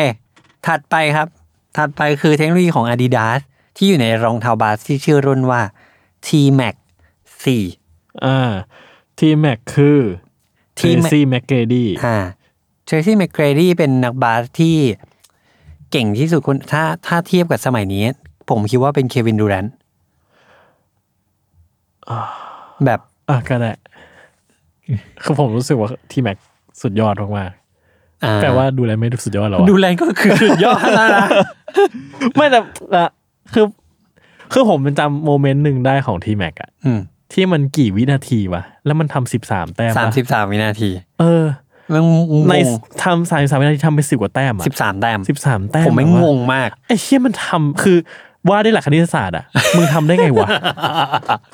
B: ถัดไปครับ ถัดไปคือเทคโนโลยีของ Adidas ที่อยู่ในรองเท้าบาสที่ชื่อรุ่นว่า T Max 4
C: อ่าทีแม็กคือเท
B: T-Mac
C: ซี่แม็กเกดี้
B: อ่าเทรซี่แม g เกรดีเป็นนักบาสที่เก่งที่สุดคนถ้าถ้าเทียบกับสมัยนี้ ผมคิดว่าเป็นเควินดูแรนต์แบบ
C: อ่ะก็ได้คือผมรู้สึกว่าทีแม็กสุดยอดมาก
B: อ่
C: ๆแปลว่าดูแลไม่ดูสุดยอดหรอวะ
B: ดูแลก็คือสุดยอดแล้วนะ
C: ไม่แต่ละคือคือผมจำโมเมนต์หนึ่งได้ของทีแม็กอะ
B: อืม
C: ที่มันกี่วินาทีวะ แล้วมันทำสิบสามแต้มปะ
B: สามสิบสามวินาที
C: เออ
B: มันงง
C: ในทำสามสามวินาทีทำไปสิบกว่าแต้มอะ
B: สิบสามแต้ม
C: สิบสามแต้ม
B: ผมไม่
C: อะวะ
B: งงมาก
C: ไอ้เชี่ยมันทำคือว่าได้วยหลักคณิตศาสตร์อะมึงทำได้ไงวะ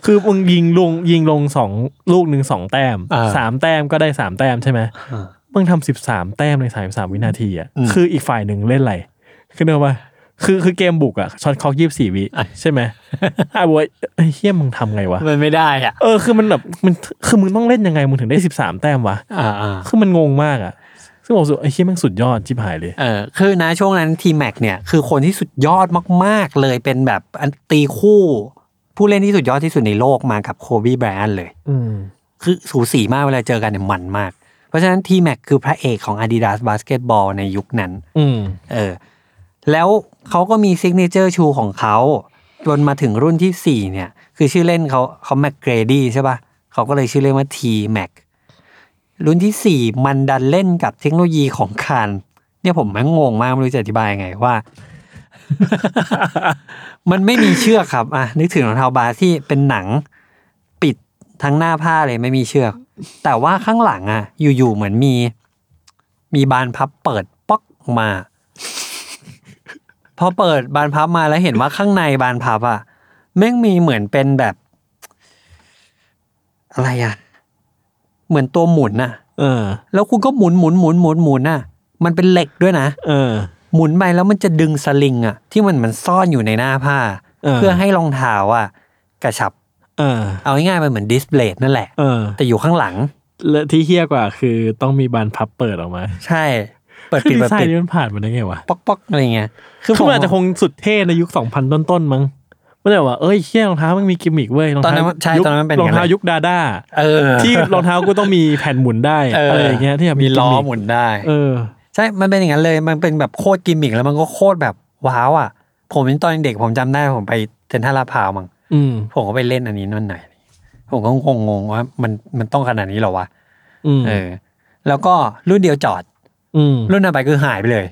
C: คือมึงยิงลงยิงลงสองลูกหนึ่งสองแต้ม
B: อ่า
C: สามแต้มก็ได้สามแต้มใช่ไหม
B: อ่า
C: มึงทำสิบสามแต้มในสามสามวินาทีอ่ะ
B: อืม
C: คืออีกฝ่ายหนึ่งเล่นอะไรคือเนกอะว่าคือคือเกมบุกอ่ะช็อตคอกยี่สิบสี่วิ
B: อ่ะ
C: ใช่ไหม อ่ะบวยเฮ้ยเฮียมึงทำไงวะ
B: มันไม่ได้อ่ะ
C: เออคือมันแบบมันคือมึงต้องเล่นยังไงมึงถึงได้สิบสามแต้มวะ
B: อ่าอ่า
C: คือมันงงมากอ่ะ ซึ่งผมรู้สุดไอ้เฮียแม่งสุดยอดชิบหายเลย
B: เออคือนะช่วงนั้นทีแม็กเนี่ย คือคนที่สุดยอดมาก ๆ เลยเป็นแบบอันตีคู่ ผู้เล่นที่สุดยอดที่สุดในโลกมากับโคบีแบรนด์เลย
C: อืม
B: คือสูสีมากเวลาเจอกันเนี่ยมันมาก เพราะฉะนั้นทีแม็กคือพระเอกของ Adidas Basketball ในยุคนั้น
C: อืม
B: เออ แล้วเขาก็มีซิกเนเจอร์ชูของเขา จนมาถึงรุ่นที่ 4 เนี่ย คือชื่อเล่นเขาเขาแม g เกรดี้ใช่ปะ่ะเขาก็เลยชื่อเล่นว่า T Mac รุ่นที่ 4 มันดันเล่นกับเทคโนโลยีของคานเนี่ยผมแม่งงงมาก ไม่รู้จะอธิบายยังไงว่า มันไม่มีเชือกครับ อ่ะ นึกถึงรองเท้าบาสที่เป็นหนังปิดทั้งหน้าผ้าเลยไม่มีเชือก แต่ว่าข้างหลังอ่ะ อยู่ๆเหมือนมี มีบานพับเปิดป๊อกออกมา พอเปิดบานพับมาแล้วเห็นว่าข้างในบานพับอะแม่งมีเหมือนเป็นแบบ อะไรอะเหมือนตัวหมุนน่ะ
C: เออ
B: แล้วคุณก็หมุนหมุนหมุนหมุนหมุนน่ะ มันเป็นเหล็กด้วยนะ
C: เออ
B: หมุนไปแล้วมันจะดึงสลิงอะที่มันมันซ่อนอยู่ในหน้าผ้า
C: เออ
B: เพื่อให้รองเท้าอะกระชับ
C: เออ
B: เอาง่ายๆมันเหมือนดิสเพลย์นั่นแหละ
C: เออ
B: แต่อยู่ข้างหลัง
C: และที่เฮี้ยกว่าคือต้องมีบานพับเปิดออกมา
B: ใช่ เปิด
C: คือ
B: ปิด
C: ดี
B: เปิด
C: ไซ
B: ปิด
C: น์นี่มันผ่านมาได้ไงวะ
B: ป๊อกป๊อกอะไรเงี้ย
C: คือมันอาจจะคงสุดเท่ในยุคสองพันต้นต้นๆมั้งไม่ได้ว่าเอ้ยเฮี้ยรองเท้ามันมีกิมมิกเว้ยรอง
B: ตอน
C: เท้า
B: นั้นมันใช่
C: ยุค
B: ตอนนั้นมันเป็น
C: รอง
B: ย่
C: เท้า
B: นั้น
C: ยุคดาด้า
B: เออ
C: ที่รองเท้ากูต้องมีแผ่นหมุนได้อะไรอย่างเงี้ยที่แบบ
B: มีล้อ
C: กิก
B: หมุนได้
C: เออ
B: ใช่ มันเป็นอย่างนั้นเลย มันเป็นแบบโคตรกิมมิกแล้วมันก็โคตรแบบว้าวอ่ะ ผมตอนเด็กผมจำได้ผมไปเซนทรัลลาดพร้าวมั้ง
C: อืม
B: ผมก็ไปเล่นอันนี้นั่นหน่อย ผมก็งงๆว่ามันมันต้องขนาดนี้เหรอวะ
C: อืม
B: เออ แล้วก็รุ่นเดียวจอด
C: อืม
B: รุ่นต่อไปคือหายไปเลย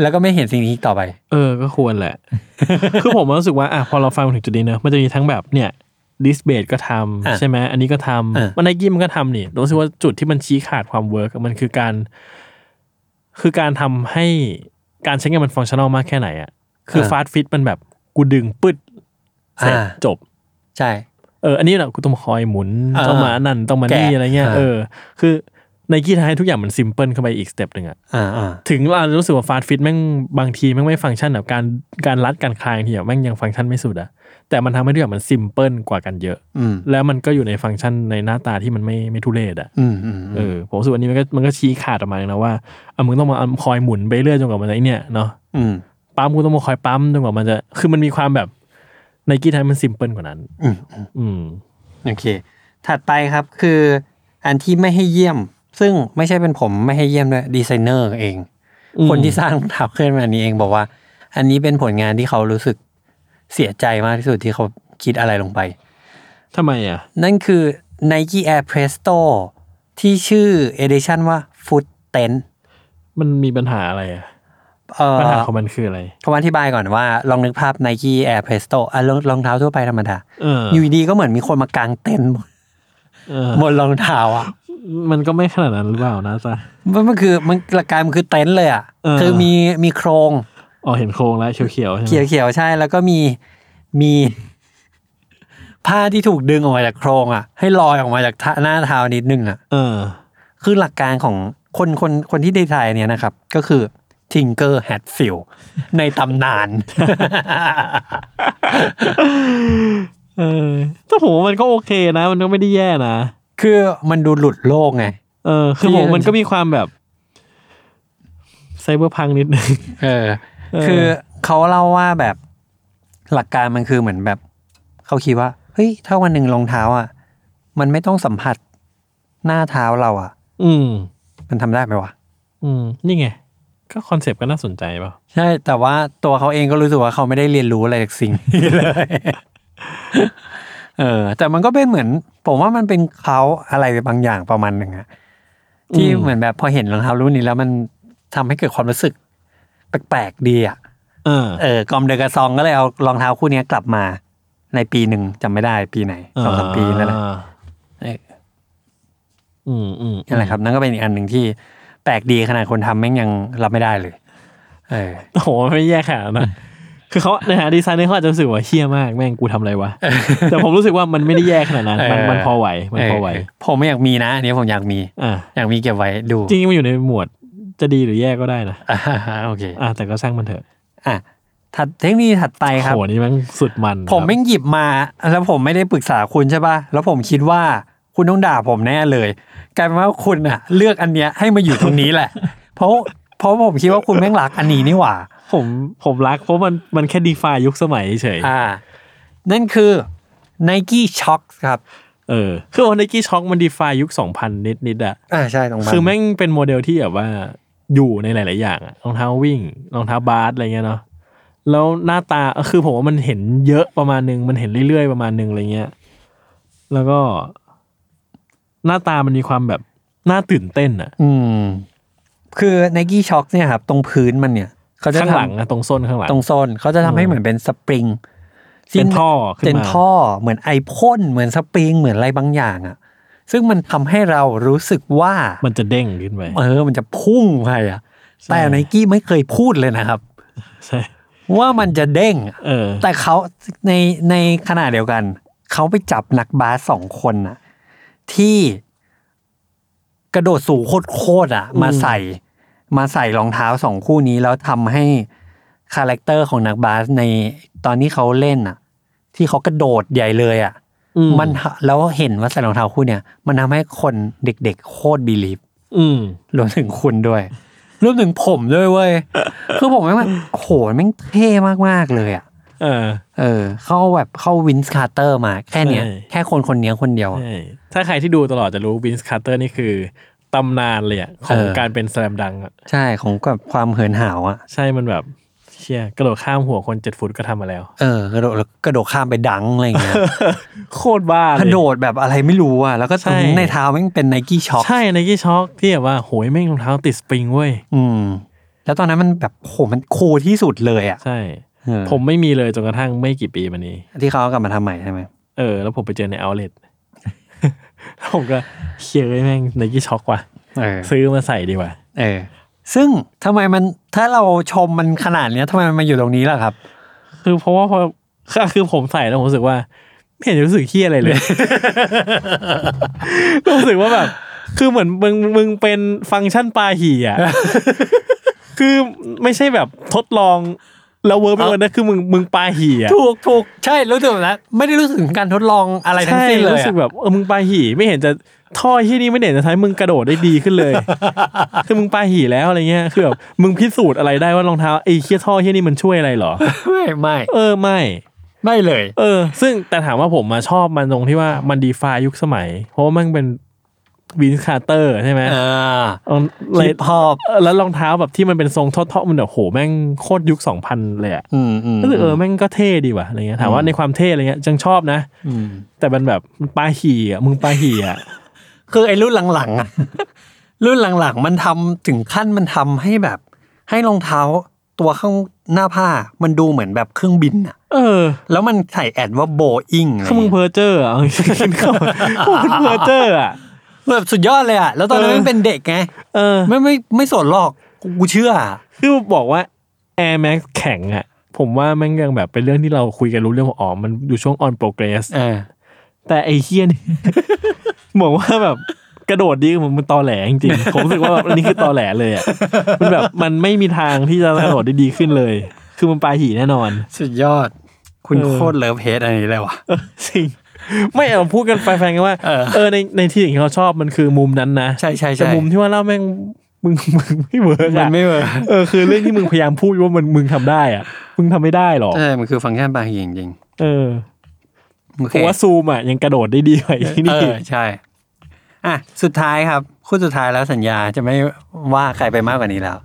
B: แล้วก็ไม่เห็นสิ่งนี้อีกต่อไป
C: เออก็ควรแหละ คือผมรู้สึกว่าอ่ะพอเราฟังมาถึงจุดนี้เนอะมันจะมีทั้งแบบเนี่ยดิสเบดก็ท
B: อ่ะ
C: ำใช่ไหมอันนี้ก็ท
B: อ่ะ
C: ำมันไนกี้มันก็ทำนี่รู้สึกว่าจุดที่มันชี้ขาดความเวิร์กมันคือการ คือการทำให้การใช้งานมันฟังก์ชันอลมากแค่ไหนอะคือ
B: เออ
C: ฟาสต์ฟิตมันแบบกูดึงปึ๊ดเสร็จ
B: อ่า
C: จบ
B: ใช่
C: เอออันนี้แหละกูต้องคอยหมุน
B: เออ
C: ต้องมานั่นต้องมานี่
B: แกะ
C: อะไรเงี้ย
B: อ่า
C: เออ คือในกีทาให้ทุกอย่างมันซิมเพิลเข้าไปอีกสเต็ปหนึ่งอะ
B: อ่าอ่า
C: ถึงเรารู้สึกว่าฟาสต์ฟิตแม่งบางทีแม่งไม่ฟังก์ชันแบบการการรัดการคลายทีอะแม่งยังฟังก์ชันไม่สุดอะแต่มันทำให้ทุกอย่างมันซิมเพิลกว่ากันเยอะ
B: อืม
C: แล้วมันก็อยู่ในฟังก์ชันในหน้าตาที่มันไม่ไม่ทุเรศอะ
B: อืมอืม
C: เออผมรู้สึกว่าอันนี้มันก็มันก็ชี้ขาดออกมาเลยนะว่าอ่ะมึงต้องมาคอยหมุนไปเรื่อยจนกว่ามันจะไอ้เนี่ยเนาะ
B: อืม
C: ปั๊มกูต้องมาคอยปั๊มจนกว่ามันจะคือมันมีความแบบในกีไทยมันซิมเพิลกว่านั้น
B: อืม
C: อืม
B: โอเค ถัดไปครับคืออันที่ไม่ให้เยี่ยม ซึ่งไม่ใช่เป็นผมไม่ให้เยี่ยมด้วยดีไซเนอร์เอง
C: อืม
B: คนที่สร้างทับเคลื่อนมานี้เองบอกว่า อันนี้เป็นผลงานที่เขารู้สึกเสียใจมากที่สุดที่เขาคิดอะไรลงไป
C: ทำไมอ่ะ
B: นั่นคือ Nike Air Presto ที่ชื่อ Edition ว่า Foot 10
C: มันมีปัญหาอะไรอ่ะ
B: เอ่อ
C: ปัญหาของมันคืออะไร
B: คำอธิบายก่อนว่า ลองนึกภาพ Nike Air Presto อ่ะรองรองเท้าทั่วไปธรรมดา
C: เออ
B: อยู่ดีๆก็เหมือนมีคนมากางเต็นท์
C: เออบ
B: นรองเท้าอ่ะ
C: มันก็ไม่ขนาดนั้นหรือเปล่านะจ๊ะ
B: มันมันคือมันหลักการมันคือเต็นท์เลยอ่ะ
C: เออ
B: คือมีมีโครง
C: อ๋อเห็นโครงแล้วเขียวๆใช่ไหม
B: เขียวๆใช่ แล้วก็มีมี ผ้าที่ถูกดึงออกมาจากโครงอ่ะ ให้ลอยออกมาจากท่าหน้าเท้านิดนึงอ่ะ
C: เออ
B: คือหลักการของคนคนคนที่ดีไซน์เนี่ยนะครับ ก็คือทิงเกอร์แฮตฟิลในตำนาน
C: เออแต่ผมว่ามันก็โอเคนะ มันก็ไม่ได้แย่นะ
B: คือมันดูหลุดโลกไง
C: เออ คือผมมันก็มีความแบบไซเบอร์พังนิดนึง
B: เออ
C: เออ
B: คือเขาเล่าว่าแบบหลักการมันคือเหมือนแบบ เขาคิดว่า เฮ้ย ถ้าวันหนึ่งรองเท้าอ่ะ มันไม่ต้องสัมผัสหน้าเท้าเราอ่ะ
C: อืม
B: มันทำได้ไหมวะ
C: อืม นี่ไง ก็คอนเซปต์ก็น่าสนใจเปล่า
B: ใช่ แต่ว่าตัวเขาเองก็รู้สึกว่าเขาไม่ได้เรียนรู้อะไรจากสิ่ง นี้เลย เออ แต่มันก็เป็นเหมือน ผมว่ามันเป็นเขาอะไรบางอย่างประมาณหนึ่งอะที่
C: อืม
B: เหมือนแบบพอเห็นรองเท้ารุ่นนี้แล้วมันทำให้เกิดความรู้สึก แปลกๆดีอะ
C: เออ
B: เออกอมเดอกระซองก็เลยเอารองเท้าคู่เนี้ยกลับมา ในปีหนึ่งจำไม่ได้ปีไหนสองสามปีนั่นแหละ เออ
C: อืมอืม
B: นั่นแหละครับ นั่นก็เป็นอีกอันหนึ่งที่แปลกดีขนาดคนทำแม่งยังรับไม่ได้เลย เออ
C: โอ้โหไม่แย่ขนาดนั้นนะคือเขาในฐานะดีไซเนอร์เขาอาจจะรู้สึกว่าเฮี้ยมากแม่งกูทำอะไรวะ แต่ผมรู้สึกว่ามันไม่ได้แย่ขนาดนั้น มัน
B: เออ
C: มันพอไหว มันพอไหว
B: เผมไม่อยากมีนะอันนี้ผมอยากมี
C: อ่ะ
B: อยากมีเก็บไว้ดู
C: จริงๆมันอยู่ในหมวดจะดีหรือแย่ก็ได้นะ
B: อ่า โอเค
C: อ่ะแต่ก็สร้างมันเถอะ
B: อ่ะถัดเทคโนโลยีถัดไปครับ
C: โหนี่แม่งสุดมัน
B: ผม
C: ครับ
B: ไม่งหยิบมา แล้วผมไม่ได้ปรึกษาคุณใช่ป่ะ แล้วผมคิดว่าคุณต้องด่าผมแน่เลย กลายเป็นว่าคุณอ่ะ เลือกอันเนี้ยให้มาอยู่ตรงนี้แหละ เพราะเพราะผมคิดว่าคุณแม่งรักอันนี้นี่หว่า
C: ผมผมรักเพราะมันมันแค่ดีฟายุคสมัยเฉย
B: อ่า นั่นคือ Nike Shox ครับ
C: เออ คือวันไนกี้ช็อกมันดีฟายุคสองพันนิดนิดๆอะ
B: อ่าใช่ตรงนั้น
C: คือแม่งเป็นโมเดลที่แบบว่าอยู่ในหลาย ๆ อย่างอะรองเท้าวิ่งรองเท้าบาสอะไรเงี้ยเนาะแล้วหน้าตาคือผมว่ามันเห็นเยอะประมาณนึง มันเห็นเรื่อย ๆ ประมาณนึงอะไรเงี้ย แล้วก็ หน้าตามันมีความแบบน่าตื่นเต้นอะ
B: อืม คือ Nike Shox เนี่ยครับ ตรงพื้นมันเนี่ย เขาจะ
C: ข้างหลัง
B: ทำ
C: อะตรงส้นข้างหลัง
B: ตรงโซนเขาจะทำให้เหมือนเป็นสปริง
C: เป็นท่อขึ้นมา
B: เป็นท่อเหมือนไอพ่นเหมือนสปริงเหมือนอะไรบางอย่างอะซึ่งมันทำให้เรารู้สึกว่า
C: มันจะเด้งขึ้นไป
B: เออมันจะพุ่งไปอะ
C: ใช่
B: แต่ไนกี้ไม่เคยพูดเลยนะครับ
C: ใช่
B: ว่ามันจะเด้งอะ
C: เออ
B: แต่เขาในในขณะเดียวกัน เขาไปจับนักบาสสองคนน่ะ ที่กระโดดสูงโคตรๆอะมาใส่ มาใส่รองเท้าสองคู่นี้แล้วทำให้คาแรคเตอร์ของนักบาสในตอนที่เขาเล่นอะที่เขากระโดดใหญ่เลยอะ
C: อื
B: มันทำแล้วเห็นว่าใส่รองเท้าคู่เนี่ย มันทำให้คนเด็กๆ โคตรบีลีฟ
C: อืม
B: รวมถึงคุณด้วย รวมถึงผมด้วยเว้ย คือผมแม่งแบบโหแม่งเท่มากๆเลยอ่ะ
C: เออ
B: เออ เข้าแบบเข้าวินส์คาร์เตอร์มา แค่เนี้ย
C: ใช่
B: แค่คนคนเนี้ยคนเดียวอะ
C: ใช่ถ้าใครที่ดูตลอดจะรู้วินส์คาร์เตอร์นี่คือตำนานเลยอะของ
B: เออ
C: การเป็นแสลมดังอะ
B: ใช่ของกับความเหินห่าวอ่ะ
C: ใช่มันแบบ เชี่ยกระโดดข้ามหัวคนเจ็ดฟุตก็ทำมาแล้ว
B: เออกระโดดแล้วกระโดดข้ามไปดังอะไรอย่างเงี้ย
C: โคตรบ้าก
B: ระ
C: เล
B: โด
C: ย
B: ดแบบอะไรไม่รู้อ่ะแล้วก็
C: ใช่
B: ในเท้าแม่งเป็นไนกี้ช็อค
C: ใช่ในกี้ช็อกที่แบบว่าโหยแม่งรองเท้าติดสปริงเว้ย
B: อืม แล้วตอนนั้นมันแบบโหมันคูลที่สุดเลยอ่ะ
C: ใช่
B: เออ
C: ผมไม่มีเลยจนกระทั่งไม่กี่ปีมานี้
B: ที่เขาเอากลับมาทำใหม่ใช่ไหม
C: เออ แล้วผมไปเจอในเอาเล t ผมก็เชี่ยเอ้ยแม่งในกี้ช็อกว่ะ ซื้อมาใส่ดีกว่า
B: เออซึ่งทำไมมันถ้าเราชมมันขนาดเนี้ยทำไมมันมาอยู่ตรงนี้ล่ะครับ
C: คือเพราะว่าพอคือคือผมใส่แล้วผมรู้สึกว่า ไม่เห็นจะรู้สึกเฮี้ยอะไรเลย รู้สึกว่าแบบ คือเหมือนมึงมึงเป็นฟังก์ชันปลาหี่ อ่ะ คือไม่ใช่แบบทดลองแล้วเวิร์กไม่เวิร์กนะคือมึงมึงปลาหี่อ่ะ
B: ถูกถูกใช่รู้สึกแบบนะไม่ได้รู้สึกถึงการทดลองอะไรทั้งสิ้นเลย
C: รู้สึกแบบเออมึงปลาหี่ ไม่เห็นจะท่อที่นี่ไม่เห็นจะทำให้มึงกระโดดได้ดีขึ้น เลย คือมึงปลาหี่แล้วอะไรเงี้ยคือแบบมึงพิสูจน์อะไรได้ว่ารองเท้าไอ้เคี้ยท่อที่นี่มันช่วยอะไรเหรอ
B: ไม่ไม่
C: เออไม่
B: ไม่เลย
C: เออ ซึ่งแต่ถามว่าผมมาชอบมันตรงที่ว่ามันดีฟายุคสมัย เพราะว่ามันเป็นวินส์คาร์เตอร์ใช่ไหม
B: เออ
C: เอาเล
B: ฮิ
C: ย
B: ปฮอป
C: เออแล้วรองเท้าแบบที่มันเป็นทรงท่อๆมันแบบโหแม่งโคตรยุคสองพันเลยอะ
B: อืมอืม
C: รู้สึกเออแม่งก็เท่ดีว่ะอะไรเงี้ยถามว่าในความเท่อะไรเงี้ยจังชอบนะ
B: อืม
C: แต่มันแบบมันปาหี่อ่ะมึงปาหี่อ่ะ
B: คือไอ้รุ่นหลังๆ อะรุ่นหลังๆ มันทำถึงขั้นมันทำให้แบบ ให้รองเท้า ตัวข้างหน้าผ้ามันดูเหมือนแบบเครื่องบินอะ
C: เออ
B: แล้วมันใส่แอดว่าโบอิงอะไร
C: ข้ามึง
B: เงี้ย
C: เพอร์เจอร์อ่ะ กินข้าวมึงเพอร์เจอร์อ่ะ
B: แบบสุดยอดเลยอะแล้วตอนนั้น
C: เออ
B: มันเป็นเด็กไง
C: เออ
B: ไม่ไม่ไม่สนหรอกกูเชื่ออะ
C: คือบอกว่า Air Max แข็งอ่ะ ผมว่าแมันยังแบบเป็นเรื่องที่เราคุยกันรู้เรื่องว่าอ๋อมันอยู่ช่วง on progress
B: เออ
C: แต่ไอ้เฮียนี่ บอกว่าแบบกระโดดดีกว่ามันตอแหลจริงๆ ผมรู้สึกว่าแบบอันนี้คือตอแหลเลยอ่ะมันแบบมันไม่มีทางที่จะกระโดดได้ดีขึ้นเลย คือมันปลาหีแน่นอน
B: สุดยอด คุณ
C: เออ
B: โคตรเลิฟเฮดอะไรนี้เลยวะ
C: เออจริงไม่เอาพูดกันไปแฟนกันว่า
B: เออ
C: เออในในที่ที่เราชอบมันคือมุมนั้นนะ
B: ใช่ใช่
C: แต่
B: ใช่
C: มุมที่ว่าเล่าแม่งมึงมึงไม่เวิร์ก
B: มั
C: อะ
B: นไม่เวิร์ก
C: เออคือเรื่องที่มึงพยายามพูดว่ามันมึงทำได้อ่ะมึงทำไม่ได้หรอก
B: ใช่มันคือฟังก์ชันบางอย่างจริง
C: เออ
B: ๆโอ
C: ผ
B: เค
C: มว่าซูมอ่ะยังกระโดดได้ดีกว่าที่นี่
B: เออใช่ อ่ะ สุดท้ายครับ คู่สุดท้ายแล้วสัญญาจะไม่ว่าใครไปมากกว่านี้แล้ว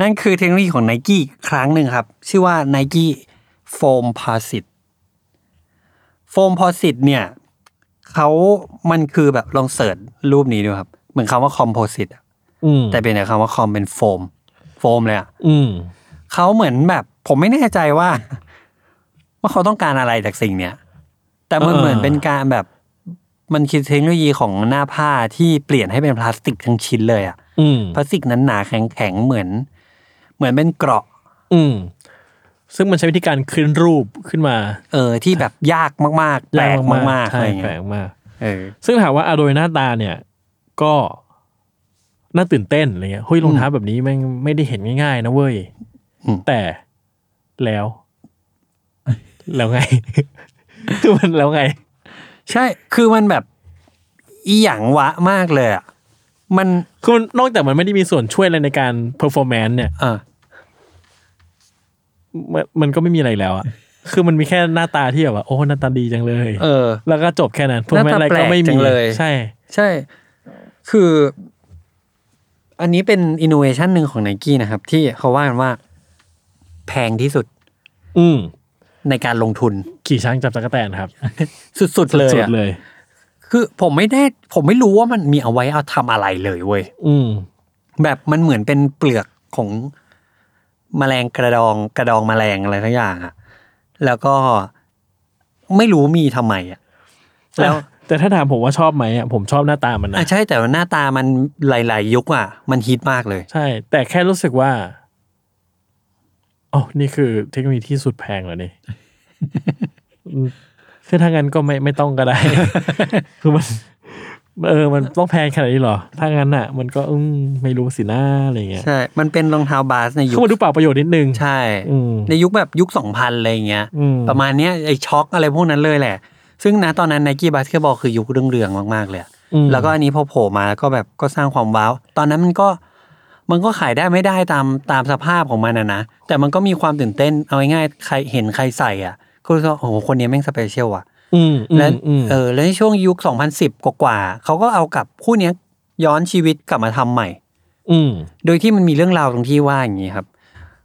B: นั่นคือเทคโนโลยีของ n i กี้ครั้งหนึ่งครับ ชื่อว่า n i กี้โฟมพอสิตโฟมพอสิตเนี่ยเขามันคือแบบลองเสิร์ชรูปนี้ดูครับ เหมือนคำว่าคอมโพสิต
C: อืม
B: แต่เป็นแต่คำว่าคอมเป็นโฟม โฟมเลยอ่ะ
C: อืม
B: เขาเหมือนแบบ ผมไม่แน่ใจว่า ว่าเขาต้องการอะไรจากสิ่งเนี้ยแต่มันเหมือนเป็นการแบบ มันคิดเทคโนโลยีของหน้าผ้าที่เปลี่ยนให้เป็นพลาสติกทั้งชิ้นเลยอะ
C: อืม
B: พลาสติกนั้นหนาแข็งแข็งๆเหมือน เหมือนเป็นเกราะ
C: อืม ซึ่งมันใช้วิธีการขึ้นรูปขึ้นมา
B: เออที่แบบยากมากๆแปลกมากๆ
C: ใช่
B: อะไรอย่าง
C: แปล
B: เงี้ย
C: กมาก
B: เออ
C: ซึ่งถามว่าอะโดยหน้าตาเนี่ย ก็น่าตื่นเต้นอะไรเงี้ยเฮ้ยรองเท้าแบบนี้แม่งไม่ได้เห็นง่ายๆนะเว้ย
B: อืม
C: แต่แล้ว แล้วไง คือมันแล้วไง
B: ใช่คือมันแบบ อีหยังวะมากเลยอะมัน
C: คือมันนอกจากมันไม่ได้มีส่วนช่วยอะไรในการเพอร์ฟอร์แมนซ์เนี่ย
B: เออ
C: มันมันก็ไม่มีอะไรแล้วอะคือมันมีแค่หน้าตาที่แบบว่าโอ้หน้าตาดีจังเลย
B: เออ
C: แล้วก็จบแค่นั้นเพอร์ฟอร์แมนซ์อะไรก็ไม่
B: หน้าตาแปลกจั
C: มี
B: งเลย
C: ใช่
B: ใช่ คือ อันนี้เป็นอินโนเวชันหนึ่งของไนกี้นะครับ ที่เขาว่ากันว่า แพงที่สุด
C: อืม
B: ในการลงทุน
C: ขี่ช้างจับตะกั่วแตนครับ
B: สุดๆเลย
C: สุด
B: อะ
C: ๆเลย
B: คือผมไม่ได้ผมไม่รู้ว่ามันมีเอาไว้เอาทำอะไรเลยเว้ย
C: อืม
B: แบบมันเหมือนเป็นเปลือกของแมลงกระดองกระดองแมลงอะไรทั้งอย่างอะแล้วก็ไม่รู้มีทำไมอะ
C: แล้
B: แล้ว ว
C: แต่ถ้าถามผมว่าชอบไหมอ่ะผมชอบหน้าตามันนะ
B: อ่ะใช่แต่ว่าหน้าตามันหลายๆยุคอะมันฮิตมากเลย
C: ใช่ แต่แค่รู้สึกว่าอ๋อนี่คือเทคโนโลยีที่สุดแพงเหรอ นี่ อืมคือถ้างั้นก็ไม่ไม่ต้อง ก็ได้ คือมัน เออ มันต้องแพงขนาดนี้เหรอ ถ้างั้นอ่ะ มันก็อืมไม่รู้สินะอะไรเงี้ย
B: ใช่ มันเป็นรองเท้าบาสในยุ
C: เข้า
B: ค
C: มาดูเปล่าประโยชน์นิดนึง
B: ใช่
C: อืม
B: ในยุคแบบยุคสองพันอะไรอย่างเงี้ย
C: อืม
B: ประมาณเนี้ยไอช็อคอะไรพวกนั้นเลยแหละ ซึ่งนะตอนนั้นไนกี้บาสเกตบอลคือยุคเรื่องๆมาก ๆ เลยอะ
C: อืม
B: แล้วก็อันนี้พอโผล่มาก็แบบก็สร้างความว้าว ตอนนั้นมันก็มันก็ขายได้ไม่ได้ตามตามสภาพของมันนะนะ แต่มันก็มีความตื่นเต้นเอาง่ายๆใครเห็นใครใส่อ่ะ ก็รู้สึกว่าโอ้โหคนนี้แม่งสเปเชียลว่ะ
C: อืมอืม
B: และ
C: อืม
B: เออแล้วในช่วงยุค 2010 กว่าๆเขาก็เอากลับคู่เนี้ยย้อนชีวิตกลับมาทำใหม่
C: อืม
B: โดยที่มันมีเรื่องราวตรงที่ว่าอย่างนี้ครับ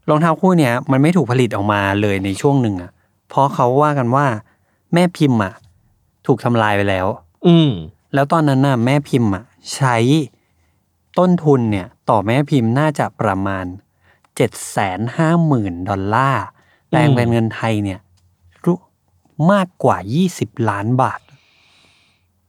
B: รองเท้าคู่เนี้ยมันไม่ถูกผลิตออกมาเลยในช่วงหนึ่งอ่ะ เพราะเขาว่ากันว่า แม่พิมพ์อ่ะ ถูกทำลายไปแล้ว
C: อืม
B: แล้วตอนนั้นน่ะแม่พิมพ์อ่ะใช้ต้นทุนเนี่ย ต่อแม่พิมพ์น่าจะประมาณเจ็ดแสนห้าหมื่นดอลลาร์แปลงเป็นเงินไทยเนี่ยรู้มากกว่ายี่สิบล้านบาท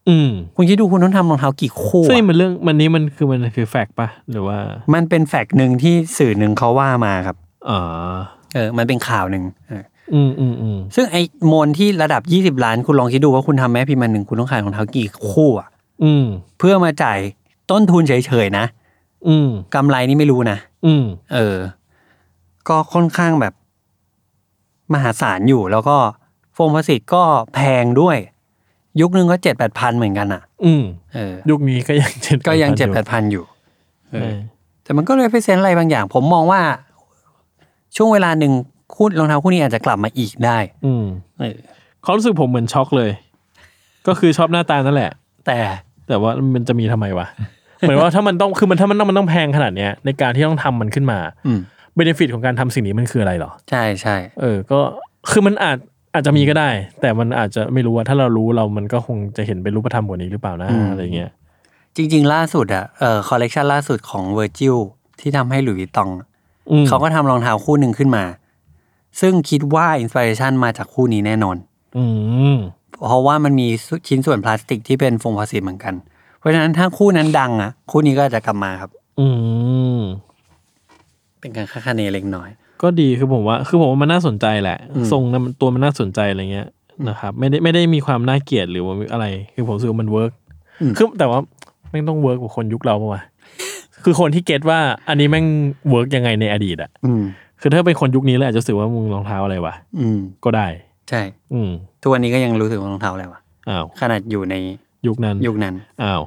C: อืม
B: คุณคิดดูคุณต้องทำรองเท้ากี่คู่
C: ซึ่ง
B: อะ
C: มันเรื่องมันนี้มันคือมันคือแฟกต์ปะหรือว่า
B: มันเป็นแฟกต์หนึ่งที่สื่อหนึ่งเขาว่ามาครับ
C: อ๋อ
B: เออ มันเป็นข่าวหนึ่งเออ
C: อืมอืมอืม
B: ซึ่งไอ้มวลที่ระดับ 20 ล้านคุณลองคิดดูว่าคุณทำแม้พิมพ์มาหนึ่งคุณต้องขายรองเท้ากี่คู่อะ
C: อืม
B: เพื่อมาจ่ายต้นทุนเฉยๆนะ
C: อืม
B: กำไรนี่ไม่รู้นะ
C: อืม
B: เออ ก็ค่อนข้างแบบ มหาศาลอยู่ แล้วก็โฟมพลาสติกก็แพงด้วย ยุคนึงก็เจ็ดแปดพันเหมือนกันอ่ะ
C: อืม
B: เออ
C: ยุคนี้ก็ยังเจ็ด
B: ก็ยังเจ็ดแปดพันอยู่ แต่มันก็เลยเป็นเซนอะไรบางอย่าง ผมมองว่า ช่วงเวลาหนึ่งคู่รองเท้าคู่นี้อาจจะกลับมาอีกได้
C: อืม
B: เออ
C: เขามรู้สึกผมเหมือนช็อกเลย ก็คือชอบหน้าตานั่นแหละ
B: แต่
C: แต่ว่ามันจะมีทำไมวะ เหมือนว่าถ้ามันต้องคือมันถ้ามันต้องมันต้องแพงขนาดเนี้ยในการที่ต้องทำมันขึ้นมา
B: อืม
C: เบนฟิตของการทำสิ่งนี้มันคืออะไรเหรอ
B: ใช่ใช่
C: เออ ก็คือมันอาจอาจจะมีก็ได้ แต่มันอาจจะไม่รู้ว่าถ้าเรารู้เรามันก็คงจะเห็นเป็นรูปธรรมกว่านี้หรือเปล่านะ
B: อืม
C: อะไรเงี้ย
B: จริงๆ ล่าสุดอะเอ่อคอลเลกชันล่าสุดของ Virgil ที่ทำให้หลุยส์วิตตองอะ
C: อืม
B: เขาก็ทำรองเท้าคู่หนึ่งขึ้นมา ซึ่งคิดว่าอินสปิเรชันมาจากคู่นี้แน่นอน
C: อืม
B: เพราะว่ามันมีชิ้นส่วนพลาสติกที่เป็นโฟมพลาสติกเหมือนกัน เพราะฉะนั้นถ้าคู่นั้นดังอ่ะ คู่นี้ก็อาจจะกลับมาครับ
C: อืม
B: เป็นการคาดคะเนเล็กน้อย
C: ก็ดีคือผมว่า คือผมว่ามันน่าสนใจแหละ
B: อืม
C: ทรงนั้นมันตัวมันน่าสนใจอะไรเงี้ยนะครับ ไม่ได้ไม่ได้มีความน่าเกลียดหรือว่าอะไร คือผมรู้สึกว่ามันเวิร์กคือแต่ว่าแม่งต้องเวิร์กกว่าคนยุคเราปะวะคือคนที่เก็ตว่าอันนี้แม่งเวิร์กยังไงในอดีตอะ
B: อืม
C: คือถ้าเป็นคนยุคนี้แล้วอาจจะรู้สึกว่ามึงรองเท้าอะไรวะ
B: อืม
C: ก็ได้
B: ใช่
C: อืม
B: ทุกวันนี้ก็ยังรู้สึกว่ารองเท้าอะไรวะ
C: อ้าว
B: ขนาดอยู่ใน
C: ยุคนั้น
B: ยุคนั้น
C: อ้าว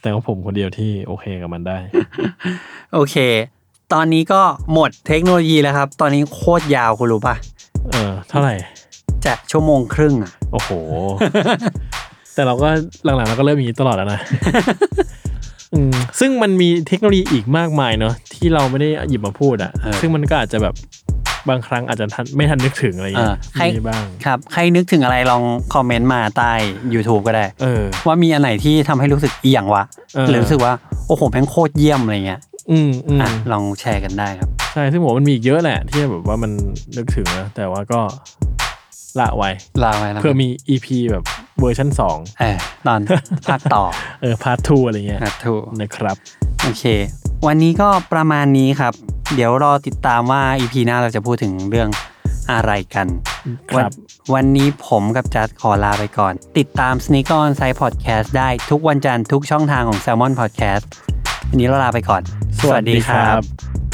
C: แต่ว่าผมคนเดียวที่โอเคกับมันได้
B: โอเค ตอนนี้ก็หมดเทคโนโลยีแล้วครับ ตอนนี้โคตรยาวคุณรู้ปะ
C: เออ เท่าไหร่
B: จะชั่วโมงครึ่งอ่ะ
C: โอ้โห แต่เราก็หลังๆเราก็เริ่มอย่างนี้ตลอดแล้ว นะ อืมซึ่งมันมีเทคโนโลยีอีกมากมายเนาะที่เราไม่ได้หยิบมาพูดอะ
B: เออ
C: ซึ่งมันก็อาจจะแบบบางครั้งอาจจะทันไม่ทันนึกถึงอะไรอย่าง
B: เออ
C: เงี้
B: ย ใคร
C: มีบ้าง
B: ครับ ใครนึกถึงอะไรลองคอมเมนต์มาใต้ YouTube ก็ได้
C: เออ
B: ว่ามีอันไหนที่ทำให้รู้สึกอีหยังวะ
C: เออ
B: หรือรู้สึกว่า โอ้โหแม่งโคตรเยี่ยมอะไรเงี้ย
C: อืมอืม
B: อ่ะลองแชร์กันได้ครับ
C: ใช่ซึ่งผมว่ามันมีอีกเยอะแหละ ที่แบบว่ามันนึกถึงนะแต่ว่าก็ละไว้
B: ลาไว้แล้ว
C: เพื่อมี EP แบบเวอร์ชันสอง
B: เออตอนภาค ต่อ
C: เออพาร์ททูอะไรเงี้ย
B: นะถูก
C: นะครับ
B: โอเค วันนี้ก็ประมาณนี้ครับ เดี๋ยวรอติดตามว่า EP หน้าเราจะพูดถึงเรื่องอะไรกัน
C: ครับ
B: วนวันนี้ผมกับจัดขอลาไปก่อน ติดตาม Sneak On Side Podcast ได้ทุกวันจันทร์ทุกช่องทางของ Salmon Podcast วันนี้เราลาไปก่อน สวัสดีครับ